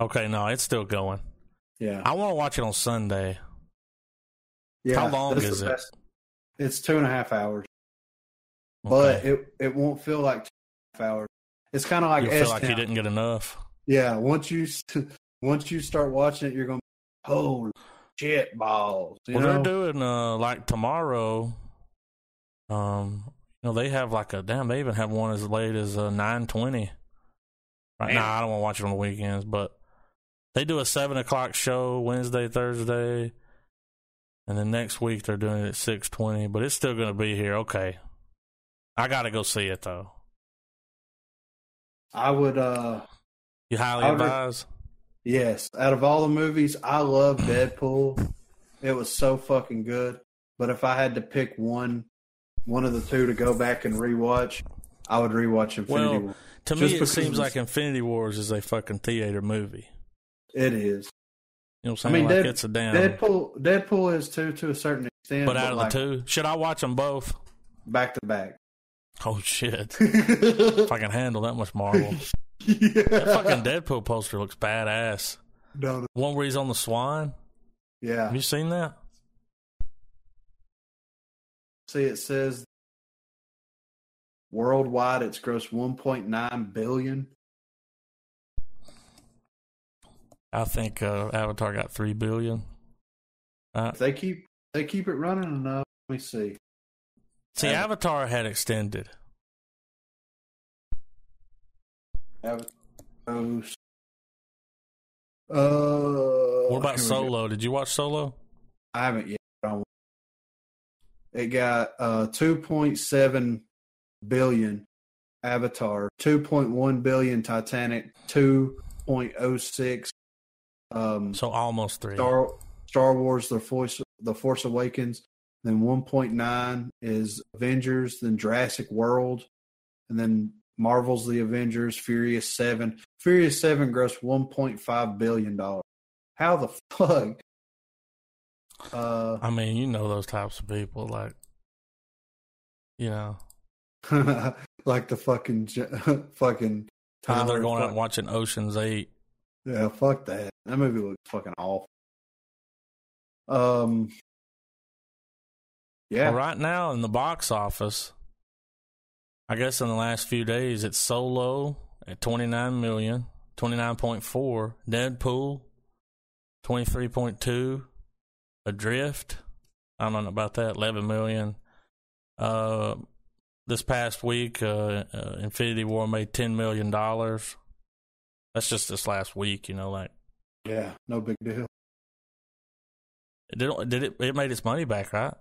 Speaker 1: Okay, no, it's still going.
Speaker 2: here. Yeah,
Speaker 1: I want to watch it on Sunday.
Speaker 2: yeah.
Speaker 1: how long
Speaker 2: that's the
Speaker 1: is it?
Speaker 2: best. It's two and a half hours, but
Speaker 1: Okay.
Speaker 2: it it won't feel like two and a half hours. It's kind of like
Speaker 1: you feel like you
Speaker 2: S-Town.
Speaker 1: didn't get enough.
Speaker 2: Yeah, once you st- once you start watching it, you're going, holy shit balls! You
Speaker 1: well,
Speaker 2: know?
Speaker 1: they're doing uh, like tomorrow. Um, you know they have like a damn. They even have one as late as uh, nine twenty. Right
Speaker 2: Man.
Speaker 1: now, I don't want to watch it on the weekends, but they do a seven o'clock show Wednesday, Thursday, and then next week they're doing it at six twenty. But it's still going to be here. Okay, I got to go see it though.
Speaker 2: I would, uh
Speaker 1: You highly
Speaker 2: I would-
Speaker 1: advise?
Speaker 2: yes, out of all the movies, I love Deadpool. It was so fucking good. But if I had to pick one, one of the two to go back and rewatch, I would rewatch Infinity
Speaker 1: Well,
Speaker 2: War.
Speaker 1: To
Speaker 2: Just
Speaker 1: me, it
Speaker 2: because
Speaker 1: seems
Speaker 2: it's-
Speaker 1: like Infinity Wars is a fucking theater movie.
Speaker 2: It is
Speaker 1: You know what
Speaker 2: I
Speaker 1: I'm saying?
Speaker 2: mean,
Speaker 1: like
Speaker 2: Dead-
Speaker 1: it's a damn.
Speaker 2: Deadpool. Deadpool is too to a certain extent,
Speaker 1: but out of
Speaker 2: like,
Speaker 1: the two, should I watch them both?
Speaker 2: back to back.
Speaker 1: Oh shit!
Speaker 2: yeah.
Speaker 1: if I can handle that much Marvel, that fucking Deadpool poster looks badass.
Speaker 2: No,
Speaker 1: One where he's on the swan.
Speaker 2: yeah.
Speaker 1: Have you seen that?
Speaker 2: See, it says worldwide it's grossed 1.9 billion.
Speaker 1: I think uh, Avatar got three billion. Uh,
Speaker 2: If they keep they keep it running enough. Let me see.
Speaker 1: see,
Speaker 2: Ava-
Speaker 1: Avatar had extended.
Speaker 2: Have- oh, s- Uh,
Speaker 1: What about
Speaker 2: here we go.
Speaker 1: Solo? Did you watch Solo?
Speaker 2: I haven't yet. I don't- It got uh 2.7 billion Avatar, 2.1 billion Titanic, 2.06 um
Speaker 1: So almost three.
Speaker 2: Star Star Wars: The Force The Force Awakens. Then 1.9 is Avengers. Then Jurassic World, and then Marvel's The Avengers: Furious Seven. Furious Seven grossed 1.5 billion dollars. How the fuck? Uh,
Speaker 1: I mean, you know those types of people, like you know,
Speaker 2: like the fucking j- fucking
Speaker 1: whether
Speaker 2: Tyler.
Speaker 1: they're going out
Speaker 2: fuck-
Speaker 1: and watching Ocean's Eight.
Speaker 2: Yeah, fuck that. That movie looked fucking awful. Um. Yeah.
Speaker 1: Well, right now in the box office, I guess in the last few days, it's Solo at 29 million, 29.4, Deadpool 23.2, Adrift, I don't know about that, 11 million. Uh, this past week, uh, uh, Infinity War made $10 million. That's just this last week, you know, like
Speaker 2: Yeah, no big deal.
Speaker 1: It did, did it? It made its money back, right?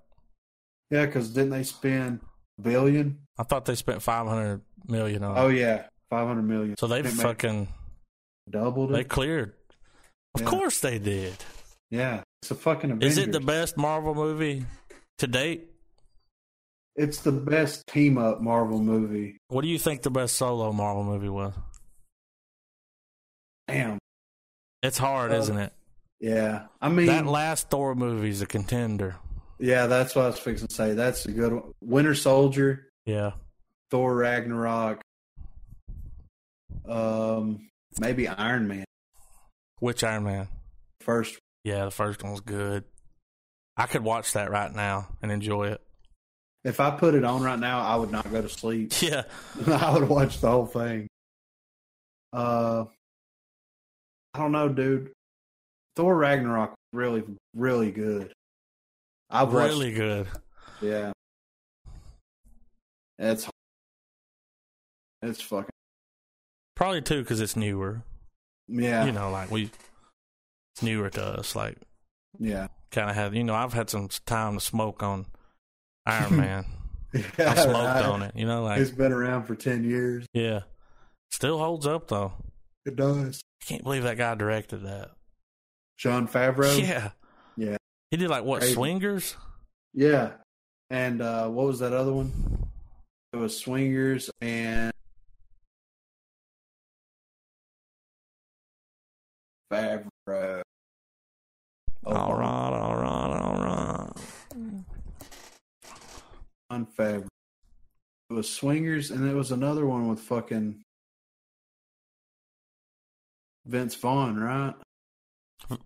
Speaker 2: Yeah, because didn't they spend a billion?
Speaker 1: I thought they spent five hundred million on.
Speaker 2: Oh
Speaker 1: it.
Speaker 2: yeah, five hundred million.
Speaker 1: Uh-huh. So they
Speaker 2: They made-
Speaker 1: fucking
Speaker 2: Doubled it.
Speaker 1: they cleared. Of
Speaker 2: Yeah.
Speaker 1: course they did.
Speaker 2: yeah, it's a fucking. Avengers.
Speaker 1: Is it the best Marvel movie to date?
Speaker 2: It's the best team up Marvel movie.
Speaker 1: What do you think the best solo Marvel movie was?
Speaker 2: Damn.
Speaker 1: It's hard,
Speaker 2: Uh,
Speaker 1: isn't it?
Speaker 2: Yeah, I mean,
Speaker 1: that last Thor movie is a contender.
Speaker 2: yeah, that's what I was fixing to say. That's a good one. Winter Soldier,
Speaker 1: Yeah,
Speaker 2: Thor Ragnarok, um, maybe Iron Man
Speaker 1: which Iron Man?
Speaker 2: first.
Speaker 1: Yeah, the first one was good. I could watch that right now and enjoy it.
Speaker 2: If I put it on right now, I would not go to sleep.
Speaker 1: Yeah,
Speaker 2: I would watch the whole thing. Uh, I don't know, dude. Thor Ragnarok was really, really good. I've watched,
Speaker 1: really good.
Speaker 2: yeah. It's it's fucking
Speaker 1: Probably too because it's newer.
Speaker 2: yeah,
Speaker 1: You know, like we, it's newer to us. Like
Speaker 2: yeah,
Speaker 1: kind of had you know I've had some time to smoke on Iron Man.
Speaker 2: yeah.
Speaker 1: I smoked
Speaker 2: right.
Speaker 1: on it. You know, like
Speaker 2: It's been around for ten years.
Speaker 1: yeah, still holds up though.
Speaker 2: It does.
Speaker 1: I can't believe that guy directed that.
Speaker 2: John Favreau.
Speaker 1: Yeah,
Speaker 2: Yeah.
Speaker 1: He did like what
Speaker 2: Crazy.
Speaker 1: Swingers?
Speaker 2: Yeah. And uh, what was that other one? It was Swingers and Favreau. Oh,
Speaker 1: all right, all right, all right.
Speaker 2: John Favreau. It was Swingers, and it was another one with fucking Vince Vaughn, right?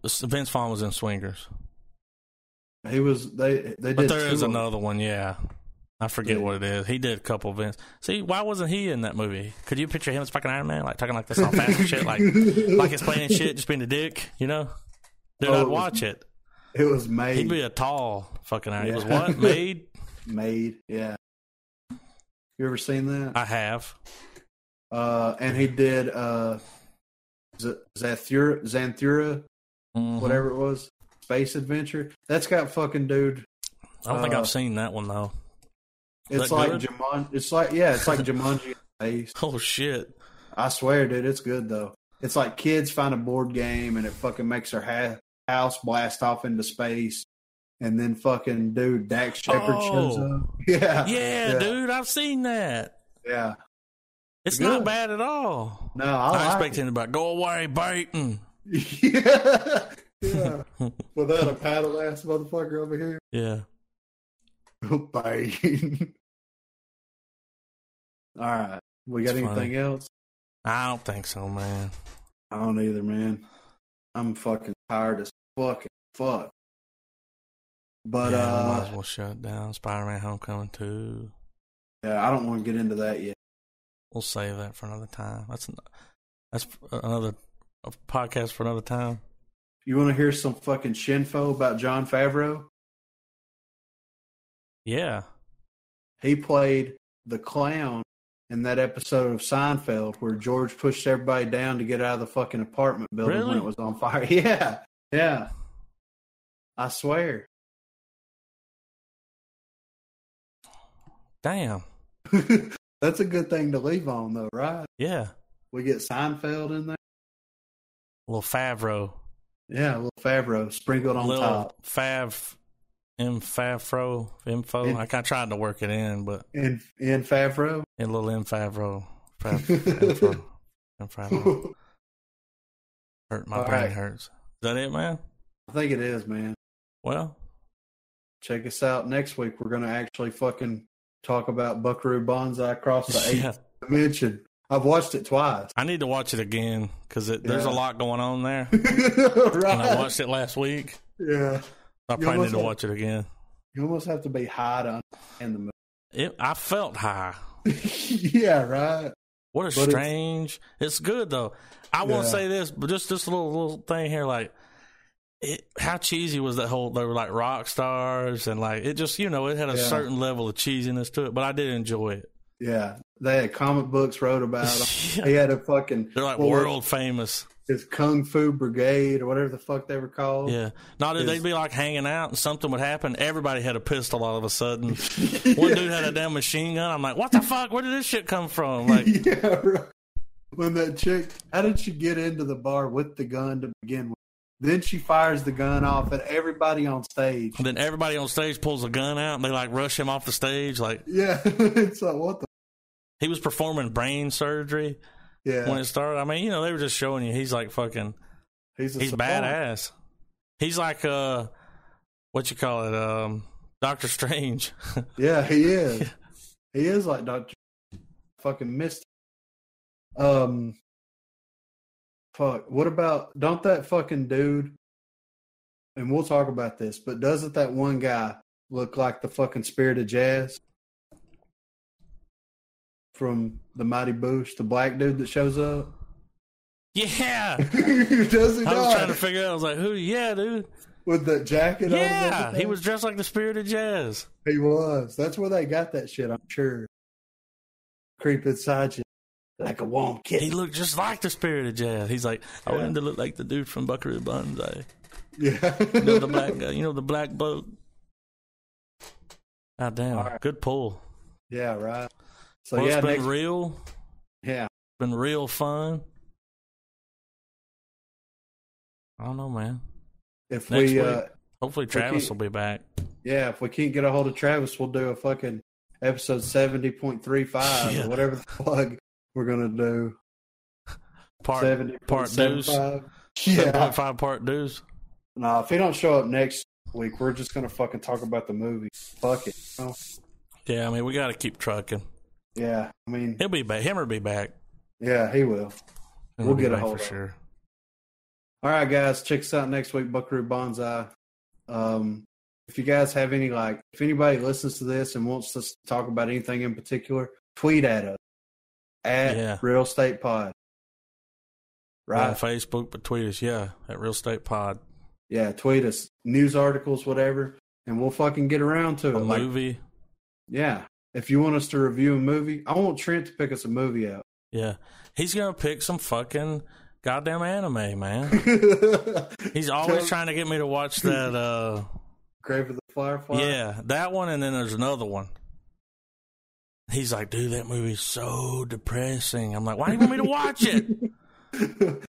Speaker 1: Vince Vaughn was in Swingers,
Speaker 2: He was they they
Speaker 1: but
Speaker 2: did.
Speaker 1: there
Speaker 2: two
Speaker 1: is
Speaker 2: of them.
Speaker 1: another one. Yeah, I forget
Speaker 2: Yeah.
Speaker 1: what it is. He did a couple Vince. See, why wasn't he in that movie? Could you picture him as fucking Iron Man, like talking like this all fast and shit, like like it's playing shit, just being a dick, you know? Dude,
Speaker 2: Oh, it
Speaker 1: I'd
Speaker 2: was
Speaker 1: watch it.
Speaker 2: It was made
Speaker 1: He'd be a tall fucking Iron.
Speaker 2: Yeah.
Speaker 1: He was what made?
Speaker 2: made. Yeah. You ever seen that?
Speaker 1: I have.
Speaker 2: uh, and he did uh, Z- Zathura, Xanthura,
Speaker 1: Mhm.
Speaker 2: whatever it was, Space Adventure. That's got fucking dude.
Speaker 1: I don't think
Speaker 2: uh,
Speaker 1: I've seen that one though.
Speaker 2: It's
Speaker 1: that
Speaker 2: like
Speaker 1: good?
Speaker 2: Jumanji. It's like yeah, it's like Jumanji. in Space.
Speaker 1: Oh shit!
Speaker 2: I swear, dude, it's good though. It's like kids find a board game and it fucking makes their ha- house blast off into space, and then fucking dude Dax Shepard shows
Speaker 1: Oh.
Speaker 2: up. Yeah,
Speaker 1: Yeah, dude, I've seen that.
Speaker 2: yeah.
Speaker 1: It's
Speaker 2: Good.
Speaker 1: not bad at all.
Speaker 2: No, I,
Speaker 1: I,
Speaker 2: like
Speaker 1: expect him to be like, go away, Baton.
Speaker 2: yeah, yeah. Without a paddle ass motherfucker over here.
Speaker 1: Yeah.
Speaker 2: Bye. All right. We got
Speaker 1: It's
Speaker 2: anything
Speaker 1: funny.
Speaker 2: else?
Speaker 1: I don't think so, man.
Speaker 2: I don't either, man. I'm fucking tired as fucking fuck. But
Speaker 1: yeah, we might as
Speaker 2: uh
Speaker 1: well shut down Spider-Man: Homecoming too.
Speaker 2: yeah, I don't want to get into that yet.
Speaker 1: We'll save that for another time. That's an, that's another a podcast for another time.
Speaker 2: You want to hear some fucking shinfo about John Favreau?
Speaker 1: Yeah.
Speaker 2: He played the clown in that episode of Seinfeld where George pushed everybody down to get out of the fucking apartment building when
Speaker 1: Really?
Speaker 2: it was on fire. Yeah. Yeah. I swear.
Speaker 1: Damn.
Speaker 2: That's a good thing to leave on, though, right?
Speaker 1: Yeah.
Speaker 2: We get Seinfeld in there.
Speaker 1: Little Favreau.
Speaker 2: Yeah, a little Favreau sprinkled on
Speaker 1: Little
Speaker 2: top.
Speaker 1: Fav M Favreau. Info.
Speaker 2: In-
Speaker 1: like I tried to work it in, but
Speaker 2: And and Favreau.
Speaker 1: in little M Favreau. Fav info. M Favreau. Hurt my
Speaker 2: All
Speaker 1: brain
Speaker 2: right.
Speaker 1: hurts. Is that it, man?
Speaker 2: I think it is, man.
Speaker 1: Well,
Speaker 2: Check us out next week. We're gonna actually fucking talk about Buckaroo Banzai across the eighth
Speaker 1: yeah.
Speaker 2: dimension. I've watched it twice.
Speaker 1: I need to watch it again because there's a
Speaker 2: Yeah.
Speaker 1: lot going on there. And I
Speaker 2: right?
Speaker 1: watched it last week.
Speaker 2: yeah.
Speaker 1: I
Speaker 2: You
Speaker 1: probably need
Speaker 2: almost
Speaker 1: to
Speaker 2: like-
Speaker 1: watch it again.
Speaker 2: You almost have to be high to understand the
Speaker 1: It, I felt high.
Speaker 2: movie. yeah, right.
Speaker 1: What a
Speaker 2: But it's-
Speaker 1: strange. It's, good though. I won't
Speaker 2: Yeah.
Speaker 1: say this, but just this little little thing here, like it, how cheesy was that whole? They were like rock stars, and like it just you know it had a
Speaker 2: Yeah.
Speaker 1: certain level of cheesiness to it. But I did enjoy it.
Speaker 2: Yeah. They had comic books wrote about him. He had a fucking
Speaker 1: They're like
Speaker 2: what was-
Speaker 1: world famous.
Speaker 2: his Kung Fu Brigade or whatever the fuck they were called.
Speaker 1: Yeah. No, dude, they'd be like hanging out and something would happen. Everybody had a pistol all of a sudden. One dude had a damn machine gun. I'm like, what the fuck? Where did this shit come from? Like,
Speaker 2: yeah, right. When that chick, how did she get into the bar with the gun to begin with? Then she fires the gun off at everybody on stage.
Speaker 1: then everybody on stage pulls a gun out and they like rush him off the stage. Like,
Speaker 2: Yeah, it's like what the
Speaker 1: he was performing brain surgery when
Speaker 2: yeah.
Speaker 1: it started. I mean, you know, they were just showing you he's like fucking,
Speaker 2: He's a
Speaker 1: he's
Speaker 2: savant.
Speaker 1: badass. He's like, uh, what you call it? Um, Doctor Strange.
Speaker 2: Yeah, he is. he is like Doctor. Fucking missed. Um. Fuck. What about don't that fucking dude? And we'll talk about this, but doesn't that one guy look like the fucking spirit of jazz from the Mighty Boosh, the black dude that shows up?
Speaker 1: yeah.
Speaker 2: Does he
Speaker 1: I was trying to
Speaker 2: not?
Speaker 1: figure out. I was like, who? Yeah, dude.
Speaker 2: With the jacket on. and
Speaker 1: Yeah. He
Speaker 2: everything?
Speaker 1: was dressed like the spirit of jazz.
Speaker 2: He was. That's where they got that shit, I'm sure. Creep inside you like a warm
Speaker 1: He
Speaker 2: kitten.
Speaker 1: looked just like the spirit of jazz. He's like, I want him to look like the dude from Buckaroo Banzai.
Speaker 2: yeah.
Speaker 1: You know the black guy. You know the black boat. Ah, damn. Good pull.
Speaker 2: yeah, right. So,
Speaker 1: Well,
Speaker 2: yeah,
Speaker 1: it's been
Speaker 2: next,
Speaker 1: real.
Speaker 2: yeah.
Speaker 1: Been real fun. I don't know, man.
Speaker 2: If
Speaker 1: Next
Speaker 2: we,
Speaker 1: week.
Speaker 2: uh,
Speaker 1: Hopefully Travis
Speaker 2: keep-
Speaker 1: will be back.
Speaker 2: yeah, if we can't get a hold of Travis, we'll do a fucking episode 70.35
Speaker 1: Yeah.
Speaker 2: or whatever the plug we're going to do.
Speaker 1: Part part deuce.
Speaker 2: 70.75.
Speaker 1: Seven
Speaker 2: Yeah.
Speaker 1: point five part dues.
Speaker 2: Nah, if he don't show up next week, we're just going to fucking talk about the movie. Fuck it. you know?
Speaker 1: Yeah, I mean we gotta keep trucking.
Speaker 2: Yeah. I mean,
Speaker 1: He'll be back. Him or be back.
Speaker 2: yeah, he will.
Speaker 1: He'll
Speaker 2: We'll
Speaker 1: be
Speaker 2: get a
Speaker 1: back
Speaker 2: hold
Speaker 1: for
Speaker 2: of him.
Speaker 1: sure.
Speaker 2: All right, guys, check us out next week, Buckaroo Banzai. Um, if you guys have any like, if anybody listens to this and wants us to talk about anything in particular, tweet at us at
Speaker 1: Yeah.
Speaker 2: Real Estate Pod.
Speaker 1: Right.
Speaker 2: Right?
Speaker 1: Facebook, but tweet us, yeah, at Real Estate Pod.
Speaker 2: Yeah, tweet us news articles, whatever, and we'll fucking get around to it.
Speaker 1: A
Speaker 2: Like,
Speaker 1: movie.
Speaker 2: yeah, if you want us to review a movie, I want Trent to pick us a movie out.
Speaker 1: Yeah. He's going to pick some fucking goddamn anime, man. He's always trying to get me to watch that. Uh,
Speaker 2: Grave of the Firefly.
Speaker 1: yeah, that one, and then there's another one. He's like, dude, that movie's so depressing. I'm like, why do you want me to watch it?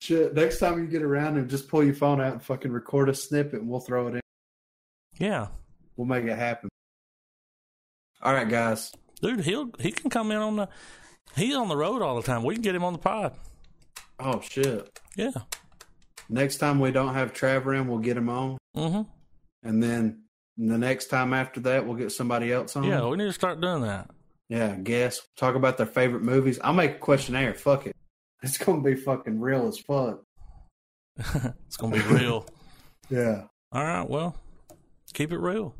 Speaker 2: Shit, next time you get around him, just pull your phone out and fucking record a snippet and we'll throw it in.
Speaker 1: Yeah.
Speaker 2: We'll make it happen. All right, guys.
Speaker 1: Dude, he'll he can come in on the he's on the road all the time. We can get him on the pod.
Speaker 2: Oh, shit.
Speaker 1: Yeah.
Speaker 2: Next time we don't have Trav in, we'll get him on.
Speaker 1: Mm-hmm.
Speaker 2: And then the next time after that, we'll get somebody else on.
Speaker 1: Yeah, we need to start doing that.
Speaker 2: Yeah, guess. Talk about their favorite movies. I'll make a questionnaire. Fuck it. It's going to be fucking real as fuck.
Speaker 1: it's gonna be real.
Speaker 2: Yeah.
Speaker 1: all right, well, keep it real.